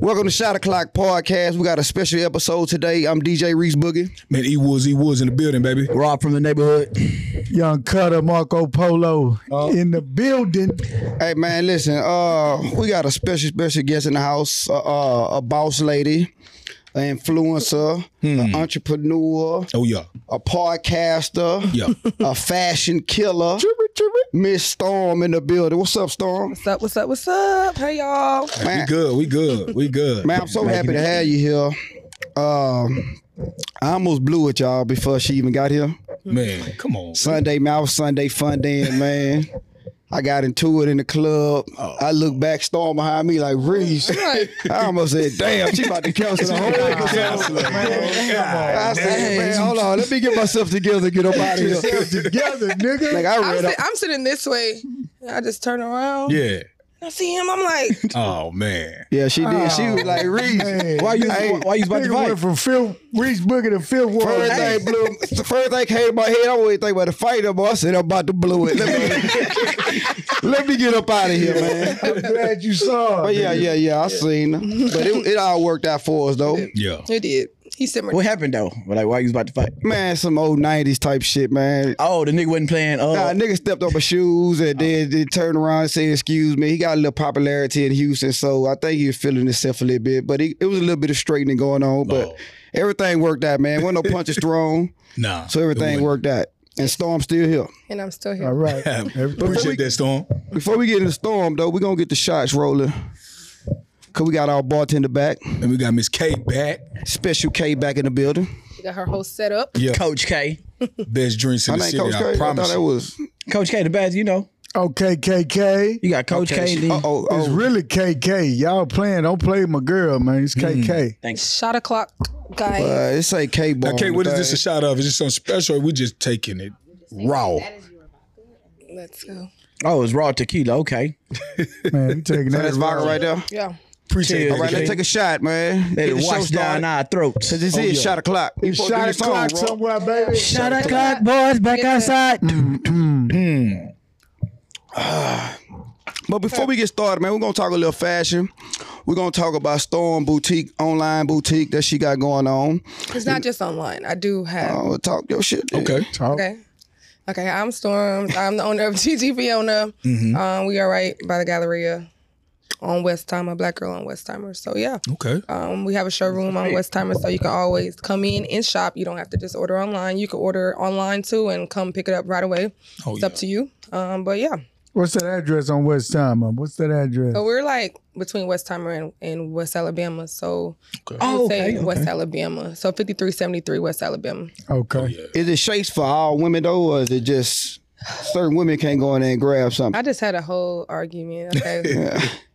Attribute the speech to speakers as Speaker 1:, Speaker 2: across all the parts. Speaker 1: Welcome to Shot O'Clock Podcast. We got a special episode today. I'm DJ Reese Boogie.
Speaker 2: Man, E Woods, E Woods in the building, baby.
Speaker 3: Rob from the neighborhood.
Speaker 4: Young Cutter, Marco Polo in the building.
Speaker 1: Hey man, listen. Uh, we got a special special guest in the house. Uh, uh, a boss lady, an influencer, an entrepreneur,
Speaker 2: Oh yeah,
Speaker 1: a podcaster,
Speaker 2: yeah.
Speaker 1: a fashion killer. Miss Storm in the building. What's up, Storm?
Speaker 5: What's up? What's up? What's up? Hey y'all.
Speaker 2: we good, we good, we good.
Speaker 1: Man, I'm so happy to have you here. Um, I almost blew it, y'all, before she even got here.
Speaker 2: man, come on.
Speaker 1: Sunday mouth, Sunday fun day, man. I got into it in the club. I look back, storm behind me like Reese.
Speaker 5: Right.
Speaker 1: I almost said, "Damn, she about to cancel the whole episode." I said, "Man, hold on, let me get myself together, get up out of here."
Speaker 4: Together, nigga.
Speaker 1: Like I
Speaker 5: I'm,
Speaker 1: read
Speaker 5: sit-
Speaker 1: up.
Speaker 5: I'm sitting this way. I just turn around.
Speaker 2: Yeah.
Speaker 5: I see him. I'm like,
Speaker 2: Oh man.
Speaker 1: Yeah, she did. She was like, "Reese,
Speaker 4: man.
Speaker 1: Oh. why you?"
Speaker 4: Hey,
Speaker 1: why you about to
Speaker 4: Nigga
Speaker 1: fight?
Speaker 4: went from fifth, Reese Booker to fifth world.
Speaker 1: First thing blew. The first thing came in my head. I wasn't thinking about the fight no more. I said, "I'm about to blow it." Let me, let me get up out of here, man.
Speaker 4: I'm glad you saw.
Speaker 1: But
Speaker 4: it.
Speaker 1: yeah, yeah, yeah. I seen her. But it, it all worked out for us though.
Speaker 2: Yeah.
Speaker 5: it did. He simmered.
Speaker 3: What happened though? Like why you was about to fight?
Speaker 1: Man, some old nineties type shit, man.
Speaker 3: Oh, the nigga wasn't playing. Uh,
Speaker 1: Nah, nigga stepped on my shoes
Speaker 2: Oh.
Speaker 1: and then, then turned around and said, excuse me. He got a little popularity in Houston, so I think he was feeling himself a little bit. But he, it was a little bit of straightening going on, but
Speaker 2: Oh.
Speaker 1: everything worked out, man. Wasn't no punches thrown,
Speaker 2: Nah.
Speaker 1: so everything worked out. And Storm's still here.
Speaker 5: And I'm still
Speaker 4: All
Speaker 5: here.
Speaker 4: right.
Speaker 2: Appreciate that, Storm.
Speaker 1: Before we get in the Storm, though, we're going to get the shots rolling. Because we got our bartender back.
Speaker 2: And we got Miss K back.
Speaker 1: Special K back in the building.
Speaker 5: She got her whole set up.
Speaker 2: Yeah.
Speaker 3: Coach K.
Speaker 2: Best drinks in
Speaker 1: I
Speaker 2: the
Speaker 1: think
Speaker 2: city.
Speaker 1: Coach K.
Speaker 2: I
Speaker 1: I thought
Speaker 2: promise.
Speaker 1: that
Speaker 2: you.
Speaker 1: was.
Speaker 3: Coach K, the best, you know.
Speaker 4: Okay, KK.
Speaker 3: You got Coach K. and then-
Speaker 1: Uh oh.
Speaker 4: It's really KK. Y'all playing. Don't play my girl, man.
Speaker 1: Hmm.
Speaker 4: It's KK.
Speaker 3: Thanks.
Speaker 5: Shot o'clock guy.
Speaker 1: Uh, it's a K bar.
Speaker 2: Now, K,
Speaker 1: on
Speaker 2: what
Speaker 1: the
Speaker 2: is this a
Speaker 1: thing.
Speaker 2: shot of? Is this something special? Or we just taking it raw?
Speaker 5: Let's go.
Speaker 3: Oh, it's raw tequila. Okay.
Speaker 4: Man, you taking that.
Speaker 1: That's vodka right there.
Speaker 5: Yeah.
Speaker 2: Appreciate
Speaker 3: Cheers.
Speaker 1: All right, let's take a shot, man.
Speaker 3: They
Speaker 1: Get the show
Speaker 3: wash down
Speaker 1: started.
Speaker 3: our throats.
Speaker 1: This is shot o'clock. You supposed to do
Speaker 4: Shot
Speaker 1: the song,
Speaker 4: o'clock
Speaker 1: bro.
Speaker 4: somewhere, baby.
Speaker 3: Shot o'clock, boys, back
Speaker 5: Yeah.
Speaker 3: outside.
Speaker 1: But before we get started, man, we're gonna talk a little fashion. We're gonna talk about Storm Boutique, online boutique that she got going on.
Speaker 5: It's not just online. I do have.
Speaker 1: Oh, talk your shit. then.
Speaker 2: Okay.
Speaker 5: Okay. Okay. I'm Storms. I'm the owner of GG Fiona. Um, we are right by the Galleria on West Timer, Black Girl on West Timer. So yeah.
Speaker 2: Okay.
Speaker 5: Um, we have a showroom on West Timer, so you can always come in and shop. You don't have to just order online. You can order online too and come pick it up right away.
Speaker 2: Oh,
Speaker 5: it's
Speaker 2: yeah.
Speaker 5: up to you. Um, but yeah,
Speaker 4: What's that address on West Time? man? What's that address?
Speaker 5: but we're like between West Timer and, and West Alabama, so I would
Speaker 3: Oh,
Speaker 5: say
Speaker 3: okay.
Speaker 5: West Alabama. So fifty three seventy three West Alabama.
Speaker 4: Okay.
Speaker 1: Is it shapes for all women though, or is it just certain women can't go in there and grab something?
Speaker 5: I just had a whole argument.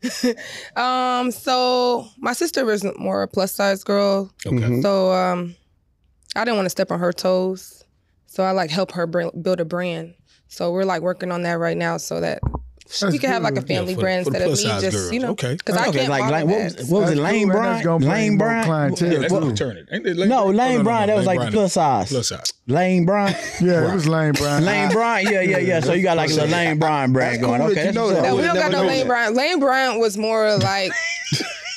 Speaker 5: Okay. um, so my sister was more a plus size girl.
Speaker 2: Okay.
Speaker 1: Mm-hmm.
Speaker 5: So um, I didn't want to step on her toes. So I like help her bring, build a brand. So we're like working on that right now so that we can have like a
Speaker 4: good.
Speaker 5: family
Speaker 2: Yeah, for the-
Speaker 5: brand
Speaker 2: for the
Speaker 5: instead of me
Speaker 2: plus-size
Speaker 5: just,
Speaker 2: girls.
Speaker 5: you know,
Speaker 2: Okay.
Speaker 5: because I
Speaker 3: Okay,
Speaker 5: can't
Speaker 3: like, like what was, what was
Speaker 4: That's
Speaker 3: it? Lane
Speaker 4: cool, man. That's gonna
Speaker 3: Bryant?
Speaker 4: bring
Speaker 3: Lane
Speaker 4: more
Speaker 3: Bryant?
Speaker 4: clientele.
Speaker 2: Yeah, that's
Speaker 3: What-
Speaker 2: what we turn it. Ain't it Lane-
Speaker 3: No, Lane Bryant. That was like
Speaker 2: Lane
Speaker 3: the plus size.
Speaker 2: Plus size.
Speaker 3: Lane Bryant.
Speaker 4: Yeah, it was Lane Bryant.
Speaker 3: Lane Bryant. Yeah, yeah, yeah. So you got like a little Lane Bryant brand
Speaker 1: cool
Speaker 3: going.
Speaker 1: that
Speaker 3: Okay.
Speaker 1: you
Speaker 3: that's
Speaker 1: know
Speaker 3: what's
Speaker 1: that.
Speaker 3: up.
Speaker 5: No, we
Speaker 1: would've
Speaker 5: don't got
Speaker 1: never
Speaker 5: no
Speaker 1: known
Speaker 5: Lane
Speaker 1: that.
Speaker 5: Bryant. Lane Bryant was more like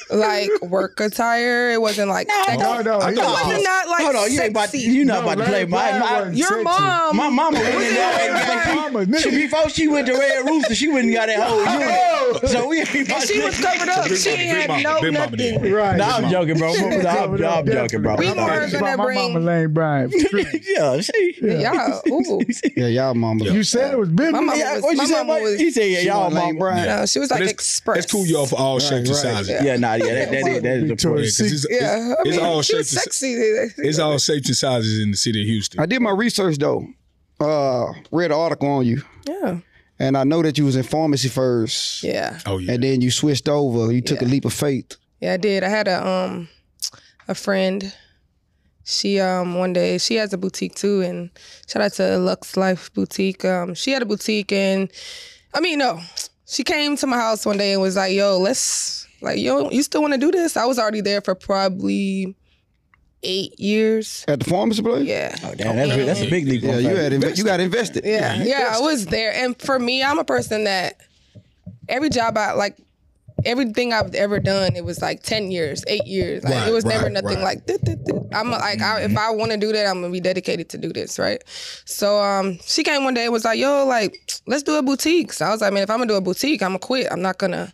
Speaker 5: like work attire. It wasn't like sexy.
Speaker 4: no, no.
Speaker 2: I
Speaker 4: he-
Speaker 2: thought-
Speaker 5: It was not like
Speaker 3: Hold on, you
Speaker 5: sexy.
Speaker 3: ain't about to, you not
Speaker 4: No,
Speaker 3: about to play
Speaker 4: Lane
Speaker 3: my,
Speaker 4: Bryant
Speaker 3: my
Speaker 4: wasn't
Speaker 5: Your
Speaker 4: sexy.
Speaker 5: mom.
Speaker 3: My mama went in there and
Speaker 4: Like,
Speaker 3: got
Speaker 4: mama,
Speaker 3: she,
Speaker 4: nigga.
Speaker 3: before she went to Red Rooster, she went and got that whole unit. So we ain't about
Speaker 5: And she
Speaker 3: to-
Speaker 5: was covered up.
Speaker 2: Big
Speaker 5: She
Speaker 2: mama, big
Speaker 5: ain't
Speaker 2: mama,
Speaker 5: had no
Speaker 2: big mama
Speaker 5: nothing.
Speaker 2: did.
Speaker 4: Right.
Speaker 3: Nah, I'm joking, bro. I'm, I'm, I'm joking, bro.
Speaker 5: We
Speaker 3: I'm
Speaker 5: weren't
Speaker 3: joking.
Speaker 5: gonna
Speaker 4: My
Speaker 5: bring-
Speaker 4: mama Lane Bryant.
Speaker 3: yeah, she.
Speaker 5: Y'all, ooh.
Speaker 1: Yeah, y'all mama.
Speaker 4: You said it was big.
Speaker 5: My mama
Speaker 3: Yeah,
Speaker 5: was,
Speaker 3: what
Speaker 5: my
Speaker 3: you said?
Speaker 5: mama
Speaker 3: What?
Speaker 5: was
Speaker 3: He said, yeah, y'all,
Speaker 1: want
Speaker 3: my
Speaker 1: Lane Bryant.
Speaker 5: no, she was like
Speaker 2: That's-
Speaker 5: express.
Speaker 2: That's cool, y'all, for all shapes and
Speaker 1: right.
Speaker 2: sizes.
Speaker 3: Yeah, nah, yeah, that, that, that, that is the point.
Speaker 4: Victoria's
Speaker 2: Because
Speaker 4: Secret.
Speaker 2: it's,
Speaker 5: Yeah, I
Speaker 2: it's, it's
Speaker 5: mean,
Speaker 2: all
Speaker 5: she was
Speaker 2: shapes. and si-
Speaker 5: sexy.
Speaker 2: It's all shapes and sizes in the city of Houston.
Speaker 1: I did my research though. Uh, read an article on you,
Speaker 5: Yeah.
Speaker 1: and I know that you was in pharmacy first,
Speaker 5: Yeah.
Speaker 2: oh yeah,
Speaker 1: and then you switched over. You took a leap of faith.
Speaker 5: Yeah, I did. I had a um a friend. She um one day she has a boutique too, and shout out to Lux Life Boutique. Um, she had a boutique, and I mean no, she came to my house one day and was like, "Yo, let's like yo, you still want to do this?" I was already there for probably eight years.
Speaker 1: At the pharmacy place?
Speaker 5: Yeah.
Speaker 3: Oh, damn, that's, that's a big leap.
Speaker 1: Yeah, you had inve- you got invested.
Speaker 5: Yeah, yeah, I was there. And for me, I'm a person that every job I like, everything I've ever done, it was like ten years, eight years. Like
Speaker 2: Right,
Speaker 5: it was never
Speaker 2: right,
Speaker 5: nothing
Speaker 2: right. Mm-hmm.
Speaker 5: like. "Duh, duh, duh." I'm like, I, if I want to do that, I'm gonna be dedicated to do this, right? So um, she came one day and was like, "Yo, like, let's do a boutique." So I was like, "Man, if I'm gonna do a boutique, I'm gonna quit. I'm not gonna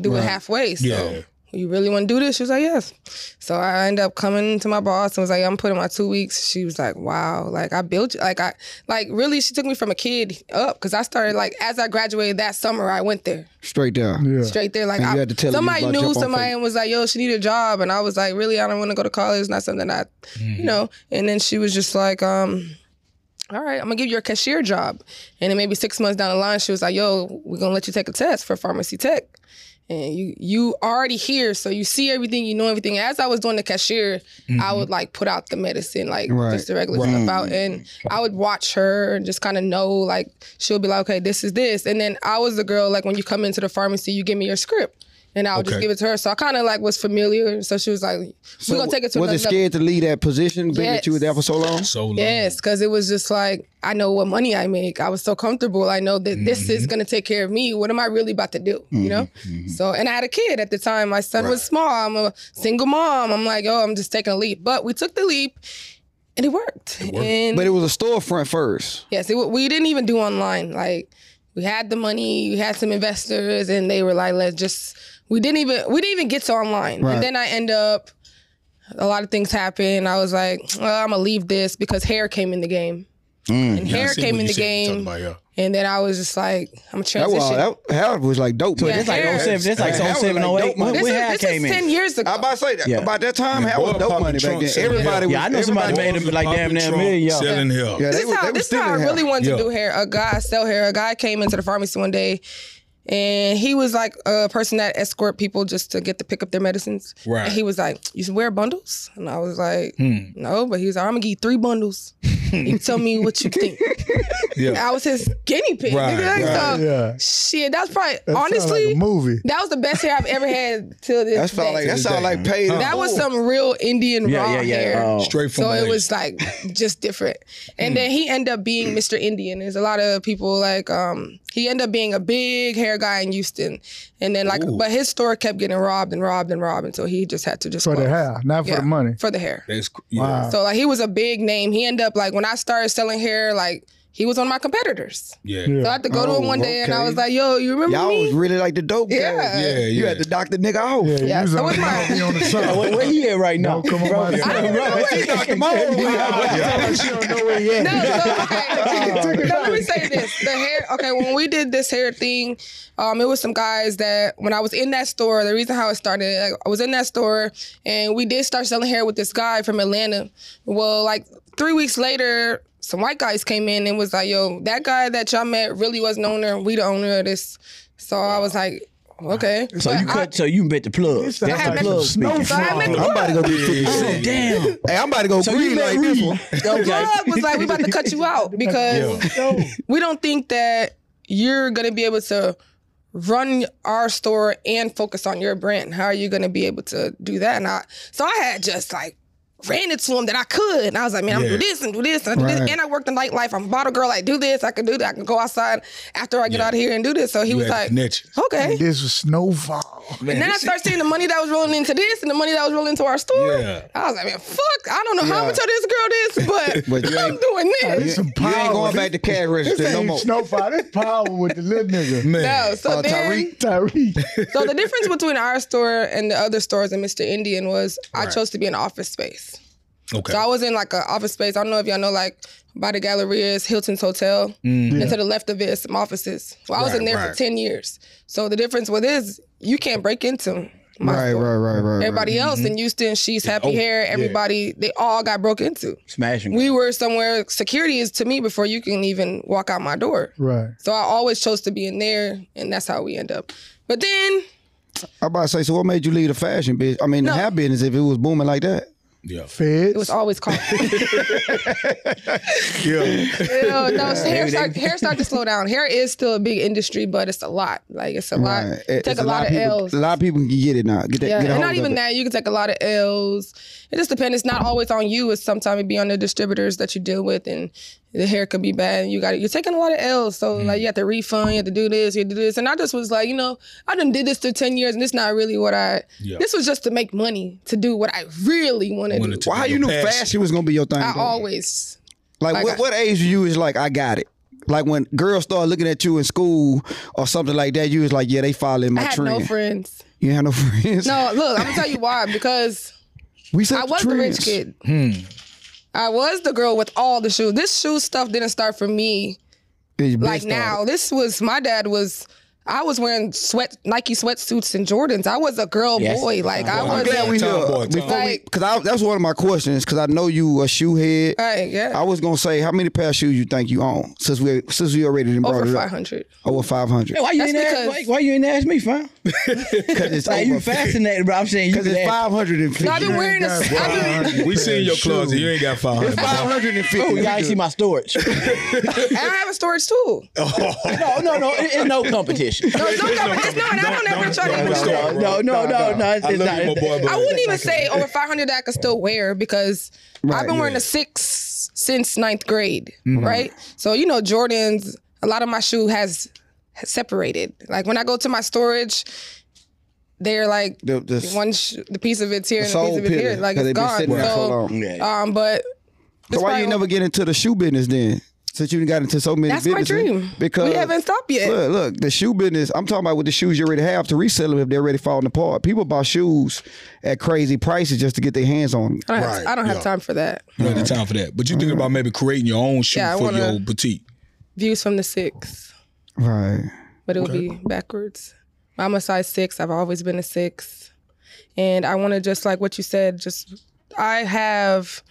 Speaker 5: do it halfway." So
Speaker 2: Yeah.
Speaker 5: you really want to do this? She was like, yes. So I ended up coming to my boss and was like, I'm putting my two weeks. She was like, wow, like I built you, like I, like really, she took me from a kid up because I started like as I graduated that summer, I went there
Speaker 1: Straight down.
Speaker 4: Yeah.
Speaker 5: straight there. Like
Speaker 1: And you
Speaker 5: I,
Speaker 1: had to tell her you
Speaker 5: somebody
Speaker 1: about to
Speaker 5: knew
Speaker 1: jump on
Speaker 5: somebody
Speaker 1: faith.
Speaker 5: and was like, "Yo, she need a job," and I was like, "Really? I don't want to go to college. It's not something I, you know." And then she was just like, um, "All right, I'm gonna give you a cashier job," and then maybe six months down the line, she was like, "Yo, we're gonna let you take a test for pharmacy tech." And you you already here, so you see everything, you know everything. As I was doing the cashier, I would like put out the medicine, like
Speaker 1: Right.
Speaker 5: just the regular stuff out, and I would watch her and just kind of know, like she'll be like, okay, this is this, and then I was the girl, like when you come into the pharmacy, you give me your script, and I'll just
Speaker 2: Okay.
Speaker 5: give it to her. So I kind of like was familiar, so she was like, we're gonna take it to
Speaker 1: Was
Speaker 5: another
Speaker 1: it
Speaker 5: level.
Speaker 1: scared to leave that position, being that you were there for so long?
Speaker 2: So long.
Speaker 5: Yes, because it was just like I know what money I make. I was so comfortable. I know that this is gonna take care of me. What am I really about to do? You know. So, and I had a kid at the time. My son was small. I'm a single mom. I'm like, oh, I'm just taking a leap. But we took the leap, and it worked. And
Speaker 1: But it was a storefront first.
Speaker 5: yes, it, wa- we didn't even do online. Like we had the money. We had some investors, and they were like, let's just. We didn't even we didn't even get to online.
Speaker 1: Right.
Speaker 5: And then I end up. A lot of things happened. I was like, well, I'm gonna leave this because hair came in the game and
Speaker 2: Mm. Yeah, I
Speaker 5: hair
Speaker 2: see
Speaker 5: came
Speaker 2: what
Speaker 5: in
Speaker 2: you
Speaker 5: the
Speaker 2: said. You talking
Speaker 5: game,
Speaker 2: about, yeah.
Speaker 5: and then I was just like, I'm a
Speaker 1: That
Speaker 5: transition.
Speaker 1: was, that, Howard was like dope.
Speaker 5: Yeah,
Speaker 1: man.
Speaker 5: That's like Hair.
Speaker 3: 07, that's like
Speaker 1: Hair was
Speaker 3: 07, 08,
Speaker 1: dope money.
Speaker 5: this
Speaker 3: when
Speaker 5: is,
Speaker 3: Hal
Speaker 5: this
Speaker 3: came
Speaker 5: is
Speaker 3: in.
Speaker 5: ten years ago.
Speaker 1: I about to say that.
Speaker 3: Yeah.
Speaker 1: About that time, Howard was
Speaker 2: boy
Speaker 1: dope
Speaker 2: popping
Speaker 1: money back
Speaker 2: trunks
Speaker 1: then.
Speaker 2: selling
Speaker 1: Everybody
Speaker 2: hair.
Speaker 1: was.
Speaker 3: Yeah, I know somebody
Speaker 1: everybody
Speaker 3: made
Speaker 1: was-
Speaker 3: it like damn
Speaker 2: Popping
Speaker 3: near a
Speaker 2: trunk,
Speaker 3: million. y'all.
Speaker 2: Selling hell.
Speaker 1: Yeah,
Speaker 5: this
Speaker 1: they,
Speaker 5: is
Speaker 1: was-
Speaker 5: how
Speaker 1: they was
Speaker 5: this is
Speaker 1: still
Speaker 5: how I
Speaker 1: in hell.
Speaker 5: really wanted
Speaker 2: Yeah.
Speaker 5: to do hair. A guy sell hair. A guy came into the pharmacy one day, and he was like a person that escort people just to get to pick up their medicines.
Speaker 2: Right. Hmm.
Speaker 5: And he was like, "You should wear bundles," and I was like, "No," but he was like, "I'm gonna give you three bundles. you tell me what you think."
Speaker 2: Yeah.
Speaker 5: I was his guinea pig.
Speaker 2: Right,
Speaker 5: nigga. Like,
Speaker 2: right.
Speaker 5: so,
Speaker 4: Yeah.
Speaker 5: Shit, that's probably
Speaker 4: That sound
Speaker 5: honestly.
Speaker 4: like a movie.
Speaker 5: that was the best hair I've ever had till this.
Speaker 1: That's all
Speaker 5: day.
Speaker 1: like that's Oh. all like paid.
Speaker 5: That was some real Indian
Speaker 3: Yeah,
Speaker 5: raw
Speaker 3: yeah, yeah.
Speaker 5: hair.
Speaker 3: Oh.
Speaker 2: Straight from
Speaker 5: So it
Speaker 2: Malaysia.
Speaker 5: was like just different. And then he ended up being Mr. Indian. There's a lot of people like um he ended up being a big hair guy in Houston. And then like but his store kept getting robbed and robbed and robbed until he just had to just
Speaker 4: For the
Speaker 5: close.
Speaker 4: hair, not for
Speaker 5: Yeah,
Speaker 4: the money.
Speaker 5: For the hair.
Speaker 2: That's cr- yeah.
Speaker 5: So like he was a big name. He ended up like when I started selling hair, like he was one of my competitors.
Speaker 2: Yeah.
Speaker 4: Yeah.
Speaker 5: So I had to go to
Speaker 1: Oh,
Speaker 5: him one day and I
Speaker 1: okay.
Speaker 5: was like, yo, you remember
Speaker 1: Y'all
Speaker 5: me?
Speaker 1: was really like the dope guys.
Speaker 5: Yeah.
Speaker 2: Yeah,
Speaker 1: You
Speaker 2: yeah.
Speaker 1: had to knock the nigga off.
Speaker 4: Yeah,
Speaker 5: Yeah,
Speaker 4: you was
Speaker 5: so
Speaker 4: on,
Speaker 5: was mine.
Speaker 4: you on the side.
Speaker 3: Where, where he at right now?
Speaker 4: Don't come on my
Speaker 5: I don't
Speaker 4: side.
Speaker 5: know where he
Speaker 1: Knock him off.
Speaker 4: She don't know where he at.
Speaker 5: No, so, okay. no, let me say this. The hair, okay, when we did this hair thing, um, it was some guys that when I was in that store, the reason how it started, like, I was in that store and we did start selling hair with this guy from Atlanta. Well, like three weeks later, some white guys came in and was like, yo, that guy that y'all met really wasn't the owner, we the owner of this. So I was like, okay.
Speaker 3: So you
Speaker 5: But I-
Speaker 3: cut. so you bet the plug. That's
Speaker 5: I
Speaker 3: the
Speaker 5: met
Speaker 3: plug
Speaker 5: the
Speaker 3: speaking.
Speaker 5: so I met the
Speaker 1: I'm about to go get
Speaker 3: Oh
Speaker 1: fifty.
Speaker 3: damn.
Speaker 1: Hey, I'm about to go
Speaker 3: So you
Speaker 1: breathe
Speaker 3: met
Speaker 1: like this
Speaker 3: Reed.
Speaker 1: one.
Speaker 5: The
Speaker 3: Okay.
Speaker 5: plug was like, we about to cut you out because we don't think that you're going to be able to run our store and focus on your brand. How are you going to be able to do that? And I, so I had just like ran into him that I could. And I was like, man, I'm gonna do this and do this and I do
Speaker 1: Right.
Speaker 5: this. And I worked in nightlife. I'm a bottle girl. I do this. I can do that. I can go outside after I get
Speaker 2: Yeah.
Speaker 5: out of here and do this. So he
Speaker 2: You
Speaker 5: was
Speaker 2: had
Speaker 5: like,
Speaker 2: connections.
Speaker 5: okay.
Speaker 4: This was snowfall.
Speaker 5: And then I started seeing the money that was rolling into this and the money that was rolling into our store.
Speaker 2: Yeah.
Speaker 5: I was like, man, fuck. I don't know how much of this girl this, but,
Speaker 1: But you
Speaker 5: I'm
Speaker 1: ain't-
Speaker 5: doing
Speaker 4: This
Speaker 5: this.
Speaker 4: some
Speaker 1: You
Speaker 4: power.
Speaker 1: ain't going back to cash register
Speaker 4: This
Speaker 1: no
Speaker 4: ain't
Speaker 1: more.
Speaker 4: snowfall. This power with the little nigga.
Speaker 2: Man.
Speaker 5: No, so
Speaker 1: Uh,
Speaker 5: then,
Speaker 1: Tyreek?
Speaker 4: Tyreek.
Speaker 5: so the difference between our store and the other stores in Mr. Indian was I chose to be in office space.
Speaker 2: Okay.
Speaker 5: So I was in like an office space. I don't know if y'all know, like by the Galleria is Hilton's Hotel, and to the left of it is some offices. Well, I was
Speaker 2: Mm-hmm. Right,
Speaker 5: in there for
Speaker 2: right.
Speaker 5: ten years. So the difference with is you can't break into my
Speaker 1: Right, right,
Speaker 5: store.
Speaker 1: right, right. Mm-hmm.
Speaker 5: Everybody else in Houston, she's happy
Speaker 2: oh,
Speaker 5: hair.
Speaker 2: yeah.
Speaker 5: Everybody, they all got broke into.
Speaker 3: Smashing.
Speaker 5: We were somewhere. Security is to me before you can even walk out my door.
Speaker 4: Right.
Speaker 5: So I always chose to be in there, and that's how we end up. But then
Speaker 1: I'm about to say, so what made you leave the fashion business? I mean,
Speaker 5: No.
Speaker 1: the hair business if it was booming like that.
Speaker 2: Yeah.
Speaker 5: It was
Speaker 4: Feds.
Speaker 5: always called.
Speaker 2: Yeah.
Speaker 5: no, no, so hair start, hair start to slow down. Hair is still a big industry, but it's a lot. Like it's a lot.
Speaker 1: Right. It-
Speaker 5: Take
Speaker 1: it's
Speaker 5: a lot, of
Speaker 1: people,
Speaker 5: L's.
Speaker 1: A lot of people can get it now. Get that.
Speaker 5: yeah,
Speaker 1: get a
Speaker 5: and
Speaker 1: hold
Speaker 5: not
Speaker 1: of
Speaker 5: even
Speaker 1: it.
Speaker 5: that. You can take a lot of L's, it just depends. It's not always on you. It's sometimes it be on the distributors that you deal with, and the hair could be bad. And you got you're taking a lot of L's, so
Speaker 1: Mm.
Speaker 5: like you have to refund, you have to do this, you have to do this. And I just was like, you know, I done did this for ten years, and it's not really what I.
Speaker 2: Yeah.
Speaker 5: This was just to make money to do what I really want to do.
Speaker 2: Wanted to
Speaker 1: Well, how
Speaker 2: be
Speaker 1: you knew
Speaker 2: your passion.
Speaker 1: fashion was gonna be your thing?
Speaker 5: I
Speaker 1: though?
Speaker 5: always
Speaker 1: Like,
Speaker 5: Like,
Speaker 1: what,
Speaker 5: I-
Speaker 1: what age you is like, I got it. Like when girls start looking at you in school or something like that, you was like, yeah, they following
Speaker 5: I
Speaker 1: my
Speaker 5: had
Speaker 1: trend.
Speaker 5: no friends.
Speaker 1: you ain't have no friends.
Speaker 5: No, look, I'm gonna tell you why because.
Speaker 1: we said
Speaker 5: I was the rich kid.
Speaker 1: Hmm.
Speaker 5: I was the girl with all the shoes. This shoe stuff didn't start for me like now. This was my dad was. I was wearing sweat Nike sweatsuits and Jordans. I was a girl
Speaker 3: Yes.
Speaker 5: boy. Like I
Speaker 1: I'm
Speaker 5: was.
Speaker 1: glad we
Speaker 2: Tomboy,
Speaker 1: here
Speaker 2: tomboy.
Speaker 1: before we
Speaker 5: Like- Uh,
Speaker 1: because I that's one of my questions because I know you a shoe head.
Speaker 5: Right, yeah.
Speaker 1: I was gonna say how many pair of shoes you think you own since we since we already done brought
Speaker 5: over
Speaker 1: it
Speaker 5: five
Speaker 1: up
Speaker 5: hundred.
Speaker 1: over five hundred
Speaker 3: Why you
Speaker 5: That's
Speaker 3: ain't ask? Why,
Speaker 5: because-
Speaker 3: why you ain't ask me, fam?
Speaker 1: because it's
Speaker 3: Like
Speaker 1: over
Speaker 3: you fascinated, but I'm saying you
Speaker 1: because
Speaker 3: could
Speaker 1: it's
Speaker 3: ask.
Speaker 1: five hundred and fifty.
Speaker 5: No, I've been wearing a.
Speaker 4: ain't got
Speaker 5: I've been,
Speaker 2: We seen your closet. You ain't got five hundred.
Speaker 1: Five hundred and
Speaker 3: Oh,
Speaker 1: fifty.
Speaker 3: you gotta see my storage.
Speaker 5: and I have a storage too.
Speaker 3: no, no, no. It, it's no competition.
Speaker 5: No, it's
Speaker 2: There's
Speaker 5: no,
Speaker 2: no
Speaker 5: competition. it's no, and I
Speaker 2: competition.
Speaker 5: don't ever
Speaker 2: Don't-
Speaker 5: try to.
Speaker 2: don't-
Speaker 5: even
Speaker 2: don't-
Speaker 5: do it.
Speaker 3: no, no, no, no, no. It's,
Speaker 2: I
Speaker 3: it's
Speaker 2: love
Speaker 3: not.
Speaker 2: you, my boy, but
Speaker 5: I wouldn't even say over 500 that I could still wear because I've been wearing a six since ninth grade,
Speaker 1: Mm-hmm.
Speaker 5: right? So, you know, Jordan's, a lot of my shoe has has separated. Like when I go to my storage, they're like,
Speaker 1: The, the,
Speaker 5: one sh- the piece of it's here
Speaker 1: the
Speaker 5: and the piece
Speaker 1: sole
Speaker 5: of it
Speaker 1: pillar
Speaker 5: here. Like
Speaker 1: 'cause
Speaker 5: it's
Speaker 1: they been
Speaker 5: gone.
Speaker 1: sitting there so
Speaker 5: So,
Speaker 1: long.
Speaker 3: Yeah.
Speaker 5: um, but
Speaker 1: So
Speaker 5: it's
Speaker 1: why you
Speaker 5: probably-
Speaker 1: never get into the shoe business then? Since you got into so many
Speaker 5: That's my
Speaker 1: businesses,
Speaker 5: dream.
Speaker 1: because
Speaker 5: We haven't stopped yet.
Speaker 1: Look, look, the shoe business. I'm talking about with the shoes you already have to resell them if they're already falling apart. People buy shoes at crazy prices just to get their hands on them.
Speaker 5: I don't,
Speaker 2: Right,
Speaker 5: have, I don't
Speaker 2: yeah.
Speaker 5: have time for that.
Speaker 2: You ain't got time for that. But you thinking about maybe creating your own shoe
Speaker 5: Yeah, I
Speaker 2: for
Speaker 5: wanna-
Speaker 2: your boutique.
Speaker 5: Views from the six,
Speaker 1: Right.
Speaker 5: but it would be backwards. I'm a size six. I've always been a six. and I want to just like what you said. Just I have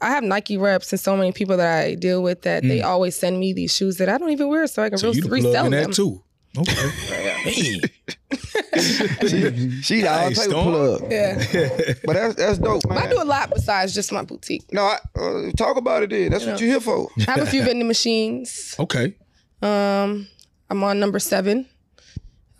Speaker 5: I have Nike reps and so many people that I deal with that they always send me these shoes that I don't even wear, so I can
Speaker 2: Mm. So
Speaker 5: re-
Speaker 2: you the plug
Speaker 5: resell
Speaker 2: in
Speaker 5: them.
Speaker 2: that too. Okay.
Speaker 1: She the all
Speaker 2: Hey,
Speaker 1: type
Speaker 2: Storm.
Speaker 1: plug.
Speaker 5: Yeah,
Speaker 1: But that's that's dope, man.
Speaker 5: I do a lot besides just my boutique.
Speaker 1: No, I, uh, talk about it then. That's what you here for.
Speaker 5: I have a few vending machines.
Speaker 2: okay.
Speaker 5: Um, I'm on number seven.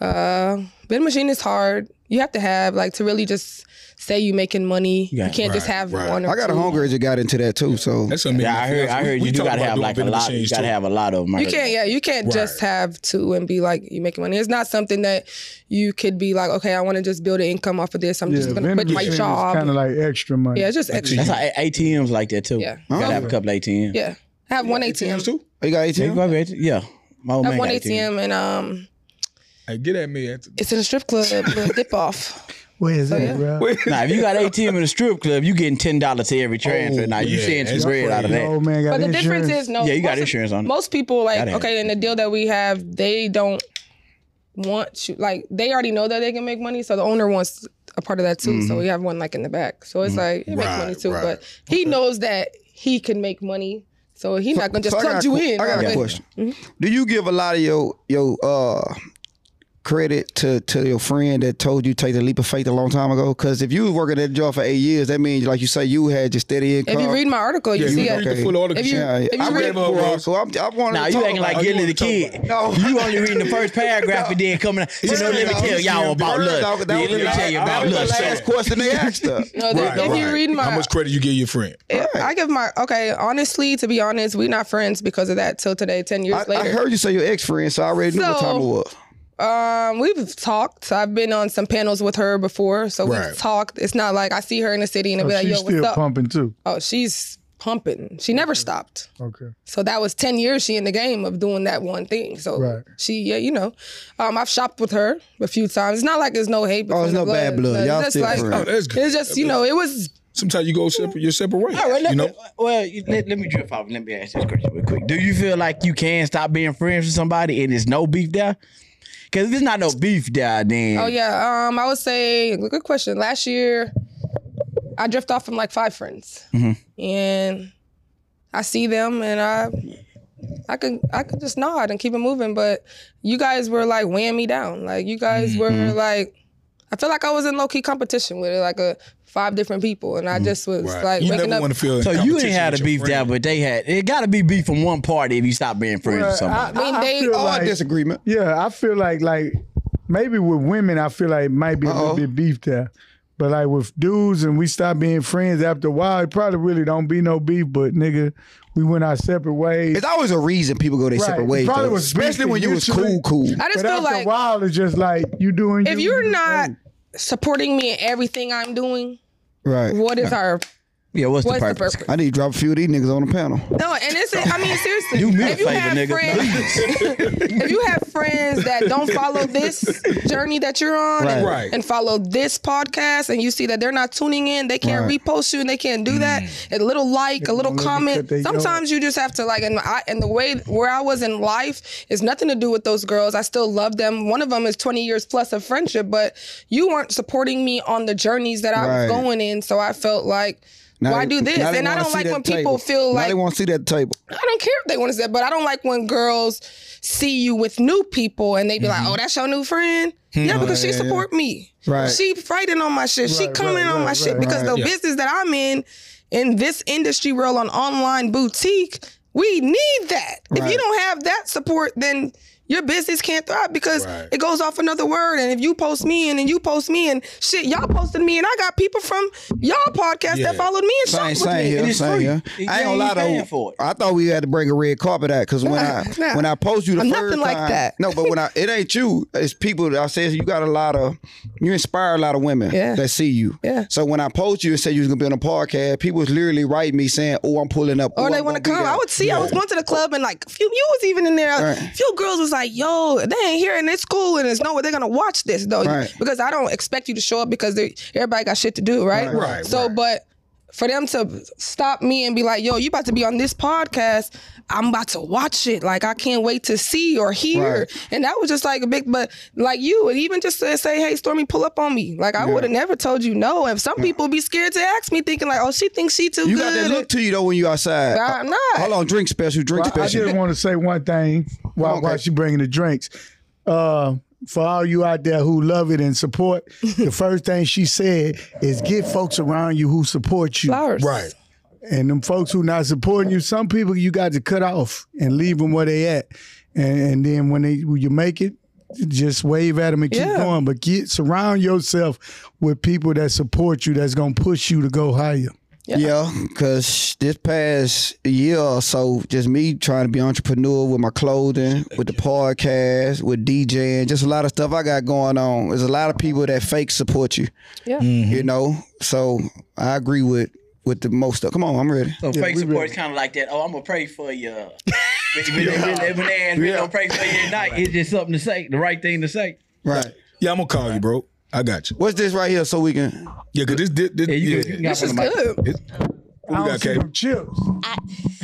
Speaker 5: Uh, vending machine is hard. You have to have like to really just say you making money.
Speaker 3: Yeah,
Speaker 5: you can't just
Speaker 2: right,
Speaker 5: have
Speaker 2: right.
Speaker 5: one. Or
Speaker 1: I got a
Speaker 5: two.
Speaker 1: hunger that got into that too. So
Speaker 2: That's something.
Speaker 3: Yeah, I heard. I heard you do gotta have like a lot. You gotta have a lot of them. I
Speaker 5: You
Speaker 3: heard.
Speaker 5: can't, yeah, you can't just have two and be like you making money. It's not something that you could be like, okay, I want to just build an income off of this. I'm just gonna quit my job.
Speaker 4: kind of like extra money.
Speaker 5: yeah, it's just extra.
Speaker 3: That's how A- ATMs like that too.
Speaker 5: Yeah.
Speaker 3: Gotta have a couple ATMs.
Speaker 5: Yeah, I have one
Speaker 2: ATMs
Speaker 5: ATM.
Speaker 2: too.
Speaker 4: Oh,
Speaker 1: you got
Speaker 3: Yeah,
Speaker 1: ATM?
Speaker 3: you probably AT- yeah. My old
Speaker 5: I
Speaker 3: man
Speaker 5: have one
Speaker 3: got
Speaker 5: ATM and um,
Speaker 2: Hey, get at me. At
Speaker 5: it's in a strip club. little dip off.
Speaker 4: Where is that, bro?
Speaker 3: Nah, if you got ATM in a strip club, you getting ten dollars to every transfer. now you
Speaker 2: yeah,
Speaker 3: seeing some
Speaker 2: that's
Speaker 3: bread out of
Speaker 4: Your
Speaker 3: that.
Speaker 4: old man got
Speaker 5: But the
Speaker 4: insurance.
Speaker 5: difference is no.
Speaker 3: Yeah, you got
Speaker 5: Oh, most of-
Speaker 3: insurance on it.
Speaker 5: Most people like
Speaker 3: Gotta have
Speaker 5: okay, and the deal that we have, they don't want you. Like they already know that they can make money, so the owner wants a part of that too.
Speaker 1: Mm-hmm.
Speaker 5: So we have one like in the back. So it's like
Speaker 2: Right,
Speaker 5: it makes money too,
Speaker 2: right.
Speaker 5: but he knows that he can make money, so he's not gonna just
Speaker 1: So I
Speaker 5: plug
Speaker 1: got a
Speaker 5: you
Speaker 1: que-
Speaker 5: in.
Speaker 1: I got a
Speaker 5: Like,
Speaker 1: question.
Speaker 3: Mm-hmm.
Speaker 1: Do you give a lot of your your uh credit to to your friend that told you take the leap of faith a long time ago? Because if you was working that job for eight years, that means like you say you had your steady income.
Speaker 5: If you read my article, you
Speaker 2: yeah,
Speaker 5: see
Speaker 2: you
Speaker 5: it.
Speaker 2: read the full article.
Speaker 5: If you-
Speaker 1: yeah,
Speaker 5: if
Speaker 1: I
Speaker 5: you
Speaker 1: read
Speaker 5: read-
Speaker 1: more, so I'm, I want
Speaker 3: Now
Speaker 1: to
Speaker 3: you
Speaker 1: talk
Speaker 3: acting like
Speaker 2: about-
Speaker 3: getting
Speaker 2: you
Speaker 3: to the
Speaker 2: wanna talk
Speaker 3: kid.
Speaker 1: about- No.
Speaker 3: You only reading the first paragraph and then coming out. So
Speaker 1: First
Speaker 3: no, let me
Speaker 1: off,
Speaker 3: tell y'all about
Speaker 1: first
Speaker 3: Lutz.
Speaker 1: off, that
Speaker 3: Yeah,
Speaker 1: was
Speaker 3: Let me
Speaker 1: the-
Speaker 3: tell you
Speaker 1: that
Speaker 3: about
Speaker 1: was
Speaker 2: Lutz.
Speaker 1: The
Speaker 3: Lutz.
Speaker 1: last question they asked her.
Speaker 5: No, the- if you read my
Speaker 2: how much credit you give your friend?
Speaker 5: if- I give my okay. Honestly, to be honest, we're not friends because of that till today. Ten years
Speaker 1: I,
Speaker 5: later,
Speaker 1: I heard you say your ex friend, so I already knew what
Speaker 5: So-
Speaker 1: time it was.
Speaker 5: Um, we've talked. I've been on some panels with her before, so
Speaker 2: Right.
Speaker 5: we've talked. It's not like I see her in the city and
Speaker 4: Oh,
Speaker 5: be like,
Speaker 4: she's
Speaker 5: "Yo,
Speaker 4: still
Speaker 5: what's up?"
Speaker 4: pumping too.
Speaker 5: Oh, she's pumping. She never stopped.
Speaker 4: Okay.
Speaker 5: So that was ten years she in the game of doing that one thing. So
Speaker 4: Right.
Speaker 5: she, yeah, you know, um, I've shopped with her a few times. It's not like it's no hate.
Speaker 1: Oh, it's
Speaker 5: between
Speaker 1: no
Speaker 5: the
Speaker 1: bad blood.
Speaker 5: It's
Speaker 1: Y'all
Speaker 5: just
Speaker 1: still friends.
Speaker 2: Oh, that's good.
Speaker 5: It's just you know, it was
Speaker 2: Sometimes you go separate. You're separate.
Speaker 3: All right, let
Speaker 2: you
Speaker 3: me,
Speaker 2: know.
Speaker 3: well, you- let, let me drift off. Let me ask this question real quick. Do you feel like you can stop being friends with somebody and there's no beef there? Because if there's not no beef there, then
Speaker 5: Oh yeah. Um, I would say good question. Last year, I drift off from like five friends,
Speaker 3: Mm-hmm.
Speaker 5: and I see them, and I, I could I could just nod and keep it moving. But you guys were like weighing me down. Like you guys
Speaker 3: Mm-hmm.
Speaker 5: were like, I feel like I was in low key competition with like a five different people, and I
Speaker 3: Mm-hmm.
Speaker 5: just was
Speaker 2: Right.
Speaker 5: like
Speaker 2: you
Speaker 5: waking
Speaker 2: never
Speaker 5: up.
Speaker 2: want to feel. in
Speaker 3: so you
Speaker 2: competition
Speaker 3: ain't had
Speaker 2: with
Speaker 3: a
Speaker 2: your
Speaker 3: beef there,
Speaker 2: friend.
Speaker 3: but they had. It got to be beef from one party if you stop being friends with somebody.
Speaker 5: I mean, they
Speaker 4: feel
Speaker 5: all
Speaker 4: like-
Speaker 1: disagreement.
Speaker 4: Yeah, I feel like like maybe with women, I feel like might be a
Speaker 1: Uh-oh.
Speaker 4: little bit beef there. But like with dudes and we stop being friends after a while, it probably really don't be no beef, but nigga, we went our separate ways.
Speaker 1: It's always a reason people go their
Speaker 4: Right.
Speaker 1: separate ways,
Speaker 4: Probably
Speaker 1: though.
Speaker 4: was
Speaker 1: especially when you was
Speaker 4: mutually-
Speaker 1: cool, cool.
Speaker 5: I
Speaker 4: But
Speaker 5: just feel
Speaker 4: after
Speaker 5: like
Speaker 4: a while, it's just like you doing
Speaker 5: if
Speaker 4: you,
Speaker 5: you're
Speaker 4: you
Speaker 5: not supporting me in everything I'm doing,
Speaker 1: Right.
Speaker 5: what is our
Speaker 3: Yeah, what's,
Speaker 5: what's
Speaker 3: the
Speaker 5: the
Speaker 3: purpose?
Speaker 5: purpose?
Speaker 1: I need to drop a few of these niggas on the panel.
Speaker 5: No, and it's I mean seriously,
Speaker 3: Do me a
Speaker 5: if you
Speaker 3: favor,
Speaker 5: have
Speaker 3: nigga.
Speaker 5: friends, if you have friends that don't follow this journey that you're on, and,
Speaker 2: Right. Right.
Speaker 5: and follow this podcast, and you see that they're not tuning in, they can't
Speaker 1: Right.
Speaker 5: repost you, and they can't do that. A little like, a little
Speaker 4: gonna look
Speaker 5: comment.
Speaker 4: at they
Speaker 5: Sometimes you just have to like, and I and the way where I was in life is nothing to do with those girls. I still love them. One of them is 20 years plus of friendship, but you weren't supporting me on the journeys that I
Speaker 1: Right.
Speaker 5: was going in, so I felt like.
Speaker 1: Now
Speaker 5: Why
Speaker 1: they-
Speaker 5: do this?
Speaker 1: now they
Speaker 5: And I
Speaker 1: wanna
Speaker 5: don't
Speaker 1: see
Speaker 5: like
Speaker 1: that
Speaker 5: when people
Speaker 1: table.
Speaker 5: feel
Speaker 1: Now
Speaker 5: like-
Speaker 1: they want to see that table.
Speaker 5: I don't care if they want to say, that, but I don't like when girls see you with new people and they be like, "Oh, that's your new friend." Yeah, because she support me.
Speaker 1: Right.
Speaker 5: She fighting on my shit. she
Speaker 4: Right,
Speaker 5: coming
Speaker 4: right,
Speaker 5: on my
Speaker 4: right,
Speaker 5: shit
Speaker 4: right,
Speaker 5: because
Speaker 1: right.
Speaker 5: the
Speaker 2: Yeah.
Speaker 5: business that I'm in, in this industry world on online boutique, we need that. If
Speaker 1: Right.
Speaker 5: you don't have that support, then your business can't thrive because
Speaker 2: Right.
Speaker 5: it goes off another word. And if you post me and then you post me and shit, y'all posted me and I got people from y'all podcast that
Speaker 2: Yeah.
Speaker 5: followed me and shot
Speaker 1: Same,
Speaker 5: with
Speaker 1: same
Speaker 5: me.
Speaker 1: here,
Speaker 3: And it's
Speaker 1: same
Speaker 3: free.
Speaker 1: here.
Speaker 3: You
Speaker 1: I ain't gonna lie
Speaker 3: ain't paying
Speaker 1: though.
Speaker 3: for it.
Speaker 1: I thought we had to bring a red carpet out because when I
Speaker 5: nah.
Speaker 1: when I post you the
Speaker 5: I'm
Speaker 1: first
Speaker 5: nothing like
Speaker 1: time-
Speaker 5: that.
Speaker 1: no, but when I it ain't you, it's people that I says you got a lot of you inspire a lot of women
Speaker 5: Yeah.
Speaker 1: that see you.
Speaker 5: Yeah.
Speaker 1: So when I post you and said you was gonna be on a podcast, people was literally writing me saying, "Oh, I'm pulling up."
Speaker 5: or
Speaker 1: oh,
Speaker 5: they
Speaker 1: I'm
Speaker 5: want to
Speaker 1: gonna be
Speaker 5: come.
Speaker 1: there."
Speaker 5: I would see. I was going to the club and like few. You was even in there. A
Speaker 1: Right.
Speaker 5: few girls was like, "Yo, they ain't here and it's cool and it's no way they're gonna watch this though."
Speaker 1: Right.
Speaker 5: Because I don't expect you to show up because they, everybody got shit to do, right?
Speaker 2: Right, right,
Speaker 5: So,
Speaker 2: right.
Speaker 5: but for them to stop me and be like, "Yo, you about to be on this podcast? I'm about to watch it. Like I can't wait to see or hear."
Speaker 1: Right.
Speaker 5: And that was just like a big, but like you, and even just to say, "Hey, Stormy, pull up on me." Like I would have never told you no. And some people be scared to ask me, thinking like, "Oh, she thinks she too
Speaker 1: You got
Speaker 5: good."
Speaker 1: that look to you though when you outside.
Speaker 5: I'm not.
Speaker 1: Hold on, drink special, drink
Speaker 4: I, I
Speaker 1: special.
Speaker 4: just want to say one thing while,
Speaker 1: Okay.
Speaker 4: while she bringing the drinks. Uh, for all you out there who love it and support, the first thing she said is get folks around you who support you.
Speaker 5: Flowers.
Speaker 2: Right.
Speaker 4: And them folks who not supporting you, some people you got to cut off and leave them where they at. And, and then when they when you make it, just wave at them and keep
Speaker 5: Yeah.
Speaker 4: going. But get surround yourself with people that support you, that's gonna push you to go higher.
Speaker 1: Yeah, because this past year or so, just me trying to be entrepreneur with my clothing, with the podcast, with DJing, just a lot of stuff I got going on. There's a lot of people that fake support you,
Speaker 5: Yeah.
Speaker 1: you know. So I agree with with the most stuff. Come on, I'm ready.
Speaker 3: So fake support is kind of like that. Oh, I'm gonna pray for you. when, when, when, when they ask me, don't pray for you at night. It's just something to say, the right thing to say.
Speaker 1: Right.
Speaker 2: Yeah, I'm gonna call you, bro. I got you.
Speaker 1: What's this right here? So we can.
Speaker 2: Yeah, cause this, this, this
Speaker 3: Yeah, you,
Speaker 2: yeah.
Speaker 3: can- you got
Speaker 5: This is
Speaker 3: one of my-
Speaker 5: good.
Speaker 2: What
Speaker 4: I
Speaker 2: we
Speaker 4: don't
Speaker 2: got,
Speaker 4: see
Speaker 2: Katie?
Speaker 4: them chips.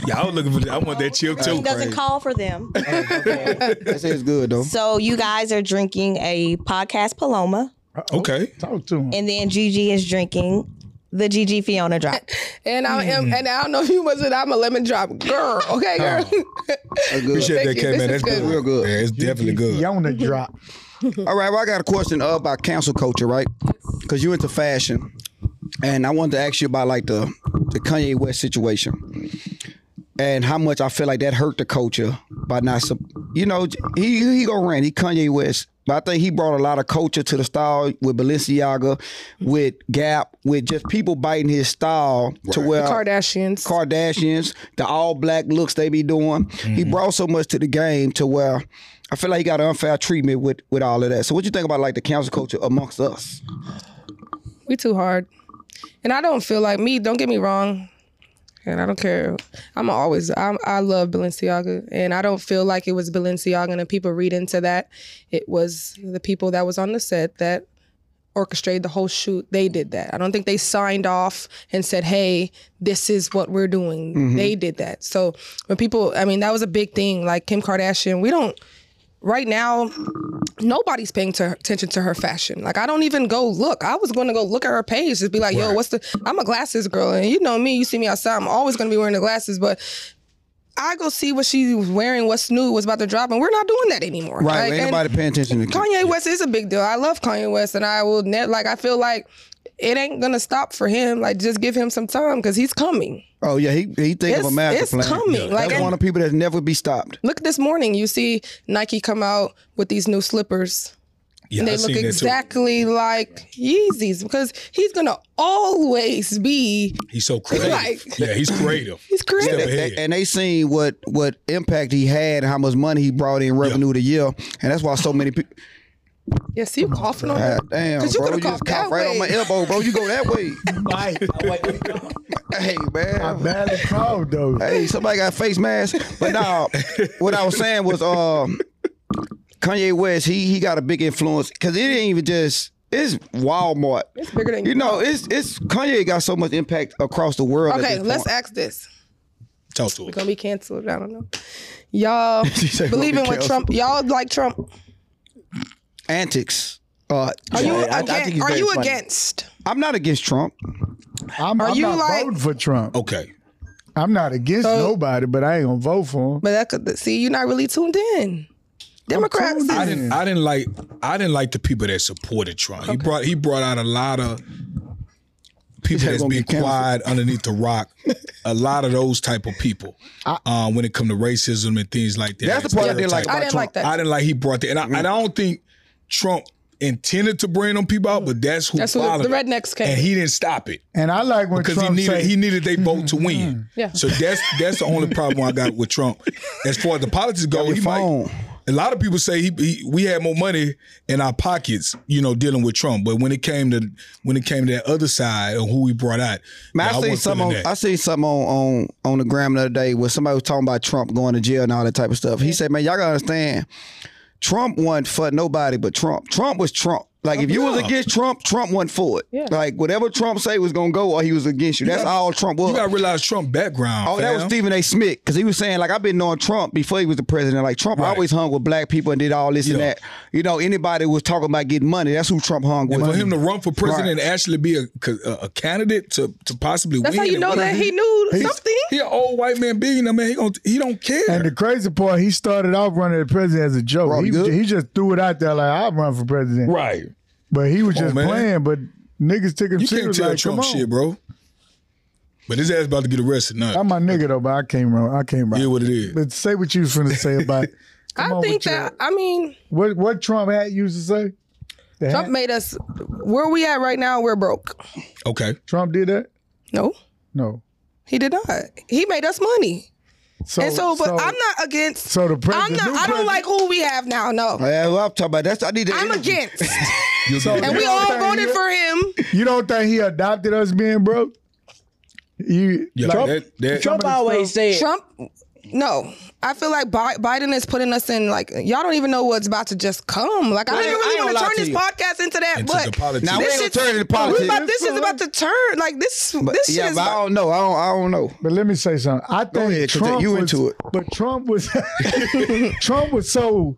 Speaker 2: Yeah, I was looking for. That. I want that chip too.
Speaker 6: It doesn't call for them.
Speaker 1: That tastes good though.
Speaker 6: so you guys are drinking a podcast Paloma,
Speaker 2: Okay.
Speaker 4: Talk to them.
Speaker 6: and then Gigi is drinking the Gigi Fiona drop.
Speaker 5: And I am,
Speaker 2: Mm.
Speaker 5: and I don't know if you was it. I'm a lemon drop girl. Okay, girl.
Speaker 1: That's good.
Speaker 2: Appreciate that,
Speaker 5: Thank you.
Speaker 2: K,
Speaker 5: This
Speaker 2: man.
Speaker 5: is
Speaker 2: That's
Speaker 5: good.
Speaker 2: good.
Speaker 1: Real good.
Speaker 2: Yeah, it's definitely good.
Speaker 4: Yona drop.
Speaker 1: All right, well, I got a question uh, about cancel culture, right? Because you into fashion, and I wanted to ask you about like the the Kanye West situation, and how much I feel like that hurt the culture by not, sup- you know, he he go rant, he Kanye West, but I think he brought a lot of culture to the style with Balenciaga, with Gap, with just people biting his style to where
Speaker 5: Kardashians.
Speaker 1: Kardashians, the all black looks they be doing. He brought so much to the game to where I feel like he got unfair treatment with with all of that. So what you think about like the council culture amongst us?
Speaker 5: we too hard. And I don't feel like me. Don't get me wrong. And I don't care. I'm always. I'm, I love Balenciaga, and I don't feel like it was Balenciaga and the people read into that. It was the people that was on the set that orchestrated the whole shoot. They did that. I don't think they signed off and said, "Hey, this is what we're doing."
Speaker 1: Mm-hmm.
Speaker 5: They did that. So when people, I mean, that was a big thing. Like Kim Kardashian, we don't right now nobody's paying to attention to her fashion like i don't even go look i was going to go look at her page just be like yo what's the i'm a glasses girl and you know me you see me outside i'm always going to be wearing the glasses but i go see what she was wearing what's new what's about to drop and we're not doing that anymore
Speaker 1: Right,
Speaker 5: Like,
Speaker 1: ain't
Speaker 5: and-
Speaker 1: nobody paying attention to
Speaker 5: Kanye West is a big deal. I love Kanye West, and I will never like. I feel like it ain't gonna stop for him. Like, just give him some time because he's coming.
Speaker 1: Oh yeah, he he think of a
Speaker 5: It's-
Speaker 1: master
Speaker 5: it's
Speaker 1: plan.
Speaker 5: coming, like-
Speaker 1: That's one of the people that never be stopped.
Speaker 5: Look this morning, you see Nike come out with these new slippers.
Speaker 2: Yeah,
Speaker 5: they
Speaker 2: I
Speaker 5: look
Speaker 2: seen that too.
Speaker 5: exactly like Yeezys because he's gonna always be
Speaker 2: He's so creative.
Speaker 5: like-
Speaker 2: yeah, he's creative.
Speaker 5: he's creative.
Speaker 2: Step ahead.
Speaker 1: They- and they seen what what impact he had and how much money he brought in revenue to year, and that's why so many people.
Speaker 5: Yes, you coughing on
Speaker 1: God
Speaker 5: it.
Speaker 1: damn,
Speaker 5: 'Cause you
Speaker 1: bro,
Speaker 5: could've
Speaker 1: you just
Speaker 5: coughed that
Speaker 1: cough right on
Speaker 5: way.
Speaker 1: my elbow, bro. You go that way.
Speaker 4: Mike,
Speaker 1: hey man,
Speaker 4: badly called though.
Speaker 1: hey, somebody got face mask. But now, what I was saying was, um, Kanye West, he he got a big influence because it ain't even just it's Walmart.
Speaker 5: It's bigger than
Speaker 1: You know, it's it's Kanye got so much impact across the world. at
Speaker 5: Okay,
Speaker 1: this
Speaker 5: let's
Speaker 1: point.
Speaker 5: ask this.
Speaker 2: Talk to him.
Speaker 5: Gonna be canceled. I don't know. Y'all
Speaker 1: said
Speaker 5: believe in
Speaker 1: gonna be
Speaker 5: what Trump? Y'all like Trump?
Speaker 1: antics. Uh,
Speaker 5: Are you
Speaker 3: I- I think
Speaker 5: against?
Speaker 3: he's
Speaker 5: are
Speaker 3: very
Speaker 5: you
Speaker 3: funny.
Speaker 5: against?
Speaker 1: I'm not against Trump.
Speaker 4: I'm,
Speaker 5: Are
Speaker 4: I'm
Speaker 5: you
Speaker 4: not
Speaker 5: like-
Speaker 4: voting for Trump.
Speaker 2: Okay.
Speaker 4: I'm not against nobody, but I ain't gonna vote for him.
Speaker 5: But that could see you're not really tuned in. Democrats.
Speaker 4: tuned
Speaker 2: I
Speaker 5: is-
Speaker 1: Mm.
Speaker 2: didn't I didn't like I didn't like the people that supported Trump. He brought he brought out a lot of people
Speaker 1: said
Speaker 2: that's
Speaker 1: gonna
Speaker 2: been
Speaker 1: be canceled.
Speaker 2: quiet underneath the rock. a lot of those type of people. uh, when it come to racism and things like that.
Speaker 1: That's the part I didn't like.
Speaker 2: Stereotype.
Speaker 5: I didn't
Speaker 1: about
Speaker 5: like that.
Speaker 2: I didn't like he brought that. And I, and I don't think Trump intended to bring them people out, but that's who
Speaker 5: That's who
Speaker 2: followed
Speaker 5: the
Speaker 2: it.
Speaker 5: rednecks came.
Speaker 2: And he didn't stop it.
Speaker 4: And I like when
Speaker 2: Because he
Speaker 4: Trump
Speaker 2: needed
Speaker 4: say
Speaker 2: he needed
Speaker 1: mm-hmm,
Speaker 2: they vote to win.
Speaker 5: Yeah.
Speaker 2: So that's that's the only problem I got with Trump. As far as the politics go,
Speaker 1: your
Speaker 2: he
Speaker 1: phone.
Speaker 2: might. A lot of people say he, he we had more money in our pockets, you know, dealing with Trump. But when it came to when it came to that other side of who he brought out,
Speaker 1: Man,
Speaker 2: yeah,
Speaker 1: I seen
Speaker 2: wasn't
Speaker 1: something.
Speaker 2: feeling
Speaker 1: On,
Speaker 2: that.
Speaker 1: I seen something on, on on the gram the other day where somebody was talking about Trump going to jail and all that type of stuff. He said, "Man, y'all gotta understand, Trump wasn't for nobody but Trump. Trump was Trump. Like if you was against Trump, Trump wasn't for it. Like whatever Trump say was gonna go, or he was against you. That's all Trump was.
Speaker 2: you gotta realize Trump background.
Speaker 1: Oh, that was
Speaker 2: fam.
Speaker 1: Stephen A. Smith because he was saying like I've been knowing Trump before he was the president. Like Trump
Speaker 2: Right.
Speaker 1: always hung with black people and did all this and
Speaker 2: Yeah.
Speaker 1: that. You know, anybody was talking about getting money. That's who Trump hung with.
Speaker 2: for him to run for president and actually be a, a, a candidate to, to possibly
Speaker 5: That's
Speaker 2: win.
Speaker 5: how you
Speaker 2: and
Speaker 5: know that
Speaker 2: whatever.
Speaker 5: he knew something.
Speaker 2: He an old white man billionaire man. He gon' he don't care.
Speaker 4: And the crazy part, he started off running for president as a joke.
Speaker 1: Bro,
Speaker 4: he,
Speaker 1: you good?
Speaker 4: he just threw it out there like I'll run for president.
Speaker 2: right.
Speaker 4: But he was
Speaker 2: Come
Speaker 4: just
Speaker 2: on, man.
Speaker 4: playing, but niggas took him
Speaker 2: You can't
Speaker 4: serious.
Speaker 2: tell
Speaker 4: like,
Speaker 2: Trump
Speaker 4: come on.
Speaker 2: shit, bro. But his ass about to get arrested now.
Speaker 4: I'm my nigga though, but I can't run. I can't run.
Speaker 2: Yeah, what it is.
Speaker 4: But say what you was finna say about it. Come
Speaker 5: I
Speaker 4: on
Speaker 5: think
Speaker 4: with your-
Speaker 5: that I mean
Speaker 4: what what Trump hat used to say? The
Speaker 5: Trump
Speaker 4: hat?
Speaker 5: made us where we at right now. We're broke.
Speaker 2: Okay.
Speaker 4: Trump did that?
Speaker 5: No,
Speaker 4: No.
Speaker 5: he did not. He made us money.
Speaker 4: So,
Speaker 5: and so, but I'm not against.
Speaker 4: so the
Speaker 5: I'm
Speaker 4: president.
Speaker 5: not. I don't like who we have now. No,
Speaker 1: Yeah, well, I'm talking about that's. I need to.
Speaker 5: I'm
Speaker 1: interview.
Speaker 5: against.
Speaker 2: You'll
Speaker 4: So-
Speaker 2: get
Speaker 5: And
Speaker 2: it.
Speaker 5: we
Speaker 4: You
Speaker 5: all
Speaker 4: don't think
Speaker 5: voted
Speaker 4: he-
Speaker 5: for him.
Speaker 4: You don't think he adopted us being broke? You
Speaker 2: Yeah,
Speaker 4: like,
Speaker 2: that- that-
Speaker 4: some of
Speaker 3: Trump
Speaker 4: the
Speaker 3: always
Speaker 4: stuff-
Speaker 3: said
Speaker 5: Trump. No, I feel like Bi- Biden is putting us in like y'all don't even know what's about to just come. Like I don't
Speaker 1: ain't- I ain't
Speaker 5: really want
Speaker 1: gonna
Speaker 5: to
Speaker 1: lie
Speaker 5: turn
Speaker 1: to
Speaker 5: this
Speaker 1: you.
Speaker 5: podcast into that.
Speaker 2: Into
Speaker 5: but
Speaker 2: the politics.
Speaker 1: Now we
Speaker 5: this
Speaker 1: ain't
Speaker 5: shit,
Speaker 1: gonna turn it into
Speaker 5: we
Speaker 1: politics.
Speaker 5: about- this is about to turn. Like this. this shit
Speaker 1: yeah,
Speaker 5: is.
Speaker 1: but I don't know. I don't. I don't know.
Speaker 4: But let me say something. I think
Speaker 1: ahead, 'cause
Speaker 4: Trump
Speaker 1: you
Speaker 4: was,
Speaker 1: into it.
Speaker 4: But Trump was Trump was so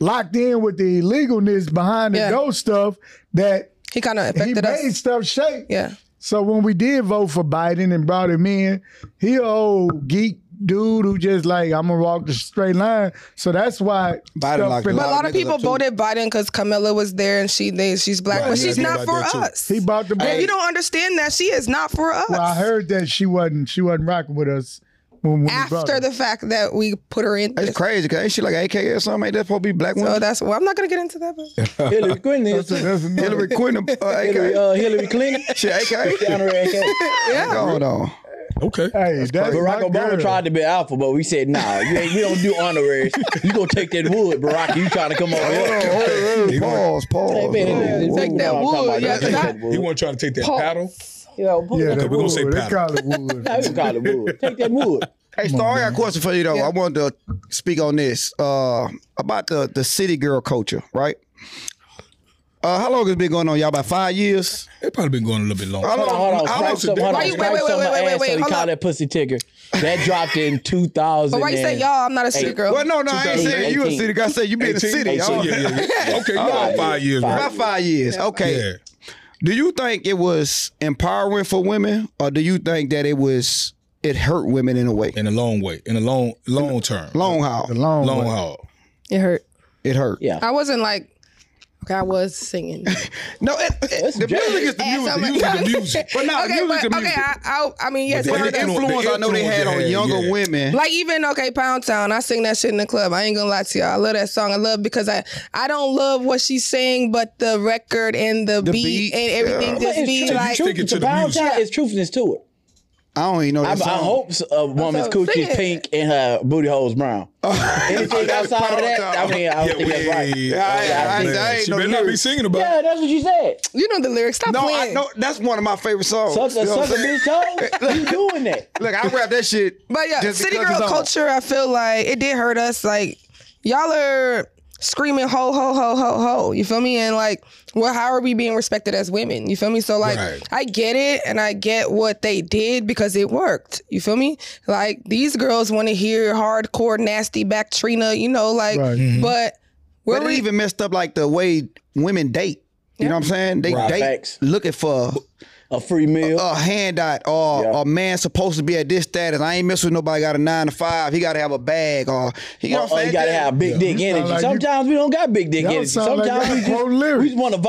Speaker 4: locked in with the illegalness behind the
Speaker 5: Yeah.
Speaker 4: dope stuff that
Speaker 5: he kind of
Speaker 4: he
Speaker 5: affected
Speaker 4: made
Speaker 5: us.
Speaker 4: stuff shake.
Speaker 5: Yeah.
Speaker 4: So when we did vote for Biden and brought him in, he a old geek dude who just like I'm gonna walk the straight line. So that's why
Speaker 1: Biden
Speaker 4: stuff
Speaker 1: locked
Speaker 4: been-
Speaker 1: him
Speaker 5: But a
Speaker 1: lot
Speaker 5: lot
Speaker 1: of
Speaker 5: of
Speaker 1: niggas
Speaker 5: people
Speaker 1: up too.
Speaker 5: voted Biden because Camilla was there and she they, she's black,
Speaker 2: Right,
Speaker 5: but
Speaker 2: yeah,
Speaker 5: she's
Speaker 2: I
Speaker 5: not
Speaker 2: heard
Speaker 5: for
Speaker 2: about that, too.
Speaker 5: us.
Speaker 4: He bought the
Speaker 5: If
Speaker 4: book.
Speaker 5: you don't understand that she is not for us.
Speaker 4: Well, I heard that she wasn't she wasn't rocking with us when, when we brought
Speaker 5: After
Speaker 4: her.
Speaker 5: the fact that we put her in,
Speaker 1: That's
Speaker 5: this.
Speaker 1: crazy. Cause ain't she like AK or something? Ain't that supposed to be black
Speaker 5: so
Speaker 1: woman?
Speaker 5: that's well. I'm not gonna get into that. But
Speaker 3: Hillary Clinton. is-
Speaker 4: That's another-
Speaker 1: Hillary Clinton, uh,
Speaker 3: Hillary,
Speaker 1: AK.
Speaker 3: uh, Hillary Clinton.
Speaker 1: Shit, AK.
Speaker 3: Down her ass.
Speaker 1: What's going on?
Speaker 2: Okay.
Speaker 4: Hey, that's,
Speaker 3: Barack
Speaker 4: my
Speaker 3: Obama
Speaker 4: girl.
Speaker 3: tried to be alpha, but we said, nah, you ain't, we don't do honoraries. You gonna take that wood, Barack. You trying to come over
Speaker 1: Hold on,
Speaker 3: here.
Speaker 1: hold on, Pause. Pause.
Speaker 5: Take that wood, yeah,
Speaker 3: Take
Speaker 5: cause I-
Speaker 3: that
Speaker 2: He
Speaker 3: wood.
Speaker 2: wasn't trying to take that
Speaker 5: Pause.
Speaker 2: paddle.
Speaker 3: Yeah, pull
Speaker 4: Yeah,
Speaker 3: that-
Speaker 4: that
Speaker 2: we're gonna say
Speaker 4: wood. They
Speaker 2: pattern.
Speaker 4: call it wood.
Speaker 3: Nah, we don't call it wood. Take that wood.
Speaker 1: Hey, Star, I got a question for you though. I wanted to speak on this uh, about the the city girl culture, right? Uh, how long has it been going on, y'all? About five years.
Speaker 2: It probably been going a little bit long.
Speaker 1: How
Speaker 3: Hold on,
Speaker 1: long?
Speaker 3: hold on.
Speaker 1: how long
Speaker 3: Stripes up, hold
Speaker 5: Why
Speaker 3: on.
Speaker 5: you- wait,
Speaker 3: Stripes
Speaker 5: wait,
Speaker 3: up
Speaker 5: wait, wait,
Speaker 3: her
Speaker 5: wait,
Speaker 3: ass so
Speaker 5: wait,
Speaker 3: he
Speaker 5: hold
Speaker 3: call
Speaker 5: up.
Speaker 3: that pussy tigger. That dropped in 2000.
Speaker 5: but why you say
Speaker 3: and-
Speaker 5: y'all? I'm not a city
Speaker 3: Hey,
Speaker 5: girl.
Speaker 1: Well, no, no, I ain't saying you a
Speaker 3: 2018.
Speaker 1: city. girl. I said you been a
Speaker 2: 18?
Speaker 1: city.
Speaker 2: Yeah,
Speaker 1: y'all.
Speaker 2: yeah, yeah. Okay, you about five years,
Speaker 1: About
Speaker 2: right?
Speaker 1: five years. Okay.
Speaker 2: Yeah.
Speaker 1: Do you think it was empowering for women, or do you think that it was it hurt women in a way?
Speaker 2: In a long way. In a long long term.
Speaker 1: Long haul,
Speaker 4: Long,
Speaker 2: Long
Speaker 4: one.
Speaker 2: haul.
Speaker 5: It hurt.
Speaker 1: it hurt.
Speaker 3: Yeah.
Speaker 5: I wasn't like Okay, I was singing.
Speaker 1: No, it, it, the music is the
Speaker 5: At
Speaker 1: music.
Speaker 5: some
Speaker 2: music,
Speaker 5: point-
Speaker 2: the music.
Speaker 1: But no,
Speaker 5: okay,
Speaker 1: music
Speaker 5: but
Speaker 1: is
Speaker 5: okay,
Speaker 1: music.
Speaker 5: I, I, I mean, yes,
Speaker 2: they
Speaker 5: I
Speaker 1: But
Speaker 5: heard
Speaker 1: the
Speaker 5: that.
Speaker 2: influence-
Speaker 1: influence
Speaker 2: the
Speaker 1: I know they had
Speaker 2: influence
Speaker 1: on
Speaker 2: they had,
Speaker 1: younger
Speaker 2: yeah.
Speaker 1: women.
Speaker 5: Like even okay, Pound Town. I sing that shit in the club. I ain't gonna lie to y'all. I love that song. I love because I I don't love what she's saying, but the record and the,
Speaker 1: The
Speaker 5: beat,
Speaker 1: beat,
Speaker 5: and everything just be
Speaker 2: true.
Speaker 5: like.
Speaker 2: Stick it to the music.
Speaker 3: It's truthfulness to it.
Speaker 1: I don't even know
Speaker 3: I, I
Speaker 1: that song.
Speaker 3: hope a woman's
Speaker 5: so
Speaker 3: coochie is
Speaker 5: sick.
Speaker 3: pink and her booty hole is brown.
Speaker 5: Oh,
Speaker 3: Anything outside of that, I mean, I don't think that's right.
Speaker 1: I- I-
Speaker 2: man,
Speaker 1: I ain't
Speaker 2: she
Speaker 1: no
Speaker 2: better not be
Speaker 1: lyrics.
Speaker 2: singing about.
Speaker 3: Yeah, that's what you said.
Speaker 5: You know the lyrics. Stop
Speaker 1: No,
Speaker 5: playing.
Speaker 1: I know that's one of my favorite songs.
Speaker 3: Suck
Speaker 1: You
Speaker 3: a
Speaker 1: know what
Speaker 3: suck
Speaker 1: I'm
Speaker 3: a
Speaker 1: saying?
Speaker 3: bitch toe. You doing that?
Speaker 1: Look, I rap that shit.
Speaker 5: But yeah,
Speaker 1: just
Speaker 5: city
Speaker 1: because
Speaker 5: girl
Speaker 1: it's on.
Speaker 5: culture, I feel like it did hurt us. Like y'all are screaming ho ho ho ho ho. You feel me? And like, well, how are we being respected as women? You feel me? So like,
Speaker 2: Right.
Speaker 5: I get it, and I get what they did because it worked. You feel me? Like these girls want to hear hardcore, nasty back Trina. You know, like,
Speaker 4: Right.
Speaker 5: but where
Speaker 1: But
Speaker 5: we
Speaker 1: it even messed up like the way women date. You know what I'm saying? They
Speaker 3: Right.
Speaker 1: date
Speaker 3: Facts.
Speaker 1: looking for
Speaker 3: A free meal.
Speaker 5: Uh,
Speaker 1: a handout or
Speaker 3: Yeah.
Speaker 1: a man supposed to be at this status. I ain't mess with nobody got a nine to five. He gotta have a bag or you know what I'm
Speaker 3: or
Speaker 1: saying?
Speaker 3: Oh, you gotta have big
Speaker 4: You
Speaker 3: dick
Speaker 4: sound
Speaker 3: energy.
Speaker 4: like you-
Speaker 3: Sometimes we don't got big dick
Speaker 4: Y'all
Speaker 3: energy.
Speaker 4: sound like
Speaker 3: Sometimes
Speaker 4: y'all
Speaker 3: we,
Speaker 4: be
Speaker 3: just,
Speaker 4: quoting lyrics.
Speaker 3: we just want to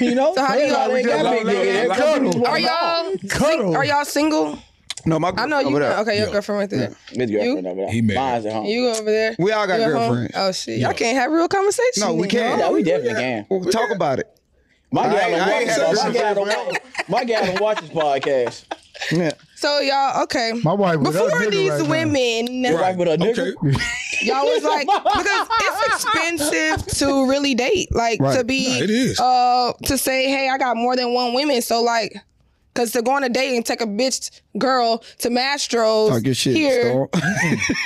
Speaker 3: you know,
Speaker 5: So how do y'all-
Speaker 3: Everybody ain't
Speaker 4: Y'all
Speaker 3: got big
Speaker 4: like-
Speaker 3: dick energy.
Speaker 4: y'all
Speaker 3: Everybody just
Speaker 4: cuddle.
Speaker 5: are
Speaker 3: wanna vibe.
Speaker 5: y'all
Speaker 4: Cuddle.
Speaker 5: are y'all single?
Speaker 1: no, my girl,
Speaker 5: I know you.
Speaker 1: over there.
Speaker 5: Okay, your girlfriend right there.
Speaker 3: His girlfriend over there.
Speaker 2: He married.
Speaker 3: Mine's at home.
Speaker 5: You over there?
Speaker 1: We all got
Speaker 5: You at home?
Speaker 1: girlfriends.
Speaker 5: Oh shit! Y'all can't have real conversation.
Speaker 1: No, we
Speaker 5: then,
Speaker 1: can't.
Speaker 5: huh?
Speaker 3: yeah, we definitely can.
Speaker 1: Well, talk about it.
Speaker 3: My
Speaker 1: I
Speaker 3: gal
Speaker 1: ain't-
Speaker 3: don't
Speaker 1: I
Speaker 3: watch
Speaker 1: ain't
Speaker 3: this.
Speaker 1: had
Speaker 3: My
Speaker 1: this
Speaker 3: gal
Speaker 1: shit
Speaker 3: don't watch. My gal don't watch this podcast.
Speaker 1: Yeah.
Speaker 5: So y'all, okay.
Speaker 4: My wife with her
Speaker 5: Before
Speaker 4: nigga
Speaker 5: these
Speaker 4: right now.
Speaker 5: women,
Speaker 3: Right with a nigga.
Speaker 2: Okay.
Speaker 5: y'all was like because it's expensive to really date, like
Speaker 4: Right.
Speaker 5: to be
Speaker 2: It is.
Speaker 5: uh to say, hey, I got more than one woman, so like. Cause to go on a date and take a bitch girl to Mastro's
Speaker 1: Talk your shit.
Speaker 5: here.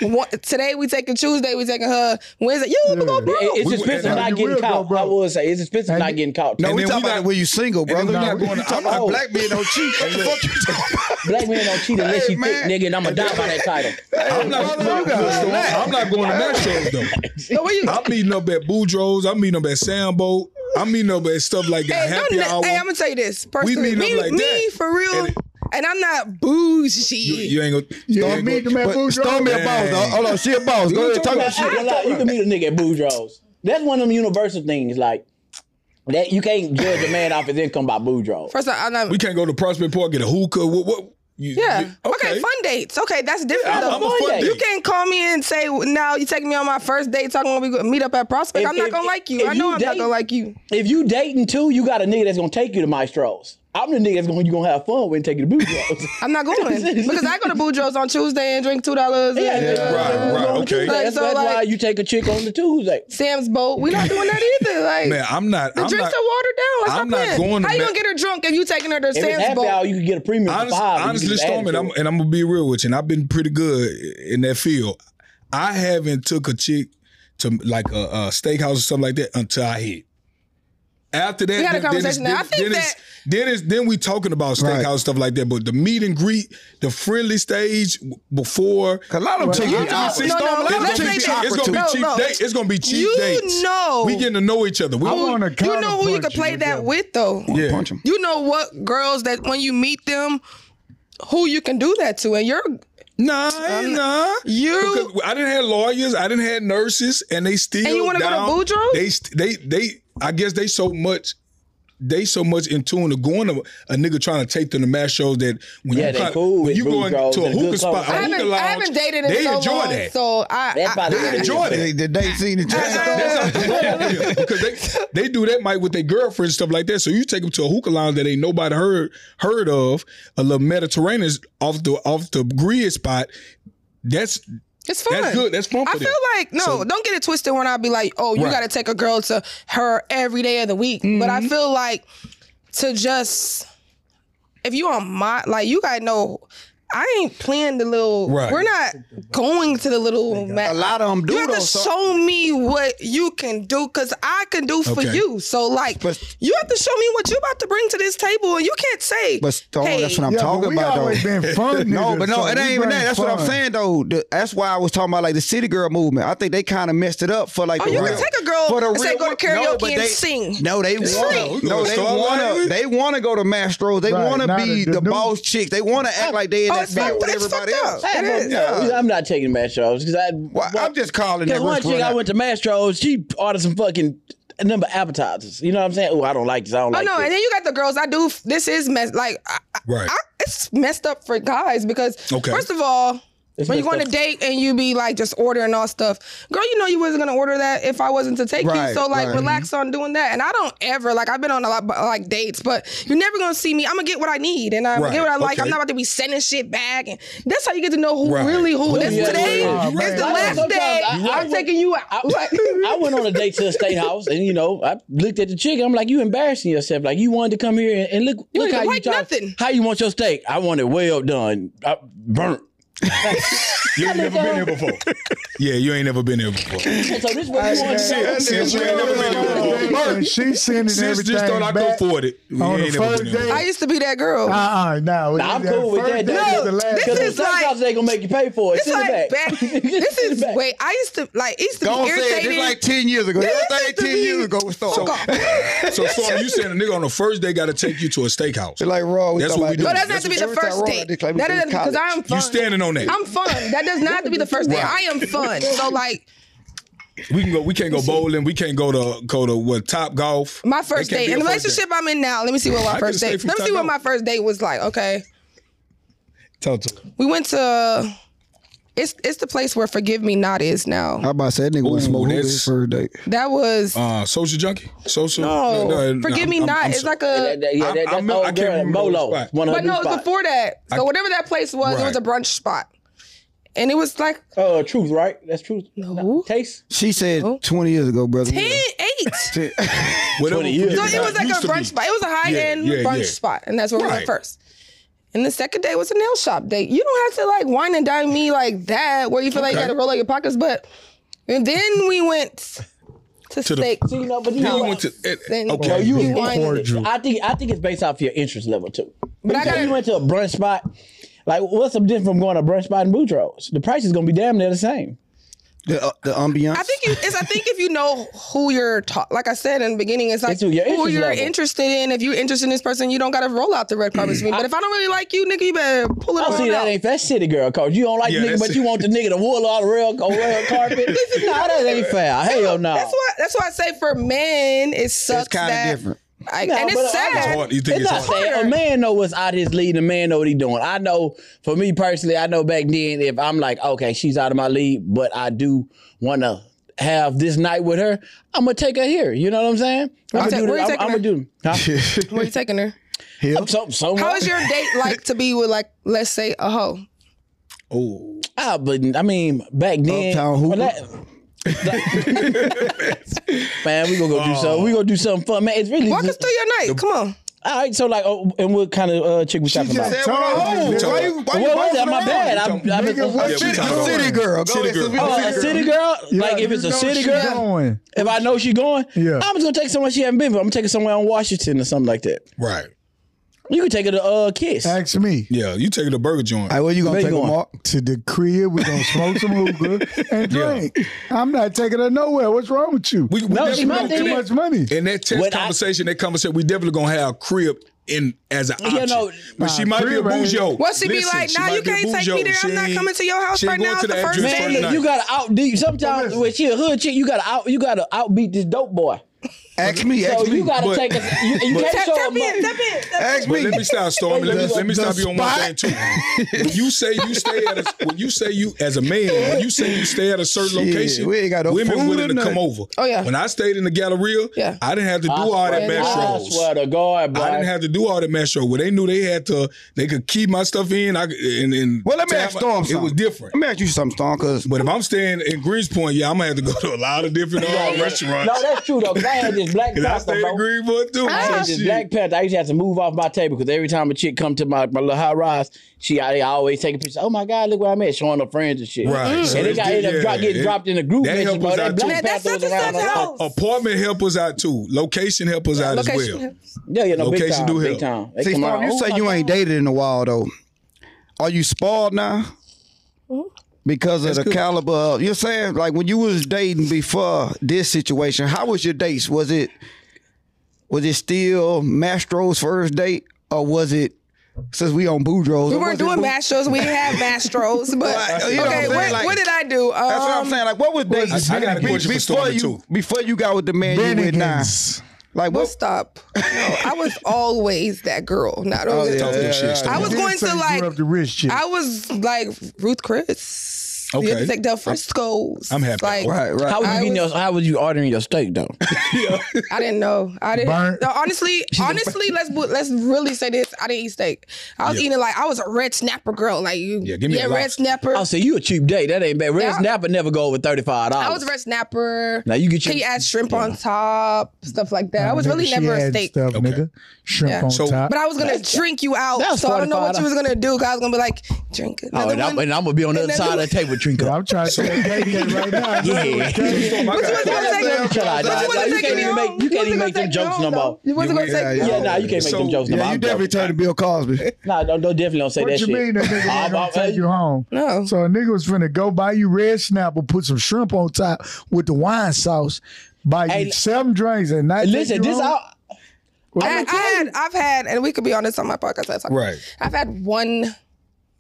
Speaker 1: Storm.
Speaker 5: One, today we taking Tuesday, we taking her Wednesday. You gonna go broke.
Speaker 3: It- It's
Speaker 2: We- and
Speaker 3: expensive
Speaker 4: you
Speaker 3: not
Speaker 4: will
Speaker 3: getting
Speaker 4: go
Speaker 3: caught.
Speaker 4: broke.
Speaker 3: I would say it's expensive
Speaker 4: And
Speaker 3: not
Speaker 4: you-
Speaker 3: getting caught.
Speaker 1: No, we
Speaker 2: then
Speaker 1: talking
Speaker 2: we
Speaker 1: about
Speaker 2: not-
Speaker 1: it when you single, brother. We
Speaker 2: then
Speaker 1: not
Speaker 2: we
Speaker 1: going
Speaker 2: not-
Speaker 1: to talk about
Speaker 3: I'm
Speaker 1: black men don't cheat. What the fuck you talking about?
Speaker 3: Black man don't cheat unless
Speaker 1: Hey,
Speaker 3: you thick,
Speaker 1: man.
Speaker 3: nigga, and I'ma die by that title.
Speaker 2: I'm not,
Speaker 1: Brother, you gotta
Speaker 2: Listen,
Speaker 1: relax.
Speaker 2: I'm not going to that show though.
Speaker 5: So where you?
Speaker 2: I'm meeting up at Boudreaux's. I'm meeting up at Sambo. I'm meeting up at stuff like that.
Speaker 5: Hey,
Speaker 2: Happy
Speaker 5: don't-
Speaker 2: hour.
Speaker 5: hey, I'm gonna tell you this personally.
Speaker 2: meet up
Speaker 5: Me,
Speaker 2: like
Speaker 5: me
Speaker 2: that.
Speaker 5: for real, and,
Speaker 2: And-
Speaker 5: I'm not bougie.
Speaker 2: you, you ain't gonna.
Speaker 4: You
Speaker 2: ain't
Speaker 4: don't meet
Speaker 2: gonna-
Speaker 4: them at
Speaker 1: But
Speaker 4: Boudreaux?
Speaker 1: Storm me a boss,
Speaker 2: Man.
Speaker 1: dog. Hold on, she a boss. Go ahead, talk your
Speaker 3: I ain't
Speaker 1: Oh, shit.
Speaker 3: gonna lie, you can meet a nigga at Boudreaux's. That's one of them universal things. Like that, you can't judge a man off his income by Boudreaux's.
Speaker 5: First of all, I'm not.
Speaker 2: We can't go to Prospect Park get a hookah. What? what you,
Speaker 5: yeah.
Speaker 2: you-
Speaker 5: okay. Fun dates. Okay, that's different.
Speaker 2: I'm,
Speaker 5: though.
Speaker 2: I'm a fun
Speaker 3: Monday.
Speaker 5: You
Speaker 2: date.
Speaker 5: can't call me and say, "Now you taking me on my first date, talking when we go- meet up at Prospect."
Speaker 3: If-
Speaker 5: I'm not
Speaker 3: if-
Speaker 5: gonna like you.
Speaker 3: if
Speaker 5: I know
Speaker 3: you
Speaker 5: I'm not
Speaker 3: date-
Speaker 5: gonna like you.
Speaker 3: If you dating too, you got a nigga that's gonna take you to Maestro's. I'm the nigga that's gonna you gonna have fun with and take you to Boudreaux's.
Speaker 5: I'm not going because I go to Boudreaux's on Tuesday and drink two dollars.
Speaker 3: Yeah,
Speaker 5: and uh,
Speaker 3: yeah,
Speaker 2: Right,
Speaker 3: yeah.
Speaker 2: right,
Speaker 3: Going
Speaker 2: okay.
Speaker 3: Tuesday. That's,
Speaker 5: Like, so,
Speaker 3: that's why
Speaker 5: like-
Speaker 3: you take a chick on the Tuesday.
Speaker 5: Sam's boat. We're not doing that either. Like
Speaker 2: Man, I'm not.
Speaker 5: the
Speaker 2: I'm
Speaker 5: drinks
Speaker 2: not,
Speaker 5: are watered down. Like,
Speaker 2: I'm
Speaker 5: stop
Speaker 2: not
Speaker 5: playing.
Speaker 2: going to
Speaker 5: How you
Speaker 2: ma-
Speaker 5: gonna get her drunk if you taking her to
Speaker 3: If it's
Speaker 5: Sam's
Speaker 3: happy hour,
Speaker 5: boat?
Speaker 3: you can get a premium for
Speaker 2: Honest-
Speaker 3: five. and you
Speaker 2: honestly,
Speaker 3: just add
Speaker 2: Storm, and
Speaker 3: it to
Speaker 2: I'm,
Speaker 3: it.
Speaker 2: and I'm gonna be real with you. And I've been pretty good in that field. I haven't took a chick to like a, a steakhouse or something like that until I hit. After that,
Speaker 5: We had a
Speaker 2: then- then it's-
Speaker 5: conversation there. I
Speaker 2: then-
Speaker 5: think
Speaker 2: then it's-
Speaker 5: that-
Speaker 2: then it's then we talking about steakhouse stuff like that. But the meet and greet, the friendly stage w- before.
Speaker 1: A lot of them take
Speaker 2: You
Speaker 1: you
Speaker 2: know,
Speaker 1: out.
Speaker 2: see, Storm,
Speaker 5: no,
Speaker 2: it's
Speaker 5: let's
Speaker 2: gonna
Speaker 5: say
Speaker 2: be cheap.
Speaker 5: that.
Speaker 2: It's gonna be
Speaker 5: No,
Speaker 2: cheap
Speaker 5: no.
Speaker 2: date. It's gonna be cheap
Speaker 5: You
Speaker 2: dates.
Speaker 5: know.
Speaker 2: we getting to know each other. We,
Speaker 4: I want to
Speaker 5: You know who you can
Speaker 4: counterpunch
Speaker 5: play
Speaker 4: with
Speaker 5: that with though.
Speaker 2: Yeah.
Speaker 1: Punch him.
Speaker 5: You know what girls that when you meet them, who you can do that to, and you're
Speaker 2: Nah, nah.
Speaker 5: you-
Speaker 2: Because I didn't have lawyers. I didn't have nurses, and they still.
Speaker 5: And you wanna
Speaker 2: want
Speaker 5: go to Boudreaux?
Speaker 2: They, st- they, they. I guess they so much. They so much in tune to going to a nigga trying to take them to mass shows that when
Speaker 3: Yeah,
Speaker 2: you,
Speaker 3: they
Speaker 2: kinda-
Speaker 3: cool
Speaker 2: when
Speaker 3: with
Speaker 2: you going
Speaker 3: Boudreaux
Speaker 2: to a
Speaker 3: and good
Speaker 2: hookah spot, a
Speaker 3: conversation.
Speaker 5: I
Speaker 2: hookah
Speaker 5: haven't,
Speaker 2: lounge,
Speaker 5: I haven't dated in
Speaker 2: they
Speaker 5: so
Speaker 2: enjoy
Speaker 5: long,
Speaker 2: that.
Speaker 5: so I,
Speaker 3: That's
Speaker 5: I-
Speaker 3: about
Speaker 5: I-
Speaker 3: it.
Speaker 2: They enjoy that.
Speaker 1: They, they, they seen each
Speaker 2: That's how- that's how
Speaker 1: other.
Speaker 2: they grow up here. because they they do that Mike with their girlfriends stuff like that. So you take them to a hookah lounge that ain't nobody heard heard of, a little Mediterranean off the off the grid spot. That's
Speaker 5: it's fun.
Speaker 2: That's good. That's fun for
Speaker 5: I
Speaker 2: them.
Speaker 5: feel like no, don't get it twisted when I be like, oh, you
Speaker 2: Right. Mm-hmm.
Speaker 5: got to take a girl to her every day of the week. But I feel like to just if you on my like, you gotta know. I ain't playing the little.
Speaker 2: Right.
Speaker 5: We're not going to the little.
Speaker 1: A
Speaker 5: Ma-
Speaker 1: lot of them do
Speaker 5: you have
Speaker 1: though.
Speaker 5: to
Speaker 1: so-
Speaker 5: show me what you can do because I can do for
Speaker 2: Okay.
Speaker 5: you. So like,
Speaker 1: But-
Speaker 5: you have to show me what you're about to bring to this table, and you can't say.
Speaker 1: But Storm,
Speaker 5: hey,
Speaker 1: that's what I'm
Speaker 4: Yeah, but
Speaker 1: talking
Speaker 4: we
Speaker 1: about
Speaker 4: always
Speaker 1: though.
Speaker 4: been fun.
Speaker 1: No,
Speaker 4: niggas,
Speaker 1: but no,
Speaker 4: so
Speaker 1: it
Speaker 4: we
Speaker 1: ain't even
Speaker 4: bring
Speaker 1: that. That's what I'm
Speaker 4: fun.
Speaker 1: saying though. The- that's why I was talking about like the city girl movement. I think they kind of messed it up for like.
Speaker 5: Oh,
Speaker 1: the
Speaker 5: you
Speaker 1: real,
Speaker 5: can take a girl
Speaker 1: for the
Speaker 5: and say,
Speaker 1: real
Speaker 5: "Go to
Speaker 1: women." No,
Speaker 5: karaoke
Speaker 1: but
Speaker 5: and
Speaker 1: they-
Speaker 5: sing.
Speaker 1: No, they
Speaker 2: free.
Speaker 1: want. No, they
Speaker 2: Start lying
Speaker 1: want
Speaker 2: with
Speaker 1: to.
Speaker 2: it.
Speaker 1: They want to go to Mastros. They
Speaker 4: Right,
Speaker 1: want to
Speaker 4: not
Speaker 1: be
Speaker 4: the-
Speaker 1: the,
Speaker 4: the new-
Speaker 1: boss chick. They want to act like they in that
Speaker 5: Oh, it's
Speaker 1: bed
Speaker 5: fucked-
Speaker 1: with
Speaker 5: it's
Speaker 1: everybody
Speaker 5: fucked up.
Speaker 1: else.
Speaker 5: It is.
Speaker 1: Yeah.
Speaker 3: I'm not taking Mastro's because I.
Speaker 1: Well, I'm just calling that.
Speaker 3: Because one
Speaker 1: restaurant
Speaker 3: chick I
Speaker 1: out.
Speaker 3: went to Mastro's, she ordered some fucking a number of appetizers. You know what I'm saying? Oh, I don't like this. I don't
Speaker 5: Oh
Speaker 3: like
Speaker 5: no, and
Speaker 3: this.
Speaker 5: then you got the girls. I do. f- This is mess. Like, I, I-
Speaker 2: Right.
Speaker 5: I, it's messed up for guys because
Speaker 2: Okay.
Speaker 5: first of all,
Speaker 3: It's
Speaker 5: when you
Speaker 3: messed
Speaker 5: go on a
Speaker 3: up.
Speaker 5: date and you be like just ordering all stuff, girl, you know you wasn't gonna order that if I wasn't to take
Speaker 1: Right,
Speaker 5: you. So like,
Speaker 1: right.
Speaker 5: relax on doing that. And I don't ever like I've been on a lot like dates, but you're never gonna see me. I'm gonna get what I need and I'm
Speaker 2: Right,
Speaker 5: gonna get what I like.
Speaker 2: okay.
Speaker 5: I'm not about to be sending shit back. And that's how you get to know who
Speaker 2: Right.
Speaker 5: really who.
Speaker 3: Who
Speaker 5: this
Speaker 3: you
Speaker 5: today
Speaker 3: really
Speaker 4: are.
Speaker 5: is the
Speaker 4: Right.
Speaker 5: last
Speaker 3: Sometimes
Speaker 5: day.
Speaker 3: I- I
Speaker 5: I'm
Speaker 3: would-
Speaker 5: taking you out. Like-
Speaker 3: I went on a date to the state house, and you know, I looked at the chicken. I'm like, "You embarrassing yourself. Like you wanted to come here and, and look,
Speaker 5: You
Speaker 3: look
Speaker 5: ain't
Speaker 3: how you
Speaker 5: like
Speaker 3: try,
Speaker 5: nothing.
Speaker 3: how you want your steak. I want it well done, I, burnt.
Speaker 2: You ain't never been here before. yeah, you ain't never been here before.
Speaker 3: And so this is what you want. to know.
Speaker 2: Shit, since you ain't never been here before.
Speaker 4: And she sending
Speaker 2: Sis
Speaker 4: everything
Speaker 2: just thought I could
Speaker 4: back.
Speaker 2: afford it. We
Speaker 4: on the
Speaker 2: ain't never
Speaker 4: first
Speaker 2: been here
Speaker 4: day.
Speaker 5: I used to be that girl.
Speaker 4: Uh-uh, no.
Speaker 3: Nah, I'm cool with that.
Speaker 5: No, This
Speaker 3: Because the
Speaker 5: is
Speaker 3: state
Speaker 5: like-
Speaker 3: house they gonna make you pay for it.
Speaker 5: It's
Speaker 3: Send
Speaker 5: like
Speaker 3: it back.
Speaker 5: back. This
Speaker 3: Send it
Speaker 5: is
Speaker 3: back.
Speaker 5: wait. I used to like. It used to
Speaker 1: Don't
Speaker 5: be
Speaker 1: say it.
Speaker 5: irritating.
Speaker 1: This like ten years ago. Everything
Speaker 5: to
Speaker 1: ten
Speaker 5: me.
Speaker 1: years ago was
Speaker 5: Fuck
Speaker 1: thought.
Speaker 5: off.
Speaker 2: before. So, Storm, you saying a nigga on the first day got to take you to a steakhouse?
Speaker 1: It's like raw.
Speaker 2: That's what we do.
Speaker 5: no, that doesn't have
Speaker 2: That's
Speaker 5: to be the
Speaker 1: every time
Speaker 5: first
Speaker 1: Roy
Speaker 5: date.
Speaker 1: did, like, we
Speaker 5: that
Speaker 1: did
Speaker 5: doesn't because
Speaker 1: college.
Speaker 5: I'm fun.
Speaker 2: You standing on that?
Speaker 5: I'm fun. That does not have to be the first date. I am fun. So like
Speaker 2: we can go. We can't go bowling. We can't go to go to what top golf.
Speaker 5: my first
Speaker 2: That can't
Speaker 5: date
Speaker 2: be
Speaker 5: in
Speaker 2: a
Speaker 5: the
Speaker 2: first
Speaker 5: relationship I'm in now. Let me see what
Speaker 2: I
Speaker 5: my
Speaker 2: could
Speaker 5: first
Speaker 2: stay
Speaker 5: date.
Speaker 2: from
Speaker 5: Let me see what
Speaker 2: Taiwan.
Speaker 5: my first date was like. Okay,
Speaker 2: date. Talk to her.
Speaker 5: we went to. It's it's the place where Forgive Me Not is now.
Speaker 1: How about that nigga
Speaker 2: Ooh,
Speaker 1: went smoke hookah
Speaker 2: that's-
Speaker 1: his first date?
Speaker 5: That was
Speaker 2: Uh, social junkie. Social.
Speaker 5: no.
Speaker 2: no,
Speaker 5: Forgive
Speaker 2: I'm-
Speaker 5: Me
Speaker 2: I'm-
Speaker 5: Not.
Speaker 2: I'm
Speaker 5: it's
Speaker 2: sorry.
Speaker 5: like a.
Speaker 3: That- that- yeah,
Speaker 2: I'm-
Speaker 3: that,
Speaker 2: I'm-
Speaker 3: that's
Speaker 2: I
Speaker 3: old
Speaker 2: can't
Speaker 3: girl,
Speaker 2: remember the
Speaker 3: Molo.
Speaker 2: spot.
Speaker 3: One of
Speaker 5: But
Speaker 3: the
Speaker 5: no, it's
Speaker 3: spots.
Speaker 5: before that. So
Speaker 2: I-
Speaker 5: whatever that place was, it was a brunch spot, and it was like
Speaker 3: Uh, truth, right? That's truth.
Speaker 5: no
Speaker 3: Taste.
Speaker 1: She said twenty years ago, brother.
Speaker 5: ten eight.
Speaker 2: Whatever
Speaker 3: 20 years.
Speaker 5: So
Speaker 2: forget
Speaker 5: it was
Speaker 2: about
Speaker 5: like
Speaker 2: used
Speaker 5: a
Speaker 2: to be.
Speaker 5: brunch spot. It was a high end
Speaker 2: yeah,
Speaker 5: brunch
Speaker 2: yeah.
Speaker 5: spot, and that's where we
Speaker 2: Right.
Speaker 5: went first. And the second day was a nail shop date. You don't have to like wine and dine me like that, where you feel like you
Speaker 2: Okay.
Speaker 5: got to roll out your pockets. But and then we went to,
Speaker 2: the-
Speaker 5: steak.
Speaker 3: See, no, but you
Speaker 2: Then
Speaker 3: know
Speaker 2: you
Speaker 3: what?
Speaker 2: went to. it-
Speaker 5: Then-
Speaker 2: okay.
Speaker 5: No,
Speaker 3: Oh, you was
Speaker 5: You whining.
Speaker 3: born with it. I think I think it's based off your interest level too. But
Speaker 5: I gotta-
Speaker 3: you went to a brunch spot. Like, what's the difference from going to a brunch spot in Boudreaux's? The price is gonna be damn near the same.
Speaker 1: The, uh, the ambiance.
Speaker 5: I think you, it's, I think if you know who you're talk, like I said in the beginning, it's like
Speaker 3: It's who your interest
Speaker 5: you're
Speaker 3: level.
Speaker 5: interested in. If you're interested in this person, you don't got to roll out the red carpet for me. But if I don't really like you, nigga, you better pull it
Speaker 3: Oh,
Speaker 5: all
Speaker 3: see, that
Speaker 5: out.
Speaker 3: ain't that city girl, cause you don't like
Speaker 2: Yeah,
Speaker 3: the nigga,
Speaker 2: that's-
Speaker 3: but you want the nigga to wool all the real, real carpet. no, that ain't fair. Hell no.
Speaker 5: That's why. That's why I say for men, it sucks.
Speaker 1: it's kind
Speaker 5: that-
Speaker 1: of different.
Speaker 5: I,
Speaker 3: No,
Speaker 5: and
Speaker 3: but I-
Speaker 5: it's sad.
Speaker 2: It's hard. You think
Speaker 3: It's
Speaker 2: it's
Speaker 3: not
Speaker 2: hard?
Speaker 3: fair. A man know what's out his lead. A man know what he doing. I know. For me personally, I know back then if I'm like, okay, she's out of my lead, but I do want to have this night with her. I'm gonna take her here. You know what I'm saying?
Speaker 5: you ta-
Speaker 3: I'm gonna do.
Speaker 5: where you
Speaker 3: I'm,
Speaker 5: taking
Speaker 3: I'm gonna
Speaker 5: her?
Speaker 3: do. Huh?
Speaker 5: Where you taking her?
Speaker 3: so, so
Speaker 5: How is your date like to be with like let's say a hoe?
Speaker 2: Oh,
Speaker 3: Ah, but I mean, back then,
Speaker 1: Uptown Hooper?
Speaker 3: man, we gonna go do
Speaker 5: Oh.
Speaker 3: something. We gonna do something fun, man. It's really
Speaker 5: Walk us
Speaker 3: just,
Speaker 5: through your night. Come on.
Speaker 3: all right. So like, oh, and what kind of uh, chick we talking about?
Speaker 4: said- Oh,
Speaker 1: why you, why you
Speaker 3: What was
Speaker 1: bossing
Speaker 3: that? My
Speaker 1: around?
Speaker 3: bad. I'm, I'm,
Speaker 4: Nigga, what
Speaker 2: yeah, we
Speaker 4: you
Speaker 2: talking
Speaker 1: A
Speaker 2: about-
Speaker 1: city
Speaker 4: doing?
Speaker 1: girl. Go
Speaker 2: City
Speaker 1: ahead, since we
Speaker 2: girl.
Speaker 1: on
Speaker 3: Oh, a city girl? like if
Speaker 4: you
Speaker 3: it's a
Speaker 4: know
Speaker 3: city
Speaker 4: she
Speaker 3: girl,
Speaker 4: going.
Speaker 3: if I know she going,
Speaker 4: Yeah.
Speaker 3: I'm just gonna take someone she haven't been. But I'm gonna take her somewhere on Washington or something like that.
Speaker 2: right.
Speaker 3: You can take her to uh Kiss.
Speaker 4: Ask me.
Speaker 2: Yeah, you take it to Burger Joint.
Speaker 1: All right, where you gonna
Speaker 3: Where
Speaker 1: take
Speaker 3: you
Speaker 1: him,
Speaker 3: going?
Speaker 1: Mark?
Speaker 4: To the crib, we're gonna smoke some hookah and drink. I'm not taking her nowhere. What's wrong with you?
Speaker 2: We, we
Speaker 3: No,
Speaker 2: definitely
Speaker 3: she might
Speaker 2: gonna
Speaker 3: think-
Speaker 4: too
Speaker 2: do
Speaker 4: much money.
Speaker 2: In that text
Speaker 3: What I-
Speaker 2: conversation, that conversation, we definitely gonna have crib in as an option.
Speaker 3: no,
Speaker 2: but she might be a
Speaker 4: crib ain't-
Speaker 2: bougie.
Speaker 5: What she be
Speaker 2: Listen,
Speaker 5: like? Nah,
Speaker 2: might be
Speaker 5: you
Speaker 2: a
Speaker 5: can't take
Speaker 2: bougie.
Speaker 5: me there. I'm
Speaker 2: She
Speaker 5: not
Speaker 2: ain't-
Speaker 5: coming to your house
Speaker 2: she ain't
Speaker 5: right
Speaker 2: going
Speaker 5: now.
Speaker 2: to
Speaker 5: It's the
Speaker 2: that
Speaker 5: first
Speaker 2: address
Speaker 5: date.
Speaker 2: for
Speaker 3: Man,
Speaker 2: the
Speaker 3: look,
Speaker 2: night.
Speaker 3: you gotta outdo. Sometimes when she a hood chick, you gotta out. You gotta outbeat this dope boy.
Speaker 1: Ask me. Ask
Speaker 3: So you
Speaker 1: me.
Speaker 3: gotta
Speaker 2: but-
Speaker 3: take. A, you you can't
Speaker 5: Tap,
Speaker 3: show
Speaker 5: tap
Speaker 3: her money.
Speaker 5: in, tap in. tap in.
Speaker 1: Ask
Speaker 2: But
Speaker 1: me.
Speaker 2: let me stop, Stormy. Let me, let me
Speaker 1: The
Speaker 2: stop you on one thing
Speaker 1: spot.
Speaker 2: too. When you say you stay at a, when you say you as a man, when you say you stay at a certain
Speaker 1: Shit,
Speaker 2: location,
Speaker 1: we ain't got no
Speaker 2: women
Speaker 1: food
Speaker 2: willing
Speaker 1: or
Speaker 2: to
Speaker 1: nothing.
Speaker 2: come over.
Speaker 5: Oh, yeah.
Speaker 2: When I stayed in the Galleria,
Speaker 5: Yeah.
Speaker 2: I didn't have to do all that
Speaker 3: I
Speaker 2: match rolls.
Speaker 3: swear to God, boy.
Speaker 2: I didn't have to do all that metro. Where they knew they had to, they could keep my stuff in. I could- and, and
Speaker 1: Well, let me ask Storm.
Speaker 2: It was
Speaker 1: something.
Speaker 2: different.
Speaker 1: Let me ask you something, Storm, because
Speaker 2: But if I'm staying in Greenspoint, yeah, I'm gonna have to go to a lot of different uh, restaurants.
Speaker 3: No, that's true though. Cause I had this black
Speaker 2: Cause I
Speaker 3: panther.
Speaker 2: stayed
Speaker 3: bro.
Speaker 2: in Greenpoint too.
Speaker 3: I
Speaker 5: Ah.
Speaker 3: had
Speaker 2: so
Speaker 3: this
Speaker 2: shit.
Speaker 3: black panther. I used to have to move off my table because every time a chick come to my, my little high rise, she I, I always take a picture. Oh my God, look where I'm at, showing her friends and shit.
Speaker 2: Right. So
Speaker 3: and they
Speaker 2: it's
Speaker 3: got
Speaker 2: di-
Speaker 3: ended up dro-
Speaker 2: yeah,
Speaker 3: getting
Speaker 2: it-
Speaker 3: dropped in a group
Speaker 2: that
Speaker 3: mention,
Speaker 2: help
Speaker 3: bro.
Speaker 2: us
Speaker 3: That
Speaker 2: out
Speaker 3: black
Speaker 2: too. Man,
Speaker 5: that's
Speaker 3: panther was
Speaker 5: such and
Speaker 3: around.
Speaker 5: such
Speaker 3: a lot.
Speaker 1: Oh,
Speaker 5: house.
Speaker 2: Apartment help us out too. Location help us out as well.
Speaker 5: Location.
Speaker 3: Yeah, yeah, no, big
Speaker 2: Location
Speaker 3: time,
Speaker 2: do
Speaker 3: big
Speaker 2: help.
Speaker 3: time. They
Speaker 1: See,
Speaker 3: come
Speaker 1: Storm,
Speaker 3: around,
Speaker 1: you
Speaker 3: "Oh
Speaker 1: say
Speaker 3: my
Speaker 1: you ain't
Speaker 3: God."
Speaker 1: dated in a while though. Are you spoiled now?
Speaker 5: Mm-hmm.
Speaker 1: Because of the caliber of you're saying, like when you was dating before this situation, how was your dates? Was it was it still Mastro's first date, or was it since we on Boudreaux.
Speaker 5: We weren't doing mastros. We didn't have mastros. But
Speaker 1: Right, you know what I'm
Speaker 5: okay,
Speaker 1: saying?
Speaker 5: what,
Speaker 1: Like-
Speaker 5: what did I do? Um,
Speaker 1: That's what I'm saying. Like, what was they?
Speaker 2: I- I got a
Speaker 1: be-
Speaker 2: question for
Speaker 1: before
Speaker 2: Stormy,
Speaker 1: you
Speaker 2: too.
Speaker 1: before you got with the man you with now.
Speaker 4: Bennigan's.
Speaker 1: Like,
Speaker 5: Well,
Speaker 1: what?
Speaker 5: stop. No, I was always that girl. Not
Speaker 1: Oh,
Speaker 5: only
Speaker 1: yeah,
Speaker 2: Talking
Speaker 1: yeah,
Speaker 2: shit,
Speaker 1: yeah.
Speaker 2: Stormy.
Speaker 5: I was
Speaker 4: You
Speaker 5: going
Speaker 4: did say
Speaker 5: to
Speaker 4: you
Speaker 5: like
Speaker 4: grew up the rich shit.
Speaker 5: I was like Ruth Chris. You had
Speaker 2: Okay.
Speaker 5: to take Del Frisco's.
Speaker 2: I'm happy.
Speaker 5: Like,
Speaker 1: Right, right.
Speaker 3: How was you
Speaker 5: I
Speaker 3: getting
Speaker 5: was-
Speaker 3: your, How was you ordering your steak though?
Speaker 5: I didn't know. I didn't.
Speaker 4: Burnt.
Speaker 5: No, honestly, honestly, let's bu- let's really say this. I didn't eat steak. I was
Speaker 2: Yeah.
Speaker 5: eating like I was a red snapper girl. Like you,
Speaker 2: Yeah, give me a
Speaker 5: red
Speaker 2: lobster.
Speaker 5: snapper.
Speaker 3: I'll say you a cheap date. That ain't bad. Red
Speaker 5: Yeah.
Speaker 3: snapper never go over thirty five dollars.
Speaker 5: I was a red snapper.
Speaker 3: Now you get your-
Speaker 5: Can you add shrimp on top, stuff like that. I was
Speaker 4: Nigga,
Speaker 5: really
Speaker 4: she
Speaker 5: never a
Speaker 4: had
Speaker 5: steak.
Speaker 4: Stuff,
Speaker 2: Okay.
Speaker 4: nigga. Shrimp
Speaker 5: Yeah.
Speaker 4: on
Speaker 2: So-
Speaker 4: top.
Speaker 5: But I was gonna drink you out.
Speaker 3: That was
Speaker 5: So I don't know what
Speaker 3: $45.
Speaker 5: you was gonna do. 'cause I was gonna be like, drink
Speaker 3: Oh,
Speaker 5: another
Speaker 3: and, I'm,
Speaker 5: one.
Speaker 3: and I'm gonna be on the other
Speaker 5: another
Speaker 3: side
Speaker 5: one.
Speaker 3: of the table with drink
Speaker 4: Yeah,
Speaker 3: up.
Speaker 4: I'm trying to say KK right now.
Speaker 3: Yeah.
Speaker 4: KK.
Speaker 2: I got a
Speaker 5: But you wasn't
Speaker 2: question.
Speaker 5: gonna take But
Speaker 3: Chill out, nah,
Speaker 5: you
Speaker 3: nah,
Speaker 5: wasn't
Speaker 3: you can't
Speaker 5: taking
Speaker 3: even
Speaker 5: me
Speaker 3: make
Speaker 5: home. wasn't
Speaker 3: you can't even make them
Speaker 5: gonna take me
Speaker 3: jokes no
Speaker 5: home,
Speaker 3: more.
Speaker 5: though. You wasn't
Speaker 1: Yeah,
Speaker 5: gonna take me
Speaker 1: yeah,
Speaker 5: home.
Speaker 3: Yeah, nah, you can't make
Speaker 2: So-
Speaker 3: them jokes no more.
Speaker 1: Yeah, you
Speaker 3: I'm
Speaker 1: definitely
Speaker 3: joking.
Speaker 1: turned to Bill Cosby.
Speaker 3: Nah, don't, don't definitely don't say
Speaker 4: What
Speaker 3: that
Speaker 4: you
Speaker 3: shit.
Speaker 4: mean that nigga
Speaker 3: I'm-
Speaker 4: ain't gonna
Speaker 3: I'm-
Speaker 4: take you home?
Speaker 5: No.
Speaker 4: So a nigga was finna go buy you red snapper, put some shrimp on top with the wine sauce, buy
Speaker 3: Hey,
Speaker 4: you seven drinks and not
Speaker 3: Listen,
Speaker 4: take you
Speaker 3: this
Speaker 4: home?
Speaker 3: out.
Speaker 5: I, I had, I've had, and we could be honest on my podcast. I've-
Speaker 2: Right.
Speaker 5: I've had one,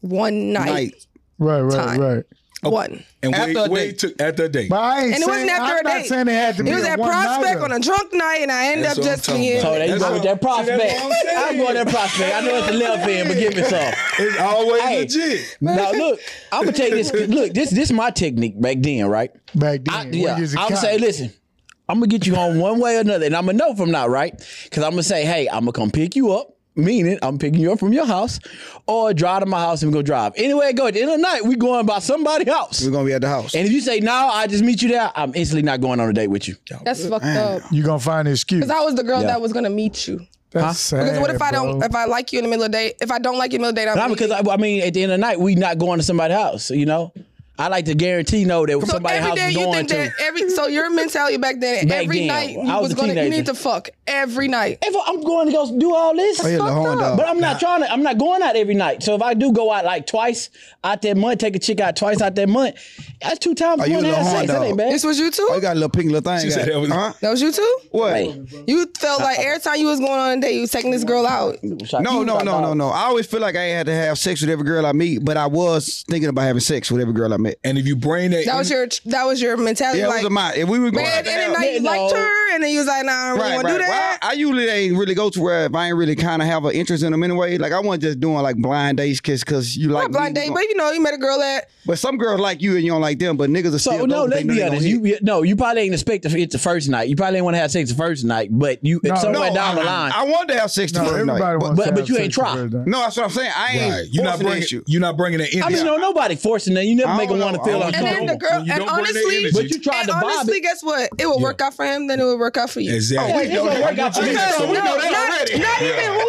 Speaker 5: one night,
Speaker 1: Night.
Speaker 4: right, right,
Speaker 5: time.
Speaker 4: right.
Speaker 5: one.
Speaker 2: And
Speaker 1: After a
Speaker 2: wait,
Speaker 1: date.
Speaker 2: wait, to, after a date.
Speaker 4: But I ain't
Speaker 5: And it
Speaker 4: Oh. saying,
Speaker 5: wasn't after
Speaker 4: I'm
Speaker 5: a
Speaker 4: not
Speaker 5: date.
Speaker 4: saying it had to be
Speaker 5: It was
Speaker 4: a
Speaker 5: at
Speaker 4: one
Speaker 5: Prospect
Speaker 4: nighter.
Speaker 5: on a drunk night, and I ended
Speaker 2: That's
Speaker 5: up
Speaker 2: what I'm
Speaker 5: just
Speaker 2: talking
Speaker 5: being.
Speaker 3: Oh, there you
Speaker 2: That's
Speaker 3: go
Speaker 2: what-
Speaker 3: with that prospect.
Speaker 2: See, that's what I'm
Speaker 3: I'm going that prospect. I know it's the left end, but give me some.
Speaker 2: It's always
Speaker 3: Hey.
Speaker 2: legit.
Speaker 3: Now look, I'm gonna take this. Look, this this my technique back then, right?
Speaker 4: back then.
Speaker 3: I,
Speaker 4: when
Speaker 3: yeah,
Speaker 4: you was in
Speaker 3: I'm
Speaker 4: college.
Speaker 3: say, listen, I'm gonna get you home one way or another, and I'm gonna know from now, right? Because I'm gonna say, hey, I'm gonna come pick you up. Meaning, I'm picking you up from your house, or drive to my house and we go drive. Anyway, it go at the end of the night, we going by somebody house.
Speaker 1: We're gonna be at the house.
Speaker 3: And if you say no, I just meet you there. I'm instantly not going on a date with you.
Speaker 5: That's fucked up.
Speaker 4: you gonna find an excuse.
Speaker 5: Because I was the girl
Speaker 3: Yeah.
Speaker 5: that was gonna meet you.
Speaker 4: That's sad,
Speaker 5: Because what if I don't?
Speaker 4: bro.
Speaker 5: If I like you in the middle of the day, if I don't like you in the middle of the day,
Speaker 3: Not
Speaker 5: I'm
Speaker 3: because I, I mean, at the end of the night, we not going to somebody's house. You know, I like to guarantee know that
Speaker 5: So
Speaker 3: somebody's
Speaker 5: every
Speaker 3: house
Speaker 5: day
Speaker 3: is
Speaker 5: you
Speaker 3: going
Speaker 5: think
Speaker 3: to.
Speaker 5: that every so your mentality back then
Speaker 3: Back
Speaker 5: every
Speaker 3: then,
Speaker 5: night you
Speaker 3: I was
Speaker 5: was,
Speaker 3: a
Speaker 5: gonna you
Speaker 3: teenager.
Speaker 5: need to fuck every night.
Speaker 3: If I'm going to go do all this,
Speaker 1: Oh, yeah, the horn dog.
Speaker 3: but I'm not trying to. I'm not going out every night. So if I do go out like twice out that month, take a chick out twice out that month, that's two times.
Speaker 1: Oh, you
Speaker 3: one
Speaker 1: a
Speaker 3: and
Speaker 1: horn
Speaker 3: six. That
Speaker 1: dog?
Speaker 3: ain't bad.
Speaker 5: This was you
Speaker 1: Oh,
Speaker 5: too.
Speaker 1: you got a little pink little thing.
Speaker 2: She said
Speaker 1: got-
Speaker 2: that was-
Speaker 1: huh?
Speaker 5: That was you too.
Speaker 1: What?
Speaker 5: You felt like every time you was going on a date, you was taking this girl out.
Speaker 1: No, no, no, no, no. I always feel like I ain't had to have sex with every girl I meet, but I was thinking about having sex with every girl I met.
Speaker 2: And if you bring that,
Speaker 5: That was your that was your mentality.
Speaker 1: Yeah, it
Speaker 5: like,
Speaker 1: was a mind. If we were going
Speaker 5: man, at
Speaker 1: out
Speaker 5: the
Speaker 1: to
Speaker 5: end of
Speaker 1: have-
Speaker 5: the night you
Speaker 3: Yeah,
Speaker 5: liked
Speaker 3: no.
Speaker 5: her, and then you was like, nah, I don't really want to do that.
Speaker 1: Well, I, I usually ain't really go to where if I ain't really kind of have an interest in them anyway. Like I wasn't just doing like blind dates kiss because you like
Speaker 5: Not blind
Speaker 1: me,
Speaker 5: date,
Speaker 1: you
Speaker 5: but
Speaker 1: gon-
Speaker 5: you know, you met a girl at
Speaker 1: but some girls like you and you don't like them, but niggas are
Speaker 3: So
Speaker 1: still.
Speaker 3: no,
Speaker 1: those,
Speaker 3: let's
Speaker 1: they know
Speaker 3: be
Speaker 1: they gonna
Speaker 3: honest.
Speaker 1: hit.
Speaker 3: You, you no, you probably ain't expect to hit the first night. You probably ain't want to have sex the first night, but you
Speaker 4: No,
Speaker 3: somewhere
Speaker 1: no,
Speaker 3: down
Speaker 1: I,
Speaker 3: the line.
Speaker 1: I wanted to have sex the
Speaker 4: No,
Speaker 1: first
Speaker 4: everybody
Speaker 1: night, but-
Speaker 4: wants
Speaker 3: But-
Speaker 4: to
Speaker 3: but
Speaker 4: have
Speaker 3: you
Speaker 4: sex
Speaker 3: ain't
Speaker 4: with
Speaker 3: try.
Speaker 4: her, though.
Speaker 1: no, that's what I'm saying. I ain't.
Speaker 2: right, you're not
Speaker 1: forcing
Speaker 2: bringing,
Speaker 1: that shit.
Speaker 2: you're not bringing that energy.
Speaker 3: I mean, no, nobody forcing that. You never
Speaker 1: I
Speaker 3: make
Speaker 1: don't
Speaker 3: them want
Speaker 1: know.
Speaker 3: to feel
Speaker 1: I don't
Speaker 5: and
Speaker 1: know.
Speaker 5: then
Speaker 3: uncomfortable.
Speaker 5: the girl
Speaker 2: When you
Speaker 5: and
Speaker 2: don't bring that
Speaker 5: honestly
Speaker 2: energy.
Speaker 3: But you tried
Speaker 5: and
Speaker 3: to bob
Speaker 5: honestly,
Speaker 3: it.
Speaker 5: guess what? It would work out for him, then it would work out for you.
Speaker 2: exactly.
Speaker 3: Yeah, it's gonna work out for you.
Speaker 1: Yeah, so we
Speaker 5: no,
Speaker 1: know
Speaker 5: not,
Speaker 1: that already.
Speaker 5: not even who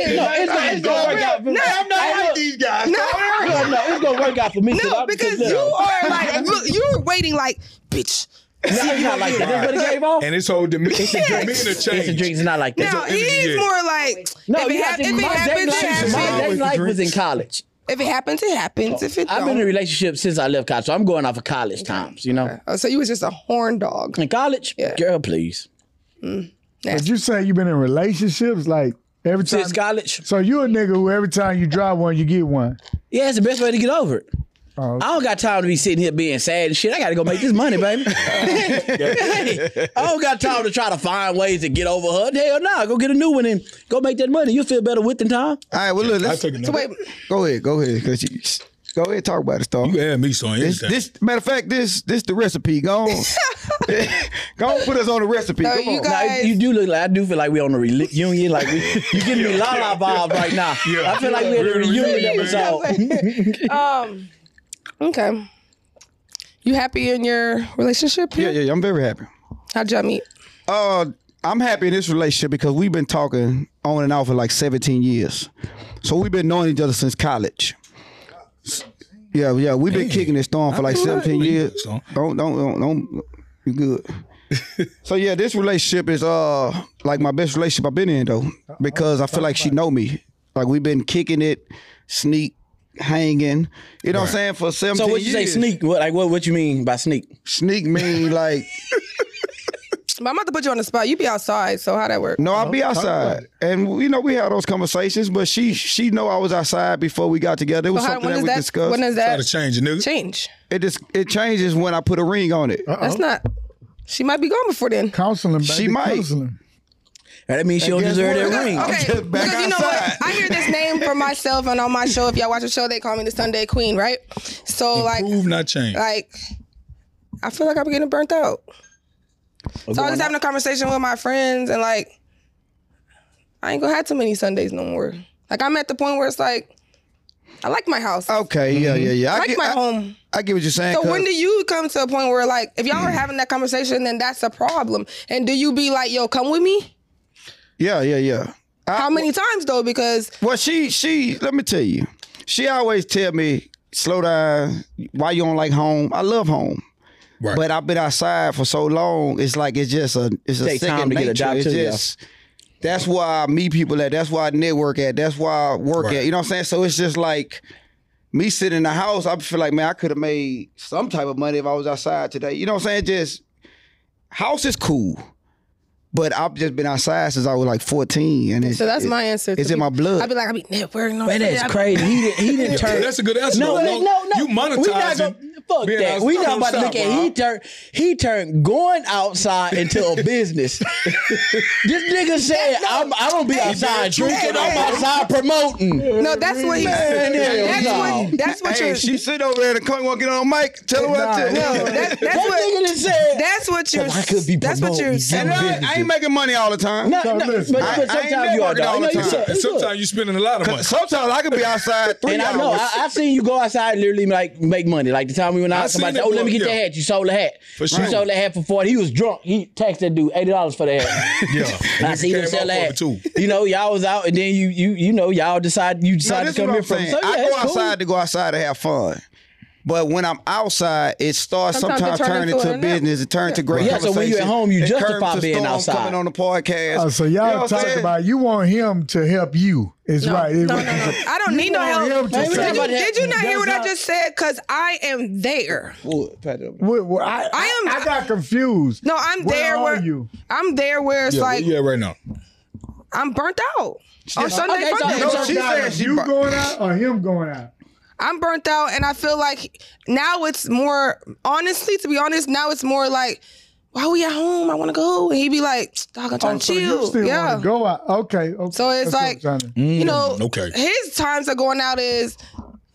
Speaker 5: you not
Speaker 3: No, it's gonna- it's gonna work out for me.
Speaker 5: No,
Speaker 3: I'm not like these
Speaker 1: guys.
Speaker 5: No.
Speaker 3: No, no, it's gonna work out for me. 'cause
Speaker 5: No,
Speaker 3: I'm-
Speaker 5: because
Speaker 3: look,
Speaker 5: you are like look, you're waiting like bitch.
Speaker 3: Nah, it's not
Speaker 5: E
Speaker 3: like that. That's what it gave off.
Speaker 2: And it's whole demeanor, it's a demeanor
Speaker 3: It's
Speaker 2: change.
Speaker 3: the drinks not like that.
Speaker 5: No,
Speaker 2: it's a-
Speaker 5: he's
Speaker 2: yeah.
Speaker 5: more like
Speaker 3: No,
Speaker 5: if
Speaker 3: you
Speaker 5: it,
Speaker 3: gotta
Speaker 5: hap- if
Speaker 3: think
Speaker 5: it
Speaker 3: my date
Speaker 5: happens, it
Speaker 3: life, my
Speaker 5: happens.
Speaker 3: date life was in college.
Speaker 5: If it happens, it happens. If it
Speaker 3: I've been in a
Speaker 5: don't-
Speaker 3: relationship since I left college, so I'm going off of college times. You know,
Speaker 5: Oh, so you was just a horn dog.
Speaker 3: in college,
Speaker 5: Yeah.
Speaker 3: girl, please.
Speaker 4: Did you say you been in relationships like every time?
Speaker 3: Since college,
Speaker 4: So you a nigga who every time you drive one, you get one.
Speaker 3: yeah, it's the best way to get over it.
Speaker 4: Oh.
Speaker 3: I don't got time to be sitting here being sad and shit. I got to go make this money, baby. Hey, I don't got time to try to find ways to get over her. Hell no, go get a new one and go make that money. You'll feel better with the time.
Speaker 1: All right, well look,
Speaker 2: I
Speaker 1: let's
Speaker 2: took it.
Speaker 5: So wait,
Speaker 1: go ahead, go ahead, cause you go ahead talk about it, Star.
Speaker 2: you had me so
Speaker 1: This, this matter of fact, this this the recipe. Go on, go on, put us on the recipe.
Speaker 5: No,
Speaker 1: Come
Speaker 5: you
Speaker 1: on.
Speaker 5: got-
Speaker 3: Now,
Speaker 5: Guys.
Speaker 3: you do look like I do feel like we on a reunion. Like we, you giving me la la vibes right now. I feel like we're
Speaker 2: We're in a
Speaker 3: in a reunion
Speaker 2: reunion,
Speaker 3: episode.
Speaker 5: um, okay. You happy in your relationship?
Speaker 1: yeah,
Speaker 5: Here?
Speaker 1: yeah, yeah, I'm very happy.
Speaker 5: How'd y'all meet?
Speaker 1: Uh, I'm happy in this relationship because we've been talking on and off for like 17 years. So we've been knowing each other since college. S- Yeah, yeah, we've been kicking this storm for like 17 years.
Speaker 2: Storm.
Speaker 1: Don't, don't, don't, don't. You good? so yeah, this relationship is uh like my best relationship I've been in though because I feel like she know me. Like we've been kicking it, sneak, hanging. You know what I'm saying for 17
Speaker 3: So what you
Speaker 1: years.
Speaker 3: say sneak? What like what what you mean by sneak?
Speaker 1: Sneak mean like
Speaker 5: But I'm about to put you on the spot. You be outside, so how that work?
Speaker 1: No, I'll be outside, and you know we had those conversations. But she she know I was outside before we got together. It was
Speaker 5: so how,
Speaker 1: something
Speaker 5: when
Speaker 1: that
Speaker 5: does
Speaker 1: we
Speaker 5: that?
Speaker 1: discussed.
Speaker 5: When does
Speaker 2: Try to
Speaker 5: that
Speaker 2: change it, nigga.
Speaker 5: change?
Speaker 1: it just it changes when I put a ring on it.
Speaker 5: That's not. She might be gone before then.
Speaker 4: Counseling, baby.
Speaker 1: She might.
Speaker 4: Counseling.
Speaker 3: That means she don't
Speaker 1: guess
Speaker 3: deserve
Speaker 1: what?
Speaker 3: that ring.
Speaker 1: I'm
Speaker 5: Okay,
Speaker 1: just back
Speaker 5: because you know what?
Speaker 1: outside.
Speaker 5: I hear this name for myself and on my show. If y'all watch the show, they call me the Sunday Queen, right? So like,
Speaker 2: Prove not change.
Speaker 5: like, I feel like I'm getting burnt out. So I was just having a conversation with my friends, and like, I ain't gonna have too many Sundays no more. Like I'm at the point where it's like, I like my house.
Speaker 1: Okay, yeah, yeah, yeah.
Speaker 5: I like
Speaker 1: get,
Speaker 5: my
Speaker 1: I,
Speaker 5: home.
Speaker 1: I get what you're saying.
Speaker 5: So
Speaker 1: 'cause-
Speaker 5: when do you come to a point where like, if y'all are having that conversation, then that's a problem. And do you be like, yo, come with me?
Speaker 1: yeah, yeah, yeah.
Speaker 5: How many times though? Because
Speaker 1: Well, she she let me tell you, she always tell me slow down. Why you don't like home? I love home.
Speaker 2: Right.
Speaker 1: But I've been outside for so long. It's like it's just a it's a
Speaker 3: Take
Speaker 1: second
Speaker 3: time to get
Speaker 1: nature.
Speaker 3: adopted,
Speaker 1: it's
Speaker 3: yeah.
Speaker 1: just that's why I meet people at. That's why I network at. That's why I work
Speaker 2: Right.
Speaker 1: at. You know what I'm saying? So it's just like me sitting in the house. I feel like man, I could have made some type of money if I was outside today. You know what I'm saying? Just house is cool, but I've just been outside since I was like 14, and it's,
Speaker 5: so that's
Speaker 1: it-
Speaker 5: my answer.
Speaker 1: It's in my blood.
Speaker 5: I'd be like, I be networking. all
Speaker 3: Man,
Speaker 5: day.
Speaker 3: that's
Speaker 5: I be-
Speaker 3: crazy. He didn't, he didn't
Speaker 2: Yeah,
Speaker 3: turn.
Speaker 2: that's a good answer.
Speaker 3: No,
Speaker 2: though.
Speaker 3: no, no, no.
Speaker 2: You monetizing.
Speaker 3: We not gonna, fuck
Speaker 2: being
Speaker 3: that.
Speaker 2: outside-
Speaker 3: We not about to
Speaker 2: outside,
Speaker 3: look at. He
Speaker 2: Rob.
Speaker 3: turned. He turned going outside into a business. this nigga said, I'm, "I don't be outside drinking. I'm outside promoting."
Speaker 5: No, that's what he.
Speaker 3: Man, hell
Speaker 5: that's
Speaker 3: no.
Speaker 5: what. That's what
Speaker 1: hey,
Speaker 5: you're.
Speaker 1: she sit over there and come walk in on mic. Tell her what to.
Speaker 5: no, that, that's
Speaker 3: That
Speaker 5: what.
Speaker 3: nigga done said.
Speaker 5: That's what you're.
Speaker 3: Well, I could be
Speaker 5: that's what you're.
Speaker 3: promoting
Speaker 1: and
Speaker 5: saying.
Speaker 3: you.
Speaker 1: I, I ain't making money all the time.
Speaker 3: no, no,
Speaker 4: So listen,
Speaker 3: but,
Speaker 4: I-
Speaker 3: but
Speaker 1: I ain't
Speaker 3: sometimes you are.
Speaker 1: networking all the
Speaker 3: dog. No, you
Speaker 1: time.
Speaker 3: said-
Speaker 2: And
Speaker 3: you
Speaker 2: sometimes you're spending a lot of money.
Speaker 1: Sometimes I could be outside three
Speaker 3: And I
Speaker 1: hours.
Speaker 3: know I, I've seen you go outside and literally like make money. Like the time we went
Speaker 2: I
Speaker 3: out,
Speaker 2: seen
Speaker 3: somebody
Speaker 2: it
Speaker 3: said, "Oh, let
Speaker 2: go-
Speaker 3: me get
Speaker 2: yeah.
Speaker 3: that hat." You sold the hat.
Speaker 2: For
Speaker 3: You
Speaker 2: sure.
Speaker 3: sold the hat for forty. He was drunk. He taxed that dude eighty dollars for the hat.
Speaker 2: Yeah.
Speaker 3: And I see
Speaker 2: Came
Speaker 3: him sell
Speaker 2: out
Speaker 3: that.
Speaker 2: for it, too.
Speaker 3: You know, y'all was out, and then you you you know y'all decide you
Speaker 1: No,
Speaker 3: decide
Speaker 1: this
Speaker 3: to
Speaker 1: is
Speaker 3: come
Speaker 1: what
Speaker 3: here
Speaker 1: I'm
Speaker 3: from.
Speaker 1: saying.
Speaker 3: So, yeah,
Speaker 1: I go
Speaker 3: it's cool.
Speaker 1: outside to go outside to have fun. But when I'm outside, it starts
Speaker 5: Sometimes it
Speaker 1: sometimes,
Speaker 5: turn
Speaker 1: turning
Speaker 5: into
Speaker 1: into
Speaker 5: a
Speaker 1: a business. It turns to great
Speaker 3: Yeah, so when you at
Speaker 1: conversation.
Speaker 3: home, you
Speaker 1: It curves
Speaker 3: justify
Speaker 1: to
Speaker 3: being
Speaker 1: Storm
Speaker 3: outside.
Speaker 1: Coming on the podcast.
Speaker 4: Oh, so
Speaker 1: You know
Speaker 4: y'all
Speaker 1: what I'm
Speaker 4: talking
Speaker 1: saying?
Speaker 4: about you want him to help you. It's
Speaker 5: No,
Speaker 4: right.
Speaker 5: no,
Speaker 4: It-
Speaker 5: no, no. I don't need no
Speaker 4: want
Speaker 5: help.
Speaker 4: him to
Speaker 5: Did you,
Speaker 4: say-
Speaker 5: did you not hear what I
Speaker 3: That's
Speaker 5: just said? Because I am there.
Speaker 4: What- what- I,
Speaker 5: I am-
Speaker 4: I got confused.
Speaker 5: No, I'm
Speaker 4: Where
Speaker 5: there.
Speaker 4: are
Speaker 5: where
Speaker 4: you?
Speaker 5: I'm there where it's
Speaker 2: Yeah,
Speaker 5: like
Speaker 2: yeah, right now.
Speaker 5: I'm burnt out. On Sunday,
Speaker 3: Okay, so-
Speaker 5: Monday.
Speaker 3: No,
Speaker 1: she said she
Speaker 4: you
Speaker 1: bu-
Speaker 4: going out or him going out?
Speaker 5: I'm burnt out, and I feel like now it's more honestly. To be honest, now it's more like, why we at home? I want to go, and he be like, dog, I'm trying
Speaker 4: Oh,
Speaker 5: to
Speaker 4: so
Speaker 5: chill.
Speaker 4: you still
Speaker 5: yeah.
Speaker 4: want to go out? Okay. okay.
Speaker 5: So it's
Speaker 4: That's what
Speaker 5: like-
Speaker 4: I'm trying to-
Speaker 5: you know,
Speaker 2: okay.
Speaker 5: his times of going out is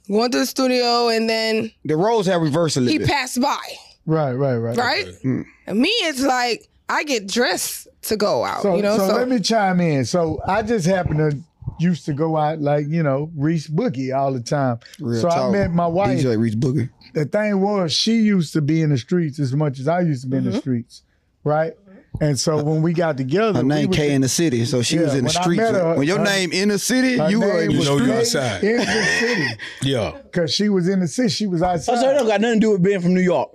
Speaker 5: going to the studio and then
Speaker 1: the roles have reversed a
Speaker 5: he
Speaker 1: little bit.
Speaker 5: passed by,
Speaker 4: right, right, right.
Speaker 5: right?
Speaker 4: Hmm.
Speaker 5: And me, it's like I get dressed to go out,
Speaker 4: So,
Speaker 5: you know.
Speaker 4: so,
Speaker 5: So,
Speaker 4: let me chime in. So I just happen to used to go out like you know Reese Boogie all the time.
Speaker 1: Real
Speaker 4: so I
Speaker 1: talk.
Speaker 4: met my wife.
Speaker 1: DJ Reach Booger.
Speaker 4: the thing was she used to be in the streets as much as I used to be
Speaker 5: Mm-hmm.
Speaker 4: in the streets, right? And so when we got together,
Speaker 1: Her name
Speaker 4: we
Speaker 1: K
Speaker 4: was-
Speaker 1: in the city, so she
Speaker 4: Yeah,
Speaker 1: was in the
Speaker 4: when I
Speaker 1: streets.
Speaker 4: met her,
Speaker 1: when your
Speaker 4: her-
Speaker 1: name in the city,
Speaker 4: her
Speaker 1: you were
Speaker 4: name
Speaker 1: in the
Speaker 4: was
Speaker 2: know you
Speaker 4: K
Speaker 1: streets.
Speaker 2: outside.
Speaker 4: in the city
Speaker 2: Yeah.
Speaker 4: because she was in the city. She was
Speaker 3: Oh,
Speaker 4: outside.
Speaker 3: so it don't got nothing to do with being from New York.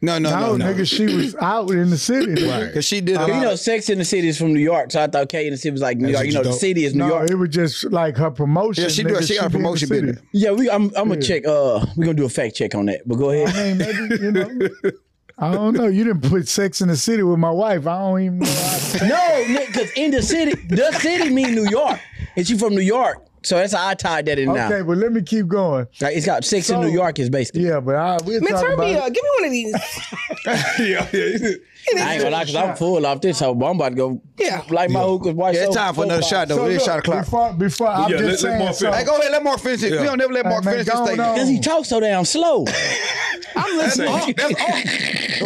Speaker 1: No, no,
Speaker 4: no,
Speaker 1: no, no.
Speaker 4: nigga, she was out in the city. nigga.
Speaker 1: Because she did a
Speaker 3: You
Speaker 1: lot.
Speaker 3: know,
Speaker 1: of-
Speaker 3: Sex in the City is from New York, so I thought K in the City was like New York. You know, the
Speaker 2: dope.
Speaker 3: city is New
Speaker 4: No,
Speaker 3: York.
Speaker 4: it was just like her promotion.
Speaker 1: Yeah, she do
Speaker 4: nigga,
Speaker 1: it. She got a
Speaker 4: be in the
Speaker 1: promotion
Speaker 4: city.
Speaker 1: business.
Speaker 3: Yeah, we. I'm, I'm gonna check. Uh, we're gonna do a fact check on that. But go ahead.
Speaker 4: I mean, maybe, you know. I don't know. You didn't put sex in the city with my wife. I don't even know. how to-
Speaker 3: No, because in the city, the city mean New York. And you from New York, so that's how I tied that in
Speaker 4: Okay,
Speaker 3: now.
Speaker 4: but let me keep going.
Speaker 3: Like it's got six
Speaker 4: So-
Speaker 3: in New York is basically.
Speaker 4: Yeah, but I we'll
Speaker 5: man,
Speaker 4: talk
Speaker 5: turn
Speaker 4: about
Speaker 5: me
Speaker 4: it.
Speaker 5: up. Give me one of these.
Speaker 2: yeah, yeah.
Speaker 3: I ain't gonna lie, cause I'm full off this hoe. But I'm about to go.
Speaker 5: Yeah.
Speaker 3: Like my hookers. Why?
Speaker 1: Yeah,
Speaker 3: so-
Speaker 1: it's time for
Speaker 3: so
Speaker 1: another
Speaker 3: far.
Speaker 1: shot though.
Speaker 4: So
Speaker 1: It is
Speaker 4: look,
Speaker 1: shot o'clock.
Speaker 4: Before, before I'm
Speaker 2: Yeah,
Speaker 4: just
Speaker 2: let- let
Speaker 4: saying.
Speaker 2: Mark
Speaker 4: so,
Speaker 2: finish.
Speaker 1: Hey, go ahead, let Mark finish it.
Speaker 2: Yeah.
Speaker 1: We don't never let
Speaker 4: Hey,
Speaker 1: Mark
Speaker 4: man,
Speaker 1: finish this
Speaker 4: go on
Speaker 1: thing.
Speaker 4: on.
Speaker 3: Cause he talks so damn slow.
Speaker 5: I'm listening.
Speaker 2: That's off. That's off. Go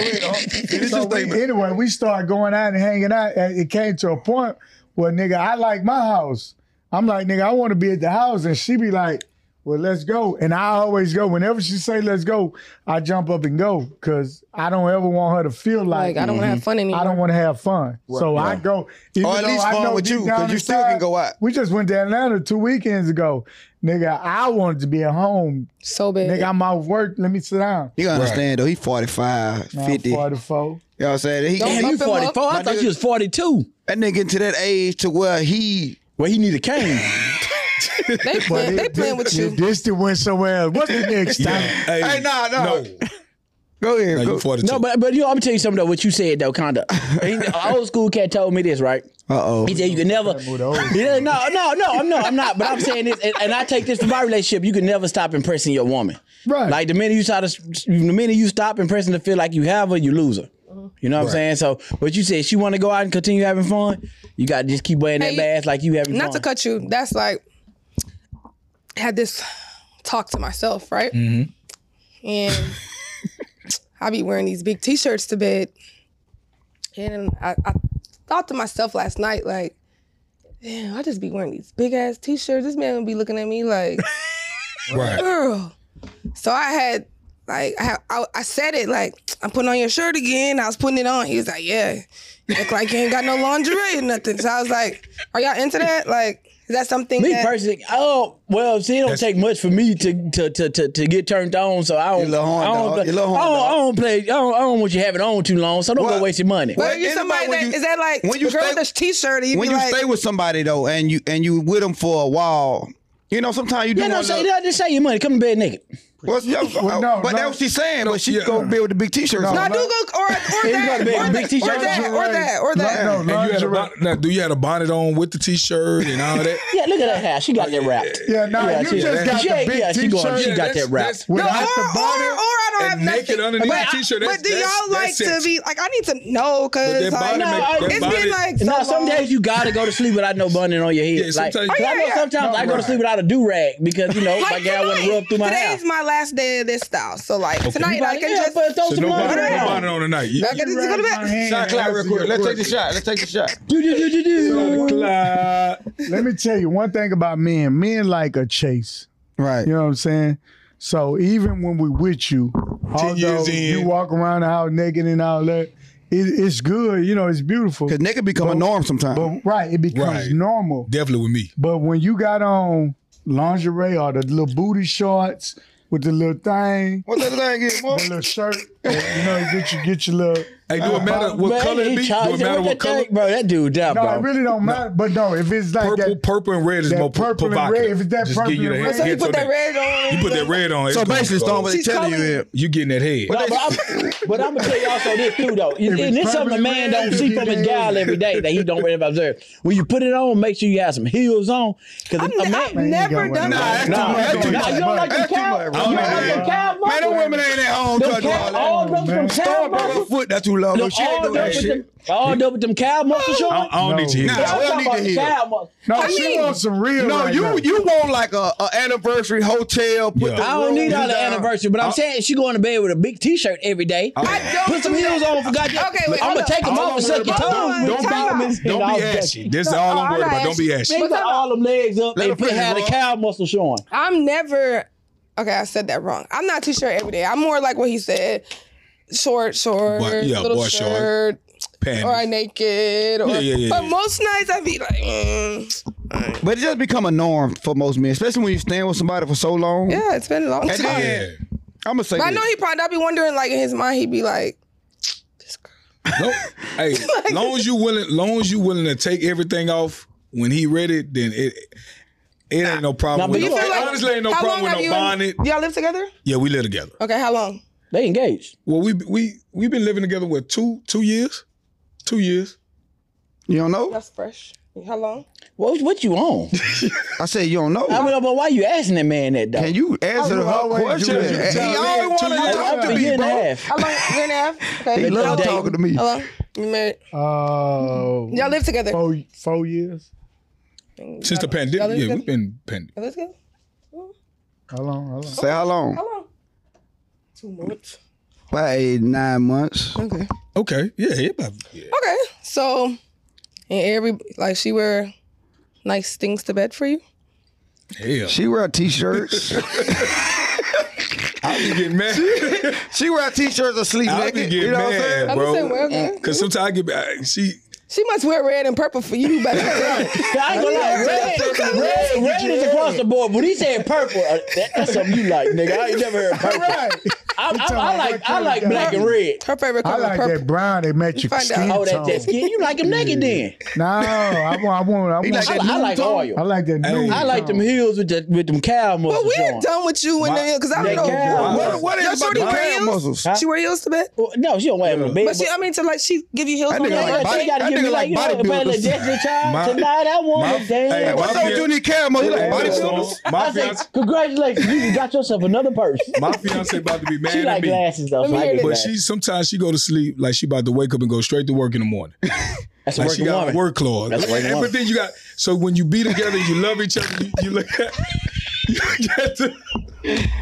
Speaker 2: ahead, off. Finish
Speaker 4: so
Speaker 2: your
Speaker 4: we,
Speaker 2: statement.
Speaker 4: anyway, we started going out and hanging out, and it came to a point where nigga, I like my house. I'm like nigga, I want to be at the house, and she be like, "Well, let's go." And I always go whenever she say "let's go," I jump up and go because I don't ever want her to feel like,
Speaker 5: Like I don't want to have fun anymore.
Speaker 4: Mm-hmm. I don't want to have fun. so I go. even
Speaker 1: Or at
Speaker 4: though
Speaker 1: least
Speaker 4: I
Speaker 1: fun
Speaker 4: know
Speaker 1: with
Speaker 4: deep
Speaker 1: you,
Speaker 4: down
Speaker 1: 'cause you still
Speaker 4: inside-
Speaker 1: can go out.
Speaker 4: We just went to Atlanta two weekends ago. Nigga, I wanted to be at home.
Speaker 5: so bad.
Speaker 4: Nigga, I'm off work. Let me sit down.
Speaker 1: You gotta understand though, he 45,
Speaker 4: Man,
Speaker 1: 50.
Speaker 4: I'm 44.
Speaker 1: You know what I'm saying? He,
Speaker 5: Don't
Speaker 3: Damn,
Speaker 5: bump
Speaker 3: you
Speaker 5: him up.
Speaker 3: 44. I
Speaker 1: My
Speaker 3: thought
Speaker 1: dude-
Speaker 3: you was 42.
Speaker 1: that nigga getting to that age to where he
Speaker 3: Well, he need a cane.
Speaker 5: they playing, they playing with
Speaker 4: If
Speaker 5: you.
Speaker 4: This did went somewhere else. What's the next time?
Speaker 1: Hey, nah, nah.
Speaker 2: No.
Speaker 1: Go ahead.
Speaker 2: Now
Speaker 1: go.
Speaker 2: you 42.
Speaker 3: No, but but you know, I'm gonna tell you something though. What you said though, kinda. He- a old school cat told me this, right?
Speaker 1: Uh-oh.
Speaker 3: He said you can never.
Speaker 4: move the old school.
Speaker 3: Yeah, no, no, no. I'm not. I'm not. But I'm saying this, and, and I take this from my relationship. You can never stop impressing your woman.
Speaker 4: Right.
Speaker 3: Like the minute you start, to, the minute you stop impressing to feel like you have her, you lose her. You know what I'm saying? So, but you said she want to go out and continue having fun. You got to just keep wearing that
Speaker 5: Hey,
Speaker 3: bass like you having
Speaker 5: Not to
Speaker 3: fun.
Speaker 5: cut you. That's like I had this talk to myself, right?
Speaker 3: Mm-hmm.
Speaker 5: And I be wearing these big T-shirts to bed, and I, I thought to myself last night, like, damn, I just be wearing these big ass T-shirts. This man would be looking at me like,
Speaker 2: right.
Speaker 5: girl. So I had like I, had- I I said it like I'm putting on your shirt again. I was putting it on. He was like, yeah, look like you ain't got no lingerie or nothing. So I was like, are y'all into that? Like, is that something?
Speaker 3: me
Speaker 5: that,
Speaker 3: personally, oh well, see, it don't take much for me to to to to, to get turned on. So I don't.
Speaker 1: little horn
Speaker 3: I
Speaker 1: dog.
Speaker 3: don't, play-
Speaker 1: You little horn
Speaker 3: I, don't
Speaker 1: dog.
Speaker 3: I don't play. I don't, I don't want you having on too long. So don't
Speaker 1: Well,
Speaker 3: go waste your money.
Speaker 5: But if you
Speaker 1: Anybody
Speaker 5: somebody
Speaker 1: when
Speaker 5: that
Speaker 1: you-
Speaker 5: is that like
Speaker 1: when you
Speaker 5: a girl
Speaker 1: stay-
Speaker 5: with a t-shirt and you
Speaker 1: when
Speaker 5: be
Speaker 1: you
Speaker 5: like,
Speaker 1: stay with somebody though, and you and you with them for a while, you know sometimes you do
Speaker 3: Yeah, no,
Speaker 1: want
Speaker 3: say
Speaker 1: to.
Speaker 3: that. Just say your money. Come to bed naked.
Speaker 1: Well, yeah,
Speaker 4: Well, no,
Speaker 1: but
Speaker 4: no.
Speaker 1: that's what she's saying. but she's
Speaker 2: yeah.
Speaker 1: gonna be with the big T-shirt.
Speaker 5: no, I
Speaker 1: on.
Speaker 5: do go or or
Speaker 3: you
Speaker 5: that
Speaker 3: gotta
Speaker 5: or
Speaker 3: be a
Speaker 5: that,
Speaker 3: big
Speaker 5: or
Speaker 3: t-shirt.
Speaker 5: that or that or that.
Speaker 4: No,
Speaker 2: And you had a
Speaker 4: lingerie.
Speaker 2: bon- now, do you had a bonnet on with the t-shirt and all that?
Speaker 3: Yeah, look at that hair. She got that wrapped.
Speaker 4: Yeah, nah, you
Speaker 3: she-
Speaker 4: just got
Speaker 3: she,
Speaker 4: the
Speaker 3: ain't-
Speaker 4: big
Speaker 3: yeah, she going-
Speaker 4: t-shirt.
Speaker 3: She
Speaker 4: Yeah,
Speaker 3: got
Speaker 2: that's-
Speaker 3: that
Speaker 2: that's-
Speaker 3: wrapped.
Speaker 5: No, oh, or, or, or
Speaker 4: Without the bonnet
Speaker 5: I don't
Speaker 2: and
Speaker 5: have
Speaker 2: naked
Speaker 5: nothing.
Speaker 2: underneath
Speaker 5: but,
Speaker 2: the
Speaker 5: I-
Speaker 2: t-shirt. That's-
Speaker 5: but do
Speaker 2: that's-
Speaker 5: y'all like
Speaker 2: that's
Speaker 5: to
Speaker 2: it.
Speaker 5: be like? I need to know
Speaker 2: But
Speaker 5: because
Speaker 2: that
Speaker 5: like,
Speaker 2: body
Speaker 3: No, I-
Speaker 2: make, that
Speaker 5: it's
Speaker 2: body,
Speaker 5: been like so
Speaker 3: No, some
Speaker 5: long.
Speaker 3: days you gotta go to sleep without no bunny on your head.
Speaker 2: Yeah,
Speaker 3: like,
Speaker 2: sometimes-
Speaker 5: Oh,
Speaker 3: 'cause I know
Speaker 5: yeah, yeah.
Speaker 3: sometimes I go to
Speaker 4: right.
Speaker 3: sleep without a do rag because you know my gal want to
Speaker 5: tonight.
Speaker 3: rub through my hair.
Speaker 5: Today's my last day of this style. So like tonight I
Speaker 3: Like,
Speaker 5: can
Speaker 3: yeah,
Speaker 5: just
Speaker 3: but throw
Speaker 2: So
Speaker 3: some
Speaker 2: nobody
Speaker 3: money
Speaker 2: had a
Speaker 3: around.
Speaker 2: bonnet on tonight. You,
Speaker 5: I can just go to bed.
Speaker 1: Shot clock real quick. Let's take the shot. Let's take the shot.
Speaker 3: Do, do, do, do, do.
Speaker 4: Let me tell you one thing about men. Men like a chase.
Speaker 1: Right.
Speaker 4: You know what I'm saying? So even when we with you, although
Speaker 2: years in.
Speaker 4: you walk around the house naked and all that, it, it's good. You know, it's beautiful.
Speaker 1: Because nigga become a norm sometimes.
Speaker 4: But right, it becomes
Speaker 2: Right.
Speaker 4: normal.
Speaker 2: Definitely with me.
Speaker 4: But when you got on lingerie or the little booty shorts with the little thing,
Speaker 1: What the thing is, boy?
Speaker 4: the little shirt, you know, get you get your little.
Speaker 2: Hey, do it matter what
Speaker 3: Man,
Speaker 2: color
Speaker 3: he
Speaker 2: it be? Do
Speaker 3: charged
Speaker 2: it
Speaker 3: him
Speaker 2: matter what
Speaker 3: with that
Speaker 2: color?
Speaker 3: thing, bro? That dude down,
Speaker 4: No,
Speaker 3: bro.
Speaker 4: it really don't matter. But no, if it's like
Speaker 2: Purple,
Speaker 4: that,
Speaker 2: purple and red is
Speaker 4: that
Speaker 2: more pro-
Speaker 4: purple and
Speaker 2: provocative.
Speaker 4: red, if it's that
Speaker 2: Just
Speaker 4: purple
Speaker 2: give you
Speaker 4: and
Speaker 2: the
Speaker 4: red.
Speaker 2: head-
Speaker 5: So you
Speaker 2: heads
Speaker 5: put
Speaker 2: on
Speaker 5: that red on.
Speaker 2: You put that red on.
Speaker 1: So
Speaker 2: it's gonna
Speaker 1: basically,
Speaker 2: go.
Speaker 1: Storm, what they
Speaker 5: She's
Speaker 1: telling you
Speaker 5: calling-
Speaker 1: is,
Speaker 2: You getting that head?
Speaker 3: No, but, I'm, but I'm gonna tell you also this too though. And
Speaker 4: it's
Speaker 3: this is something a
Speaker 4: permanent
Speaker 3: man
Speaker 4: red,
Speaker 3: don't see
Speaker 4: you
Speaker 3: from
Speaker 4: get
Speaker 3: his gal every day that he don't really observe. When you put it on, make sure you have some heels on. Cause
Speaker 5: I've,
Speaker 3: a man,
Speaker 5: I've never
Speaker 4: going
Speaker 5: done
Speaker 4: nowhere.
Speaker 1: Nah,
Speaker 5: that.
Speaker 1: that's too much. That's too
Speaker 3: Nah,
Speaker 1: much.
Speaker 3: you don't like them
Speaker 1: That's too
Speaker 3: cow-
Speaker 1: much,
Speaker 3: you
Speaker 1: bro.
Speaker 3: don't like them cow
Speaker 1: Man, them
Speaker 3: muscles?
Speaker 1: women ain't at home
Speaker 3: Them
Speaker 1: touching
Speaker 3: cow-
Speaker 1: all
Speaker 3: all
Speaker 1: that.
Speaker 3: them from
Speaker 4: man.
Speaker 3: cow
Speaker 1: Storm broke her
Speaker 3: muscles?
Speaker 1: foot. That's too low.
Speaker 3: Them
Speaker 1: She ain't
Speaker 3: all
Speaker 1: doing
Speaker 3: done
Speaker 1: that
Speaker 3: with
Speaker 1: shit.
Speaker 3: them, all done with them cow muscle shorts?
Speaker 2: I don't, I don't need to hear
Speaker 4: No.
Speaker 2: that.
Speaker 1: Nah, we don't
Speaker 3: I'm
Speaker 1: need to
Speaker 3: talking
Speaker 1: hear.
Speaker 3: about cow muscle.
Speaker 4: No,
Speaker 5: I
Speaker 4: she
Speaker 5: mean-
Speaker 4: wants some real.
Speaker 1: No,
Speaker 4: right
Speaker 1: you
Speaker 4: now.
Speaker 1: you want like a, a anniversary hotel? Put
Speaker 2: Yeah.
Speaker 1: the
Speaker 3: I don't need all the
Speaker 1: down.
Speaker 3: anniversary, but I'm saying she going to bed with a big T-shirt every day.
Speaker 5: I don't
Speaker 3: Put some
Speaker 5: do that.
Speaker 3: heels on for goddamn.
Speaker 5: Okay, wait, hold
Speaker 3: I'm gonna
Speaker 5: up.
Speaker 3: take them
Speaker 5: Hold
Speaker 3: off
Speaker 5: on,
Speaker 3: and suck your
Speaker 5: hold on,
Speaker 3: toes.
Speaker 5: hold on.
Speaker 2: Don't
Speaker 5: Time out.
Speaker 2: be, miss- don't be ashy. This is all I'm
Speaker 5: I'm
Speaker 2: worried
Speaker 5: not
Speaker 2: about. Don't be
Speaker 5: ashy.
Speaker 2: ashy.
Speaker 3: They got all them legs up
Speaker 1: Let
Speaker 3: and
Speaker 1: her
Speaker 3: put
Speaker 1: finish,
Speaker 3: had the
Speaker 1: bro.
Speaker 3: cow muscle showing.
Speaker 5: I'm never. Okay, I said that wrong. I'm not t-shirt every day. I'm more like what he said. Short, short,
Speaker 2: Boy- yeah,
Speaker 5: little
Speaker 2: boy short.
Speaker 5: shirt, or I
Speaker 2: Panties.
Speaker 5: naked. Or,
Speaker 2: Yeah, yeah, yeah,
Speaker 5: but
Speaker 2: yeah.
Speaker 5: most nights I be like, mm,
Speaker 1: But it just become a norm for most men, especially when you stand with somebody for so long.
Speaker 5: yeah, it's been a long
Speaker 1: And
Speaker 5: time.
Speaker 2: Yeah.
Speaker 1: then I'm gonna say,
Speaker 5: But I know
Speaker 1: this.
Speaker 5: he probably. I'll be wondering, like in his mind, he'd be like,
Speaker 2: Nope. Hey, long as you willing, long as you willing to take everything off when he read it, then it it ain't no problem.
Speaker 3: Nah,
Speaker 2: with
Speaker 3: but
Speaker 2: no,
Speaker 3: you feel
Speaker 5: like-
Speaker 2: honestly, ain't no
Speaker 5: "How
Speaker 2: problem
Speaker 5: long
Speaker 2: with
Speaker 5: have
Speaker 2: no
Speaker 5: you?
Speaker 2: bonnet.
Speaker 5: do y'all live together?
Speaker 2: yeah, we live together.
Speaker 5: Okay, how long?
Speaker 3: They engaged.
Speaker 2: Well, we we we've been living together what two two years, two years.
Speaker 1: you don't know.
Speaker 5: That's fresh. How long?
Speaker 3: What what you on?
Speaker 1: I said you don't know.
Speaker 3: I mean, but why you asking that man that though?
Speaker 1: Can you answer her
Speaker 4: always
Speaker 1: question?
Speaker 4: do
Speaker 2: that.
Speaker 1: He
Speaker 2: Yeah,
Speaker 1: always
Speaker 2: two
Speaker 1: wanted to
Speaker 2: years.
Speaker 1: talk to
Speaker 3: After a year
Speaker 1: me,
Speaker 3: and a
Speaker 1: bro.
Speaker 3: half.
Speaker 5: How long? Year and a half. Okay.
Speaker 1: He
Speaker 5: how
Speaker 1: loves
Speaker 5: long?
Speaker 1: talking to me.
Speaker 5: How long? You married?
Speaker 4: Oh,
Speaker 5: Y'all live together?
Speaker 4: four, four years.
Speaker 2: Since the
Speaker 5: Y'all
Speaker 2: pandemic,
Speaker 5: live
Speaker 2: yeah,
Speaker 5: together?
Speaker 2: we've been pandemic.
Speaker 5: Y'all live together?
Speaker 4: How long? How long?
Speaker 1: Say how long?
Speaker 5: How long? Two months.
Speaker 1: About eight, nine months.
Speaker 5: Okay.
Speaker 2: Okay, yeah, yeah, about, yeah.
Speaker 5: Okay. So, and every like she wear nice things to bed for you.
Speaker 2: hell,
Speaker 1: She wear t-shirts.
Speaker 2: I be getting mad.
Speaker 1: she wear t-shirts and sleep
Speaker 2: I be
Speaker 1: naked. You
Speaker 2: getting
Speaker 1: know what I'm saying?
Speaker 2: mad,
Speaker 5: I'm just saying, well,
Speaker 2: bro.
Speaker 5: okay.
Speaker 2: Because sometimes I get I- she.
Speaker 5: She must wear red and purple for you, but
Speaker 3: I ain't gonna lie, red, red, red is across the board. When he said purple, uh, that, that's something you like, nigga. I ain't never heard purple.
Speaker 4: Right.
Speaker 3: I, I,
Speaker 4: talking
Speaker 3: I
Speaker 4: about
Speaker 3: like
Speaker 4: what
Speaker 3: I
Speaker 4: color
Speaker 3: like
Speaker 4: you
Speaker 3: black
Speaker 4: got?
Speaker 3: and red.
Speaker 5: Her favorite
Speaker 4: I
Speaker 5: color
Speaker 4: like
Speaker 5: purple.
Speaker 4: that brown. They match your
Speaker 5: find out.
Speaker 4: skin
Speaker 5: Oh,
Speaker 3: Oh, that,
Speaker 4: tone.
Speaker 3: that skin. You like him naked then?
Speaker 4: No, I want. I want. I want.
Speaker 3: I,
Speaker 4: that-
Speaker 3: I like
Speaker 4: I
Speaker 3: oil.
Speaker 4: like that
Speaker 2: Hey.
Speaker 4: new.
Speaker 3: I like them heels with the, with them cow
Speaker 5: But
Speaker 3: muscles.
Speaker 5: we're
Speaker 3: on.
Speaker 5: done with you and
Speaker 2: My-
Speaker 5: them because I don't
Speaker 3: That
Speaker 5: know.
Speaker 3: cow.
Speaker 1: What, what
Speaker 5: Your
Speaker 1: is about
Speaker 5: shorty
Speaker 1: the
Speaker 5: wear
Speaker 1: man
Speaker 5: heels?
Speaker 1: muscles?
Speaker 5: She wear heels to bed?
Speaker 3: Well, no, she don't wear them.
Speaker 5: But she, I mean, to like, she give you heels
Speaker 1: That
Speaker 5: on
Speaker 1: nigga
Speaker 5: her
Speaker 1: like
Speaker 5: birthday?
Speaker 1: body- that nigga like bodybuilders.
Speaker 2: My-
Speaker 3: tonight I want to
Speaker 2: hey,
Speaker 3: dance.
Speaker 2: my-
Speaker 1: What's up with you and these cow muscles? You like bodybuilders?
Speaker 2: My
Speaker 3: I say,
Speaker 2: fiance,
Speaker 3: congratulations, you got yourself another purse.
Speaker 2: my fiance about to be mad
Speaker 3: She
Speaker 2: at
Speaker 3: like
Speaker 2: me.
Speaker 3: glasses though,
Speaker 5: Let
Speaker 3: so
Speaker 5: me
Speaker 3: I
Speaker 5: hear
Speaker 3: get
Speaker 5: this.
Speaker 2: But
Speaker 3: that.
Speaker 2: she sometimes she go to sleep like she about to wake up and go straight to work in the morning.
Speaker 3: That's a
Speaker 2: Like she
Speaker 3: working
Speaker 2: got
Speaker 3: woman.
Speaker 2: a work clause.
Speaker 3: That's a working
Speaker 2: And-
Speaker 3: woman.
Speaker 2: But then you got so when you be together, you love each other. You, you look at you look at the,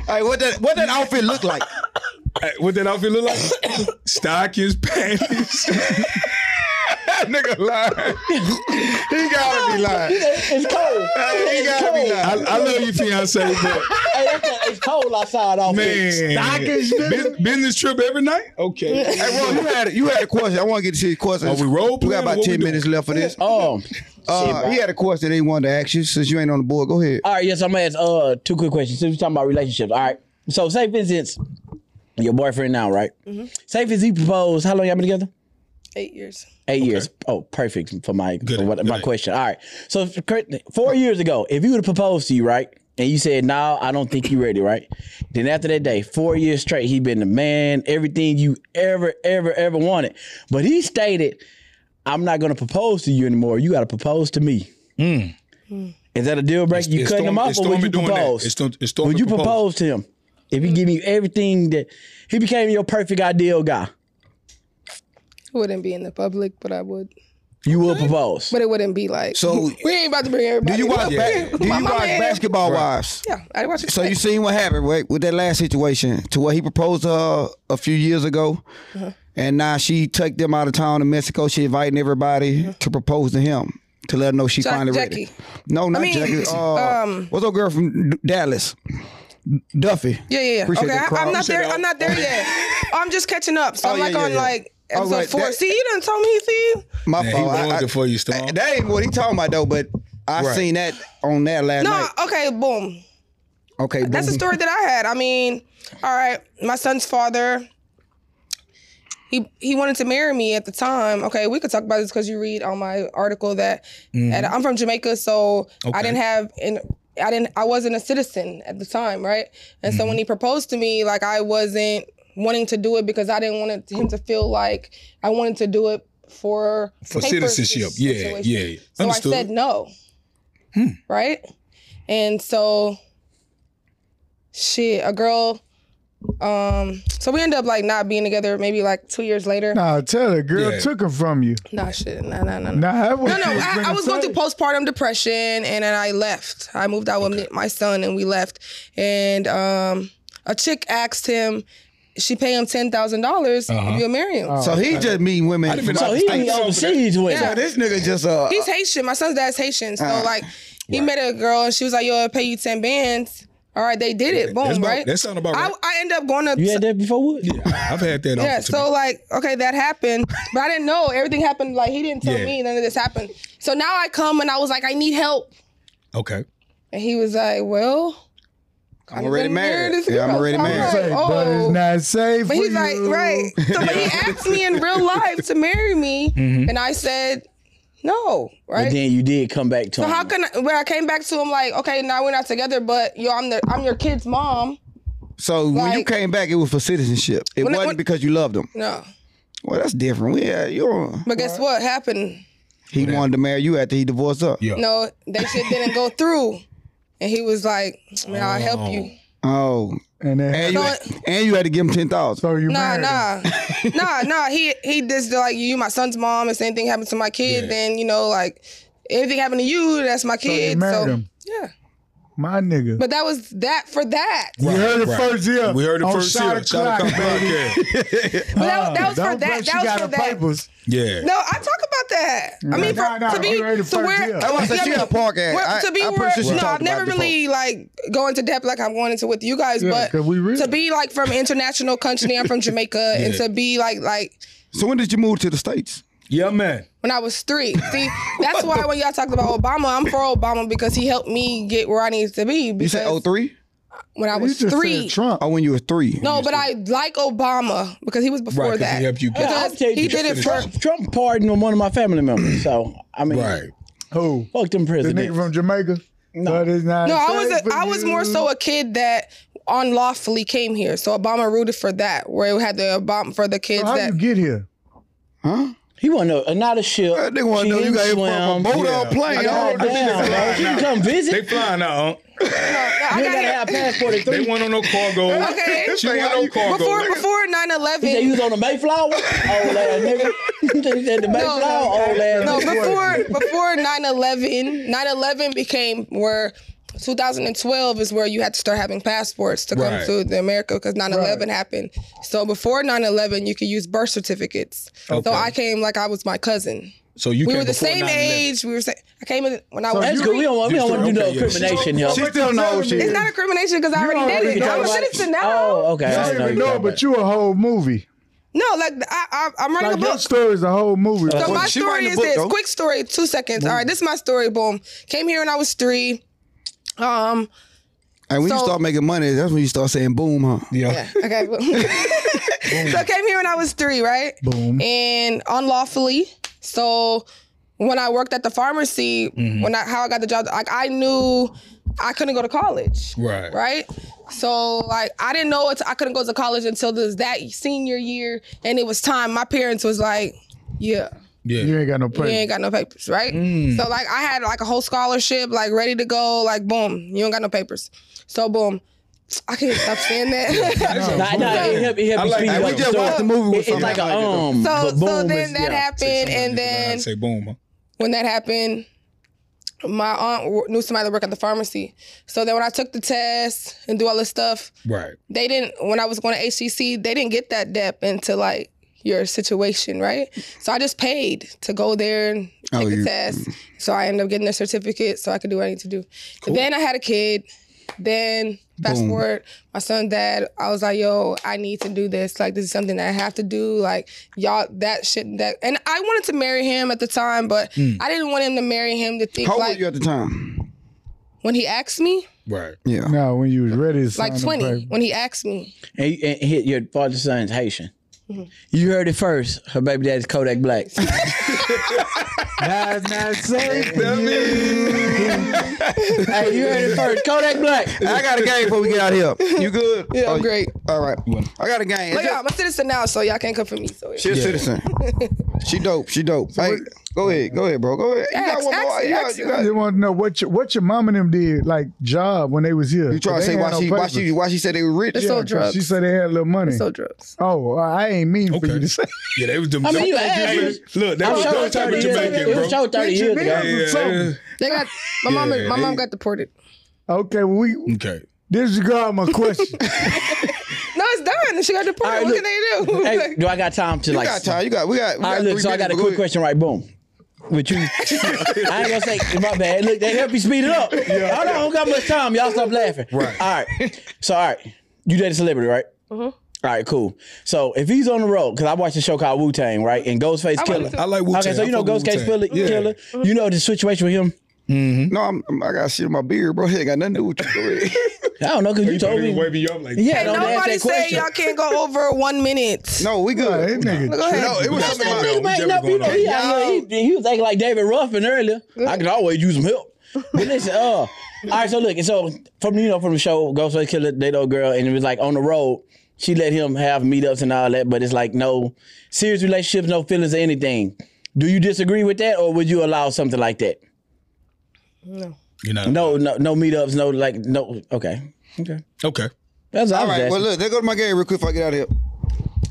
Speaker 1: Hey, what that what that outfit look like?
Speaker 2: Hey, what that outfit look like? Stockings, panties. that nigga lying.
Speaker 1: He gotta be lying.
Speaker 3: It's cold.
Speaker 1: Hey, he
Speaker 3: It's
Speaker 1: gotta be
Speaker 3: cold.
Speaker 1: lying.
Speaker 2: I, I love you, fiance, but
Speaker 3: Hey, that's a- it's cold outside. Off
Speaker 2: man,
Speaker 4: Stockings, nigga?
Speaker 2: Bus- business trip every night. Okay,
Speaker 1: Hey, bro, you had you had a question. I want to get to his question.
Speaker 2: Are we
Speaker 1: We
Speaker 2: role
Speaker 1: got
Speaker 2: playing or
Speaker 1: about
Speaker 2: what we
Speaker 1: ten minutes left for this.
Speaker 3: Um,
Speaker 1: Uh, he had a question he wanted to ask you since you ain't on the board. Go ahead.
Speaker 3: All right, yes, I'm gonna ask uh two quick questions. Since we're talking about relationships, all right. So say for instance, your boyfriend now, right? Say for instance he proposed, how long y'all been together?
Speaker 5: Eight years.
Speaker 3: Eight years. Oh, perfect for my
Speaker 2: Good,
Speaker 3: for what,
Speaker 2: good.
Speaker 3: my question. All right. So if- four years ago, if he would have proposed to you, right, and you said, "No, I don't think you ready," right? Then after that day, four years straight, he been the man, everything you ever, ever, ever wanted. But he stated, "I'm not gonna propose to you anymore. You got to propose to me." Is that a deal breaker? You
Speaker 2: Hmm. It's
Speaker 3: cutting him
Speaker 2: Storm-
Speaker 3: off,
Speaker 2: it's
Speaker 3: or would
Speaker 2: Stormy
Speaker 3: you
Speaker 2: doing that.
Speaker 3: propose?
Speaker 2: It's Storm- it's Stormy
Speaker 3: Would you
Speaker 2: proposing.
Speaker 3: propose to him if he give you everything that he became your perfect ideal guy?
Speaker 5: It wouldn't be in the public, but I would.
Speaker 3: You will propose.
Speaker 5: But it wouldn't be like.
Speaker 1: So-
Speaker 5: we ain't about to bring everybody.
Speaker 1: Do you watch
Speaker 5: up
Speaker 1: ba-
Speaker 5: here.
Speaker 1: Do you
Speaker 5: My-
Speaker 1: watch
Speaker 5: my man.
Speaker 1: Basketball Wives?
Speaker 5: Yeah, I watch it.
Speaker 1: So you seen what happened right with that last situation to what he proposed to her a few years ago,
Speaker 5: Uh-huh.
Speaker 1: and now she took them out of town in Mexico. She inviting everybody to propose to him to let her know she
Speaker 5: Uh-huh. Jack-
Speaker 1: finally ready.
Speaker 5: Jackie.
Speaker 1: No, not
Speaker 5: mean,
Speaker 1: Jackie. Uh,
Speaker 5: um,
Speaker 1: what's that girl from D- Dallas? Duffy.
Speaker 5: Yeah, yeah, yeah.
Speaker 1: Appreciate
Speaker 5: okay,
Speaker 1: the
Speaker 5: I,
Speaker 1: crowd.
Speaker 5: am not
Speaker 2: Appreciate
Speaker 5: there.
Speaker 2: that.
Speaker 5: I'm not there yet. I'm just catching up. So
Speaker 1: Oh,
Speaker 5: I'm
Speaker 1: yeah,
Speaker 5: like
Speaker 1: yeah,
Speaker 5: on
Speaker 1: yeah.
Speaker 5: like
Speaker 1: Oh,
Speaker 5: episode
Speaker 1: right,
Speaker 5: four.
Speaker 1: that-
Speaker 5: see, you done told me. See,
Speaker 1: My
Speaker 2: Man, he
Speaker 1: fault.
Speaker 2: ruined
Speaker 1: Oh, I, I,
Speaker 2: it for you, Storm.
Speaker 1: that ain't what he talking about though. But I
Speaker 2: Right.
Speaker 1: seen that on that last
Speaker 5: no.
Speaker 1: night.
Speaker 5: Okay, boom.
Speaker 1: Okay,
Speaker 5: That's a
Speaker 1: boom.
Speaker 5: story that I had. I mean, all right, my son's father. He, he wanted to marry me at the time. Okay, we could talk about this because you read on my article that and I'm from Jamaica, so
Speaker 2: Mm-hmm. Okay.
Speaker 5: I didn't have an I didn't I wasn't a citizen at the time, right? And
Speaker 2: Mm-hmm.
Speaker 5: so when he proposed to me, like I wasn't wanting to do it because I didn't want it- him to feel like I wanted to do it for
Speaker 2: for
Speaker 5: paper
Speaker 2: citizenship.
Speaker 5: si-
Speaker 2: Yeah,
Speaker 5: situation.
Speaker 2: yeah.
Speaker 5: So
Speaker 2: Understood.
Speaker 5: I said no. Right? And so shit, a girl um so we end up like not being together maybe like two years later.
Speaker 4: Nah, tell the girl
Speaker 2: Yeah.
Speaker 4: took her from you.
Speaker 5: Nah shit, nah nah nah. nah.
Speaker 4: Nah, that
Speaker 5: No, no, I, I was going through postpartum depression, and then I left. I moved out with me- my son, and we left. And um, a chick asked him, she paid him ten thousand dollars if you'll marry him.
Speaker 1: So he just meeting women. from
Speaker 2: didn't even
Speaker 1: out
Speaker 3: So
Speaker 1: the
Speaker 3: he
Speaker 1: States.
Speaker 3: be overseas with.
Speaker 1: Oh. So this nigga just uh
Speaker 5: He's Haitian. My son's dad's Haitian, so like he met a girl, and she was like, "Yo, I'll pay you ten bands." All right, they did it. Boom,
Speaker 2: That's about-
Speaker 5: right?
Speaker 2: that sound about right.
Speaker 5: I, I end up going to
Speaker 3: You had that before, Wood?
Speaker 2: I've had that.
Speaker 5: Yeah,
Speaker 2: Yeah,
Speaker 5: so like, okay, that happened, but I didn't know everything happened. Like he didn't tell
Speaker 2: Yeah.
Speaker 5: me none of this happened. So now I come and I was like, I need help,
Speaker 2: okay.
Speaker 5: and he was like, Well,
Speaker 1: I'm already married.
Speaker 5: this
Speaker 1: Yeah, I'm
Speaker 5: girl.
Speaker 1: already
Speaker 5: I'm
Speaker 1: married.
Speaker 5: like-
Speaker 4: Safe, but it's
Speaker 5: Oh.
Speaker 4: not safe.
Speaker 5: But
Speaker 4: for
Speaker 5: he's like,
Speaker 4: you.
Speaker 5: right. So but he asked me in real life to marry me, and I said no,
Speaker 3: But
Speaker 5: right?
Speaker 3: then you did come back to
Speaker 5: so
Speaker 3: him.
Speaker 5: how can I, well, I came back to him like, okay, now we're not together, but yo, I'm the I'm your kid's mom.
Speaker 1: So when you
Speaker 5: Like-
Speaker 1: came back, it was for citizenship. It
Speaker 5: When I-
Speaker 1: wasn't
Speaker 5: when-
Speaker 1: because you loved him.
Speaker 5: No,
Speaker 1: Well, that's different. We had, you don't-
Speaker 5: but guess what happened?
Speaker 1: he wanted to marry you after he divorced her.
Speaker 2: Yeah.
Speaker 5: No, that shit didn't go through, and he was like, man, I'll help you.
Speaker 1: Oh,
Speaker 4: And then,
Speaker 1: and you,
Speaker 5: No,
Speaker 1: and you had to give him ten thousand.
Speaker 4: so you
Speaker 5: Nah,
Speaker 4: married her.
Speaker 5: nah, nah, nah. He he just like you, my son's mom. If anything happened to my kid,
Speaker 2: Yeah.
Speaker 5: then you know like anything happened to you, that's my
Speaker 4: So you
Speaker 5: kid.
Speaker 4: married
Speaker 5: so
Speaker 4: him.
Speaker 5: yeah.
Speaker 4: My nigga.
Speaker 5: But that was that for that.
Speaker 4: you heard it
Speaker 2: right.
Speaker 4: first year.
Speaker 2: We heard it
Speaker 4: on
Speaker 2: first
Speaker 4: Shot
Speaker 2: year. Shot
Speaker 4: O'Clock,
Speaker 2: O'Clock
Speaker 4: baby.
Speaker 2: podcast.
Speaker 5: But that, that was
Speaker 4: Ah. Don't
Speaker 5: for that.
Speaker 4: bet she
Speaker 5: That was
Speaker 4: got
Speaker 5: for
Speaker 4: her
Speaker 5: that.
Speaker 4: papers.
Speaker 2: Yeah.
Speaker 5: No, I talk about that. I mean, for,
Speaker 4: nah, nah,
Speaker 5: to be
Speaker 4: we already
Speaker 5: to
Speaker 4: first
Speaker 5: where
Speaker 4: deal.
Speaker 1: I want to
Speaker 5: yeah,
Speaker 1: say she
Speaker 5: mean,
Speaker 1: got a podcast.
Speaker 5: where-
Speaker 1: I,
Speaker 5: to be
Speaker 1: I'm
Speaker 5: where
Speaker 1: pretty sure she
Speaker 5: no,
Speaker 1: talked
Speaker 5: I've never
Speaker 1: about it
Speaker 5: really like go into depth like I'm going into with you guys,
Speaker 4: Yeah, 'cause
Speaker 5: but
Speaker 4: we real.
Speaker 5: to be like from international country, I'm from Jamaica, and to be like like
Speaker 1: before. So when did you move to the states?
Speaker 2: Yeah, man.
Speaker 5: when I was three. See, that's why when y'all talked about Obama, I'm for Obama because he helped me get where I needed to be.
Speaker 1: You oh
Speaker 5: Because
Speaker 1: said 03?
Speaker 5: when I
Speaker 4: You
Speaker 5: was
Speaker 4: just
Speaker 5: three.
Speaker 4: said Trump.
Speaker 1: Oh, when you were three.
Speaker 5: No, but I like Obama because he was before
Speaker 2: Right, 'cause
Speaker 5: that.
Speaker 2: he helped you get-
Speaker 5: Because
Speaker 3: I'll tell you
Speaker 5: he
Speaker 3: the
Speaker 5: did it for.
Speaker 3: Trump, Trump pardoned one of my family members. So I mean,
Speaker 2: Right.
Speaker 4: Who?
Speaker 3: fuck them
Speaker 4: The
Speaker 3: presidents.
Speaker 4: nigga from Jamaica. No,
Speaker 5: No, I was a, I was more so a kid that unlawfully came here. So Obama rooted for that, where it had the Obama for the kids
Speaker 4: How
Speaker 5: that.
Speaker 4: you get here?
Speaker 3: he wasn't a, not a ship.
Speaker 1: That nigga want to
Speaker 3: She
Speaker 1: know you
Speaker 3: didn't
Speaker 1: got hit from a
Speaker 3: swim.
Speaker 1: boat on a plane.
Speaker 3: Calm
Speaker 1: dog.
Speaker 3: down, bro. She can come visit.
Speaker 2: They flying now.
Speaker 5: No, I
Speaker 3: you ain't
Speaker 5: got
Speaker 3: gotta
Speaker 5: it.
Speaker 3: have passport at
Speaker 2: They
Speaker 3: three.
Speaker 2: want on no cargo.
Speaker 5: Okay.
Speaker 2: She want no cargo.
Speaker 5: Before
Speaker 2: nigga.
Speaker 5: before 9-11.
Speaker 3: They use on the Mayflower, old ass nigga. They said the Mayflower, old ass.
Speaker 5: No,
Speaker 3: nigga.
Speaker 5: before before 9-11, 9-11 became where 2012 is where you had to start having passports to come
Speaker 2: Right.
Speaker 5: to the America because 9-11 happened. So before 9-11, you could use birth certificates. So I came like I was my cousin.
Speaker 2: so you
Speaker 5: We
Speaker 2: came
Speaker 5: were the
Speaker 2: before
Speaker 5: same
Speaker 2: 9/11.
Speaker 5: age. We were sa- I came in when I
Speaker 3: That's
Speaker 5: was
Speaker 3: good. We don't want, we don't want to do no
Speaker 2: Okay, yeah.
Speaker 3: incrimination here.
Speaker 1: She still knows she-
Speaker 5: It's not incrimination because I already
Speaker 4: already
Speaker 5: did it.
Speaker 4: know
Speaker 5: I'm a
Speaker 4: about it.
Speaker 5: citizen now.
Speaker 3: Oh, okay.
Speaker 4: I
Speaker 3: I
Speaker 4: don't
Speaker 3: didn't know
Speaker 4: even
Speaker 3: you
Speaker 4: know,
Speaker 3: thought
Speaker 4: but
Speaker 3: about
Speaker 4: you a whole movie.
Speaker 5: No, like I, I, I'm writing
Speaker 4: Like
Speaker 5: a
Speaker 4: your
Speaker 5: book.
Speaker 4: story is a whole movie.
Speaker 5: So
Speaker 1: Well,
Speaker 5: my
Speaker 1: she writing
Speaker 5: story
Speaker 1: the
Speaker 5: is
Speaker 1: book,
Speaker 5: this.
Speaker 1: though.
Speaker 5: Quick story, two seconds. All right, this is my story. Boom. Came here when I was three. Um.
Speaker 1: And when you
Speaker 5: So-
Speaker 1: start making money, that's when you start saying boom, huh?
Speaker 2: Yeah.
Speaker 5: Okay. boom. so I came here when I was three, right?
Speaker 4: Boom.
Speaker 5: And unlawfully. So when I worked at the pharmacy,
Speaker 3: Mm-hmm.
Speaker 5: when I how I got the job, like I knew I couldn't go to college.
Speaker 2: Right.
Speaker 5: Right. So like I didn't know it's, I couldn't go to college until this that senior year, and it was time. My parents was like, yeah.
Speaker 2: Yeah.
Speaker 4: You ain't got no
Speaker 5: You
Speaker 4: paper.
Speaker 5: ain't got no papers, right?
Speaker 3: Mm.
Speaker 5: So like I had like a whole scholarship, like ready to go, like boom, you don't got no papers. So boom. I can't stop saying that.
Speaker 3: Nah, nah, it helped, it helped
Speaker 2: I
Speaker 3: me
Speaker 2: like-
Speaker 3: speak
Speaker 2: I
Speaker 3: like
Speaker 1: we just
Speaker 3: so-
Speaker 1: watched the movie with
Speaker 3: It's
Speaker 1: somebody
Speaker 3: like a
Speaker 1: it, though.
Speaker 3: um.
Speaker 5: so
Speaker 3: but boom
Speaker 5: so then
Speaker 3: is-
Speaker 5: that
Speaker 3: yeah.
Speaker 5: happened and then
Speaker 2: say boom. Huh?
Speaker 5: when that happened, my aunt w- knew somebody that worked at the pharmacy. So then when I took the test and do all this stuff,
Speaker 2: Right.
Speaker 5: they didn't when I was going to HCC, they didn't get that depth into like your situation, right? So I just paid to go there and
Speaker 1: Oh,
Speaker 5: take the
Speaker 1: you-
Speaker 5: test. So I ended up getting a certificate so I could do what I need to do. Then I had a kid. Then fast
Speaker 1: Boom.
Speaker 5: forward, my son dad, I was like, yo, I need to do this. Like this is something that I have to do. Like y'all that shit that and I wanted to marry him at the time, but I didn't want him to marry him to think
Speaker 1: How old
Speaker 5: like
Speaker 1: were you at the time?
Speaker 5: when he asked me,
Speaker 2: Right.
Speaker 1: Yeah.
Speaker 4: No, when you was ready to sign
Speaker 5: like
Speaker 4: the
Speaker 5: twenty,
Speaker 4: paper.
Speaker 5: when he asked me.
Speaker 3: and, you- and hit your father's son's Haitian. You heard it first. Her baby daddy's Kodak Black.
Speaker 4: That's not safe. for
Speaker 3: hey, you heard it first. Kodak Black.
Speaker 1: I got a game before we get out of here. You good?
Speaker 5: Yeah,
Speaker 1: Oh,
Speaker 5: I'm great.
Speaker 1: All right. I got a game.
Speaker 5: But yeah, I'm a citizen now, so y'all can't come for me. So
Speaker 1: She a citizen. she dope. She dope. hey, go ahead. Go ahead, bro. Go ahead. You got one
Speaker 5: Ask-
Speaker 1: more.
Speaker 5: ask-
Speaker 1: You got-
Speaker 5: ask-
Speaker 1: you
Speaker 4: I
Speaker 1: got-
Speaker 4: just want to know what your what your mom and them did, like job when they was here.
Speaker 1: You trying to
Speaker 4: They
Speaker 1: say
Speaker 4: had
Speaker 1: why
Speaker 4: no
Speaker 1: she why
Speaker 4: papers.
Speaker 1: she why she said they were rich?
Speaker 5: It's so
Speaker 4: Yeah, 'cause She
Speaker 5: drugs.
Speaker 4: said they had a little money.
Speaker 5: So drugs.
Speaker 4: oh, I ain't mean for
Speaker 2: Okay.
Speaker 4: you to say.
Speaker 2: Yeah, they was them.
Speaker 3: I mean, you
Speaker 2: them-
Speaker 3: asked.
Speaker 2: look, that
Speaker 3: I'm
Speaker 2: was
Speaker 3: sure
Speaker 2: those
Speaker 3: it was
Speaker 2: type of
Speaker 3: 30 years ago.
Speaker 2: Jamaican,
Speaker 3: It
Speaker 2: bro.
Speaker 3: was show 30 years
Speaker 4: Yeah,
Speaker 3: ago.
Speaker 4: yeah, yeah.
Speaker 5: They got my mom.
Speaker 2: Yeah,
Speaker 5: my mom
Speaker 2: they-
Speaker 5: got deported.
Speaker 4: Okay, well, we
Speaker 2: Okay.
Speaker 4: disregard my question.
Speaker 5: No, it's done. She got deported.
Speaker 3: All right,
Speaker 5: what
Speaker 3: look.
Speaker 5: can they do?
Speaker 3: Hey,
Speaker 5: Like,
Speaker 3: do I got time to
Speaker 1: You
Speaker 3: like?
Speaker 1: got time. You got we got. We
Speaker 3: All
Speaker 1: got
Speaker 3: right, look.
Speaker 1: three
Speaker 3: So I got a
Speaker 1: minutes, but
Speaker 3: quick
Speaker 1: go ahead.
Speaker 3: question. Right, boom. With you, I ain't gonna say my bad. Look, they help you speed it up. Hold on, I don't got much time. Y'all stop laughing. Right. All right. So, all right, you dated a celebrity, right? All right, cool. So if he's on the road, because I watched a show called Wu Tang, right? And Ghostface Killer.
Speaker 2: I like Wu-Tang.
Speaker 3: Okay, so
Speaker 2: I
Speaker 3: you know
Speaker 2: fuck with
Speaker 3: Ghostface Killer.
Speaker 2: Wu-Tang. Yeah.
Speaker 3: Killer. You know the situation with him.
Speaker 1: No, I'm, I'm- I got shit in my beard, bro. It ain't got nothing to do with you. Go ahead.
Speaker 3: I don't know because you
Speaker 2: You told
Speaker 3: told
Speaker 2: me
Speaker 3: me.
Speaker 2: waving you up like.
Speaker 3: Yeah,
Speaker 5: Hey,
Speaker 3: don't ask
Speaker 5: nobody
Speaker 3: that
Speaker 5: said
Speaker 3: question.
Speaker 5: y'all can't go over one minute.
Speaker 1: No, we
Speaker 4: Hey,
Speaker 1: good.
Speaker 4: nigga,
Speaker 5: Go ahead.
Speaker 1: No, it was something
Speaker 3: That
Speaker 1: about.
Speaker 3: nigga
Speaker 2: we
Speaker 3: made
Speaker 2: definitely
Speaker 3: up. You
Speaker 2: going
Speaker 3: know, he,
Speaker 1: on.
Speaker 3: out here, he, he was acting like David Ruffin earlier. I can always use some help. But listen, uh, all right. So look, and so from you know from the show Ghostface Killer, they know girl, and it was like on the road. She let him have meetups and all that, but it's like no serious relationships, no feelings or anything. Do you disagree with that, or would you allow something like that?
Speaker 2: You know.
Speaker 3: No, no, no meetups, no like no. Okay, okay.
Speaker 2: Okay.
Speaker 3: That's all,
Speaker 1: All
Speaker 3: I was
Speaker 1: right. Well,
Speaker 3: asking.
Speaker 1: look. They go to my game real quick. Before I get out of here.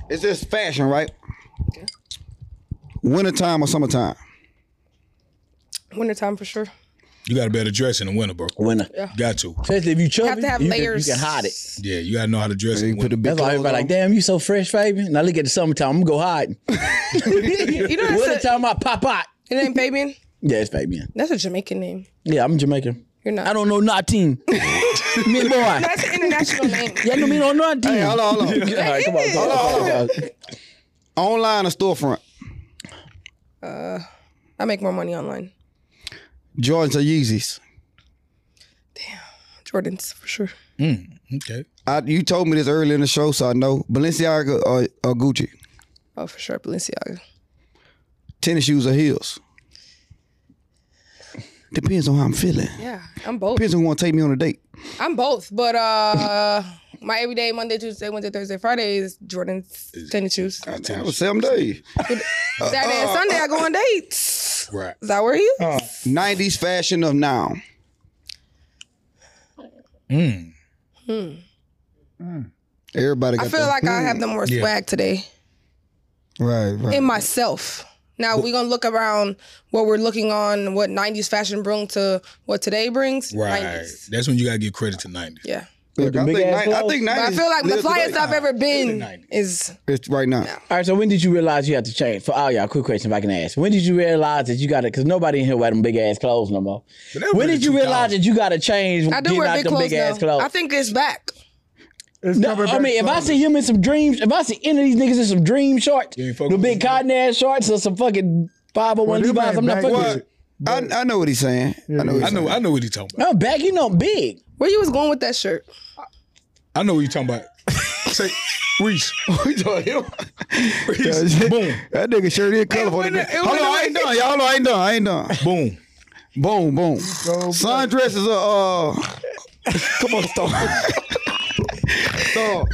Speaker 1: It's just fashion, right? Wintertime or summertime?
Speaker 5: Wintertime for sure.
Speaker 2: You got a better dress in the winter, bro.
Speaker 3: Winner.
Speaker 2: Got to.
Speaker 3: Especially if you chubby,
Speaker 5: Have to have
Speaker 3: you,
Speaker 5: layers.
Speaker 3: Can, you can hide it.
Speaker 2: Yeah, you gotta know how to dress in the winter.
Speaker 3: That's why
Speaker 1: clothes
Speaker 3: everybody
Speaker 1: on.
Speaker 3: like, damn, you so fresh, baby. Now look at the summertime. I'm gonna go hide.
Speaker 5: You know
Speaker 3: What the
Speaker 5: that's a,
Speaker 3: time I pop out?
Speaker 5: your name Fabian?
Speaker 3: Yeah, it's Fabian.
Speaker 5: That's a Jamaican name.
Speaker 3: Yeah, I'm Jamaican.
Speaker 5: You're not.
Speaker 3: I don't know nothing. me boy.
Speaker 5: That's an international name.
Speaker 3: Yeah, no, me don't know nothing.
Speaker 1: Hey, hold on, hold on.
Speaker 3: All right, come on, come on, come on, come on.
Speaker 1: Online or storefront?
Speaker 5: I make more money online.
Speaker 1: Jordans or Yeezys?
Speaker 5: Jordans for sure.
Speaker 2: Okay.
Speaker 1: I, you told me this earlier in the show, so I know Balenciaga or, or Gucci.
Speaker 5: Oh, for sure, Balenciaga.
Speaker 1: Tennis shoes or heels. Depends on how I'm feeling.
Speaker 5: Yeah, I'm both.
Speaker 1: Depends on who want to take me on a date.
Speaker 5: I'm both, but uh, my everyday Monday, Tuesday, Wednesday, Thursday, Friday is Jordans, tennis shoes.
Speaker 1: I was seven days.
Speaker 5: Saturday and Sunday, I go on dates.
Speaker 2: Right.
Speaker 5: Is that where you?
Speaker 1: 90s fashion of now. Hmm.
Speaker 2: Mm.
Speaker 1: Everybody got
Speaker 5: I feel
Speaker 1: the-
Speaker 5: like I have the more swag today
Speaker 1: right, right.
Speaker 5: in myself. Now we're gonna look around what we're looking on, what '90s fashion brings to what today brings.
Speaker 2: Right.
Speaker 5: 90s.
Speaker 2: That's when you gotta give credit to 90s.
Speaker 5: Yeah.
Speaker 1: Look, I, think,
Speaker 3: big ass
Speaker 1: ni- I
Speaker 3: clothes.
Speaker 1: think 90s.
Speaker 5: But I feel like the
Speaker 1: live
Speaker 5: flyest
Speaker 1: today.
Speaker 5: I've ever been
Speaker 2: 90s.
Speaker 5: is
Speaker 1: It's right now.
Speaker 3: All right, so when did you realize you had to change? For all y'all, quick question if I can ask. When did you realize that you got to, because nobody in here wear them big ass clothes no more.
Speaker 2: But that
Speaker 3: When
Speaker 2: really
Speaker 3: did you realize
Speaker 2: 2000.
Speaker 3: that you got to change
Speaker 5: I do
Speaker 3: getting
Speaker 5: wear
Speaker 3: out
Speaker 5: big
Speaker 3: them
Speaker 5: clothes
Speaker 3: big ass
Speaker 5: now.
Speaker 3: clothes?
Speaker 5: I think it's back.
Speaker 4: It's
Speaker 3: No,
Speaker 4: coming
Speaker 3: I
Speaker 4: back
Speaker 3: mean, if I
Speaker 4: slowly.
Speaker 3: see him in some dreams, if I see any of these niggas in some dream shorts,
Speaker 2: You ain't fucking
Speaker 3: the
Speaker 2: with
Speaker 3: big
Speaker 2: them.
Speaker 3: cotton ass shorts or some fucking 501
Speaker 4: Well, them
Speaker 3: Levi's,
Speaker 4: ain't
Speaker 3: I'm not
Speaker 4: back
Speaker 3: fucking
Speaker 4: yet.
Speaker 3: with you.
Speaker 1: I, I know what he's saying. I know. What
Speaker 2: I
Speaker 1: he's
Speaker 2: know I know what he's talking about.
Speaker 3: No, back, you know, big.
Speaker 5: Where you was going with that shirt?
Speaker 2: I know what you're talking about. Say Reese.
Speaker 1: We talking him.
Speaker 2: Reese. Boom.
Speaker 1: That nigga sure is colorful.
Speaker 5: went-
Speaker 1: nigga.
Speaker 5: it
Speaker 1: Hold on,
Speaker 5: went
Speaker 1: I ain't done. Y'all know I ain't done. I ain't done.
Speaker 2: Boom.
Speaker 1: Boom, boom.
Speaker 4: Go
Speaker 1: Sun dresses are. Uh, come on, Star. Star.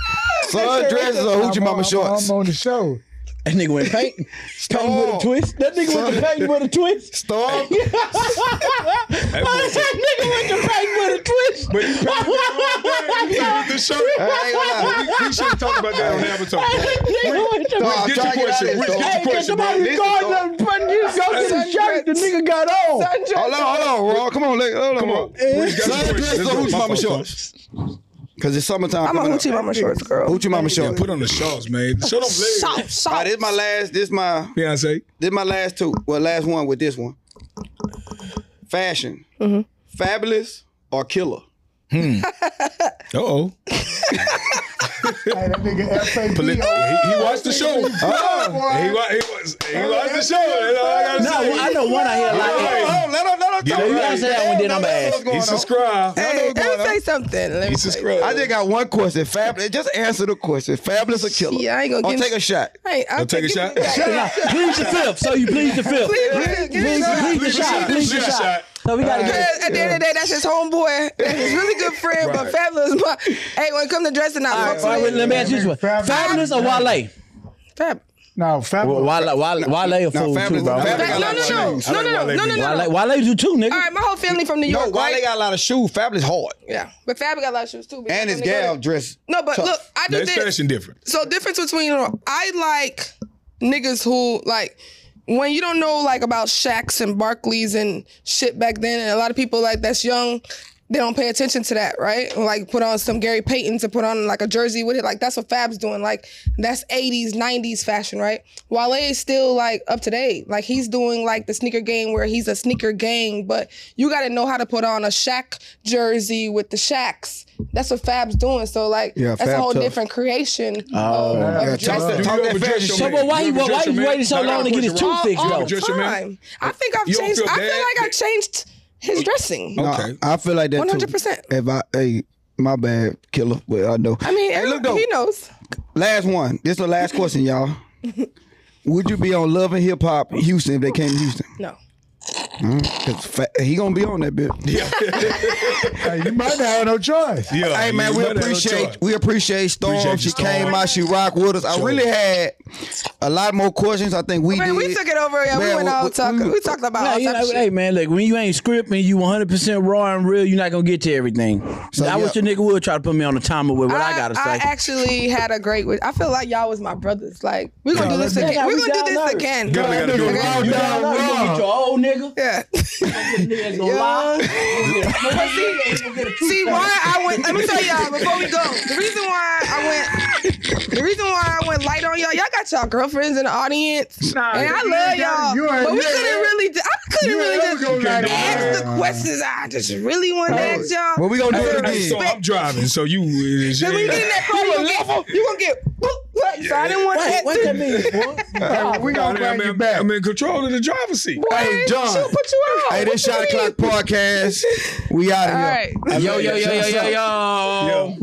Speaker 1: Sun dresses are hoochie
Speaker 4: I'm on-
Speaker 1: mama
Speaker 4: I'm-
Speaker 1: shorts.
Speaker 4: I'm on the show.
Speaker 3: That nigga went paint. paint with a
Speaker 1: Stop.
Speaker 3: twist. That nigga went to paint with a twist.
Speaker 1: Star.
Speaker 3: that nigga went to paint with a twist.
Speaker 2: But the shirt.
Speaker 1: I ain't
Speaker 2: We, we should talk about that on Avatar.
Speaker 3: Nigga went to-
Speaker 1: Stop.
Speaker 2: Get your
Speaker 1: trying to get out
Speaker 2: question.
Speaker 1: of this,
Speaker 2: Reese,
Speaker 1: dog.
Speaker 2: get
Speaker 3: Hey,
Speaker 2: your
Speaker 3: can
Speaker 2: question,
Speaker 3: somebody
Speaker 2: man.
Speaker 1: Listen,
Speaker 3: record
Speaker 1: dog.
Speaker 3: the button you go to the shirt the nigga got on?
Speaker 1: Hold on, hold on, Raw. Come on, let, hold on, Raw.
Speaker 2: Reese, get
Speaker 1: Sun dresses
Speaker 2: your question.
Speaker 1: are
Speaker 2: Let's go.
Speaker 1: hoochie
Speaker 2: My
Speaker 1: mama
Speaker 2: fault,
Speaker 1: shorts. Because it's summertime.
Speaker 5: I'm a
Speaker 1: coming up.
Speaker 5: hoochie mama shorts girl.
Speaker 1: Hoochie mama
Speaker 2: Yeah,
Speaker 1: shorts.
Speaker 2: put on the shorts, man. Show them legs,
Speaker 5: Salt,
Speaker 1: All right,
Speaker 5: salt.
Speaker 1: this my last. This my.
Speaker 2: fiance.
Speaker 1: This my last two. Well, last one with this one. Fashion.
Speaker 5: Mm-hmm.
Speaker 1: Fabulous or killer?
Speaker 2: Uh oh.
Speaker 4: Hey, that nigga FAB.
Speaker 2: He, he watched the show.
Speaker 4: Oh,
Speaker 2: He, wa- he, was, he watched the show. That's all I gotta
Speaker 3: No,
Speaker 2: say.
Speaker 3: I know one I hear
Speaker 2: All
Speaker 3: like.
Speaker 2: right.
Speaker 1: Hold on, let her, let her
Speaker 2: Get
Speaker 1: talk.
Speaker 2: it
Speaker 3: You
Speaker 2: right.
Speaker 3: gotta say that one, then I'm gonna ask.
Speaker 2: He subscribed.
Speaker 5: Hey, let me
Speaker 1: on.
Speaker 5: say something. Let me
Speaker 2: He
Speaker 5: say-
Speaker 2: subscribed.
Speaker 1: I just got one question. Fabulous. Just answer the question. Fabulous or killer?
Speaker 5: Yeah, I ain't gonna
Speaker 1: Or
Speaker 5: get-
Speaker 1: take a shot.
Speaker 5: Hey, I'll
Speaker 2: Don't take a
Speaker 5: give
Speaker 2: shot.
Speaker 5: me that.
Speaker 3: Please the fifth. So you please the fifth.
Speaker 5: Please, please, give me
Speaker 3: Please,
Speaker 5: that.
Speaker 3: please the shot. Please the shot. So we gotta get.
Speaker 5: Because at the end of the day, that's his homeboy. That's his really good friend, but fabulous. My, hey, when it comes to dressing, I fuck
Speaker 3: All right,
Speaker 5: with
Speaker 3: wait, let me ask you this one.
Speaker 4: Fabulous.
Speaker 3: Fabulous or Wale?
Speaker 5: Fab.
Speaker 4: No,
Speaker 3: Wale,
Speaker 4: Fabulous.
Speaker 3: Wale, Wale a
Speaker 1: No,
Speaker 3: fool too,
Speaker 1: Fabulous-
Speaker 3: bro.
Speaker 1: Fabulous-
Speaker 5: No,
Speaker 1: I
Speaker 5: no,
Speaker 1: like
Speaker 5: no, no,
Speaker 1: Wale.
Speaker 5: no, no, no, no, no, no.
Speaker 3: Wale, Wale do too,
Speaker 5: All
Speaker 3: nigga.
Speaker 5: right, my whole family from New
Speaker 1: No,
Speaker 5: York.
Speaker 1: why they
Speaker 5: right?
Speaker 1: got a lot of shoes? Fabulous hard.
Speaker 5: Yeah, but Fab got a lot of shoes too. because
Speaker 1: And his
Speaker 5: when they go
Speaker 1: gal
Speaker 5: to-
Speaker 1: dress.
Speaker 5: No, but look, I do
Speaker 2: That's
Speaker 5: this.
Speaker 2: fashion different.
Speaker 5: So difference between I like niggas who like when you don't know like about Shaqs and Barclays and shit back then, and a lot of people like that's young. They don't pay attention to that, right? Like put on some Gary Payton to put on like a jersey with it. Like that's what Fab's doing. Like that's 80s, 90s fashion, right? Wale is still like up to date. Like he's doing like the sneaker game where he's a sneaker gang, but you gotta know how to put on a Shaq jersey with the Shaqs. That's what Fab's doing. So like
Speaker 1: Yeah,
Speaker 5: that's a
Speaker 1: Fab
Speaker 5: whole
Speaker 1: tough.
Speaker 5: different creation.
Speaker 3: Oh,
Speaker 4: Yeah,
Speaker 1: Yeah, talk that- talk
Speaker 2: Do
Speaker 4: tough.
Speaker 2: Uh,
Speaker 1: that
Speaker 2: you ever
Speaker 1: fashion
Speaker 2: dress
Speaker 1: shit.
Speaker 2: your
Speaker 3: So, but why he
Speaker 2: You
Speaker 3: why
Speaker 2: dress
Speaker 3: he
Speaker 2: your
Speaker 3: waited so
Speaker 2: man?
Speaker 3: long to get his
Speaker 2: Nah,
Speaker 3: tooth
Speaker 5: all,
Speaker 3: fixed
Speaker 5: all
Speaker 3: though?
Speaker 2: dress your man?
Speaker 5: time. I think I've
Speaker 2: You don't
Speaker 5: changed.
Speaker 2: feel
Speaker 5: I feel
Speaker 2: bad
Speaker 5: like I
Speaker 2: that-
Speaker 5: changed his dressing.
Speaker 1: No,
Speaker 2: Okay.
Speaker 1: I feel like that too.
Speaker 5: 100%.
Speaker 1: If I, hey, my bad, killer. But I know.
Speaker 5: I mean,
Speaker 1: hey, look though.
Speaker 5: he knows.
Speaker 1: Last one. This is the last question, y'all. Would you be on Love and Hip Hop Houston if they came to Houston?
Speaker 5: No.
Speaker 1: Cause fa- he gonna be on that bit.
Speaker 4: Hey, you might not have no choice.
Speaker 2: Yeah,
Speaker 1: Hey man,
Speaker 2: you
Speaker 1: we
Speaker 2: better have a
Speaker 1: appreciate
Speaker 2: choice.
Speaker 1: we appreciate Storm.
Speaker 2: Appreciate you,
Speaker 1: she
Speaker 2: Storm.
Speaker 1: came out. She rocked with us. I really had a lot more questions. I think we
Speaker 5: Man,
Speaker 1: did.
Speaker 5: we took it over. Yeah, we
Speaker 1: Man,
Speaker 5: went all
Speaker 1: we-
Speaker 5: talking.
Speaker 1: we-
Speaker 5: We, talked about
Speaker 3: Nah,
Speaker 5: all
Speaker 3: mm. you
Speaker 5: type of
Speaker 3: know,
Speaker 5: shit.
Speaker 3: hey man, look, when you ain't scripting, you 100 percent raw and real, you're not gonna get to everything. I wish the
Speaker 1: yeah.
Speaker 3: nigga would try to put me on the timer with what I, gotta say.
Speaker 5: actually had a great. With, I feel like y'all was my brothers. Like we're gonna do this
Speaker 3: that's-
Speaker 5: again.
Speaker 3: Yeah,
Speaker 5: We're
Speaker 3: we
Speaker 5: gonna do
Speaker 3: got
Speaker 5: this
Speaker 3: nerves.
Speaker 5: again.
Speaker 2: Girl, I gotta do it.
Speaker 5: Okay.
Speaker 2: You
Speaker 3: You gonna get your old nigga.
Speaker 5: Yeah.
Speaker 3: Niggas gonna lie. Niggas gonna get a tooth
Speaker 5: See
Speaker 3: fixed.
Speaker 5: why I went. Let me tell y'all before we go. The reason why I went. The reason why I went light on y'all. Y'all got y'all girlfriends in the audience,
Speaker 4: Nah,
Speaker 5: and I
Speaker 4: you
Speaker 5: love
Speaker 4: ain't got it. You
Speaker 5: y'all.
Speaker 4: ain't-
Speaker 5: but we
Speaker 4: you ain't-
Speaker 5: couldn't really. do- I couldn't
Speaker 4: you ain't
Speaker 5: really
Speaker 4: ever gonna
Speaker 5: just
Speaker 4: like
Speaker 5: ask
Speaker 4: that.
Speaker 5: the questions. I just really want to ask y'all.
Speaker 1: Well, we gonna do it
Speaker 5: Hey,
Speaker 2: Hey,
Speaker 1: again.
Speaker 2: so I'm driving, so you.
Speaker 5: Then we get in that car, you gonna get. You gonna get. butt, so I didn't want
Speaker 3: Wait,
Speaker 5: that
Speaker 3: what
Speaker 5: to.
Speaker 3: that means, boy?
Speaker 4: We gonna
Speaker 2: I'm,
Speaker 4: bring
Speaker 2: in-
Speaker 4: you back.
Speaker 2: I'm in control of the driver's seat.
Speaker 1: Hey,
Speaker 5: She'll
Speaker 1: John.
Speaker 5: put you out.
Speaker 1: Hey, this Shot Clock Podcast. We out of
Speaker 5: All
Speaker 1: here.
Speaker 5: right.
Speaker 1: I love
Speaker 3: Yo, yo,
Speaker 1: you.
Speaker 3: yo, yo, yo, yo.
Speaker 2: Yo.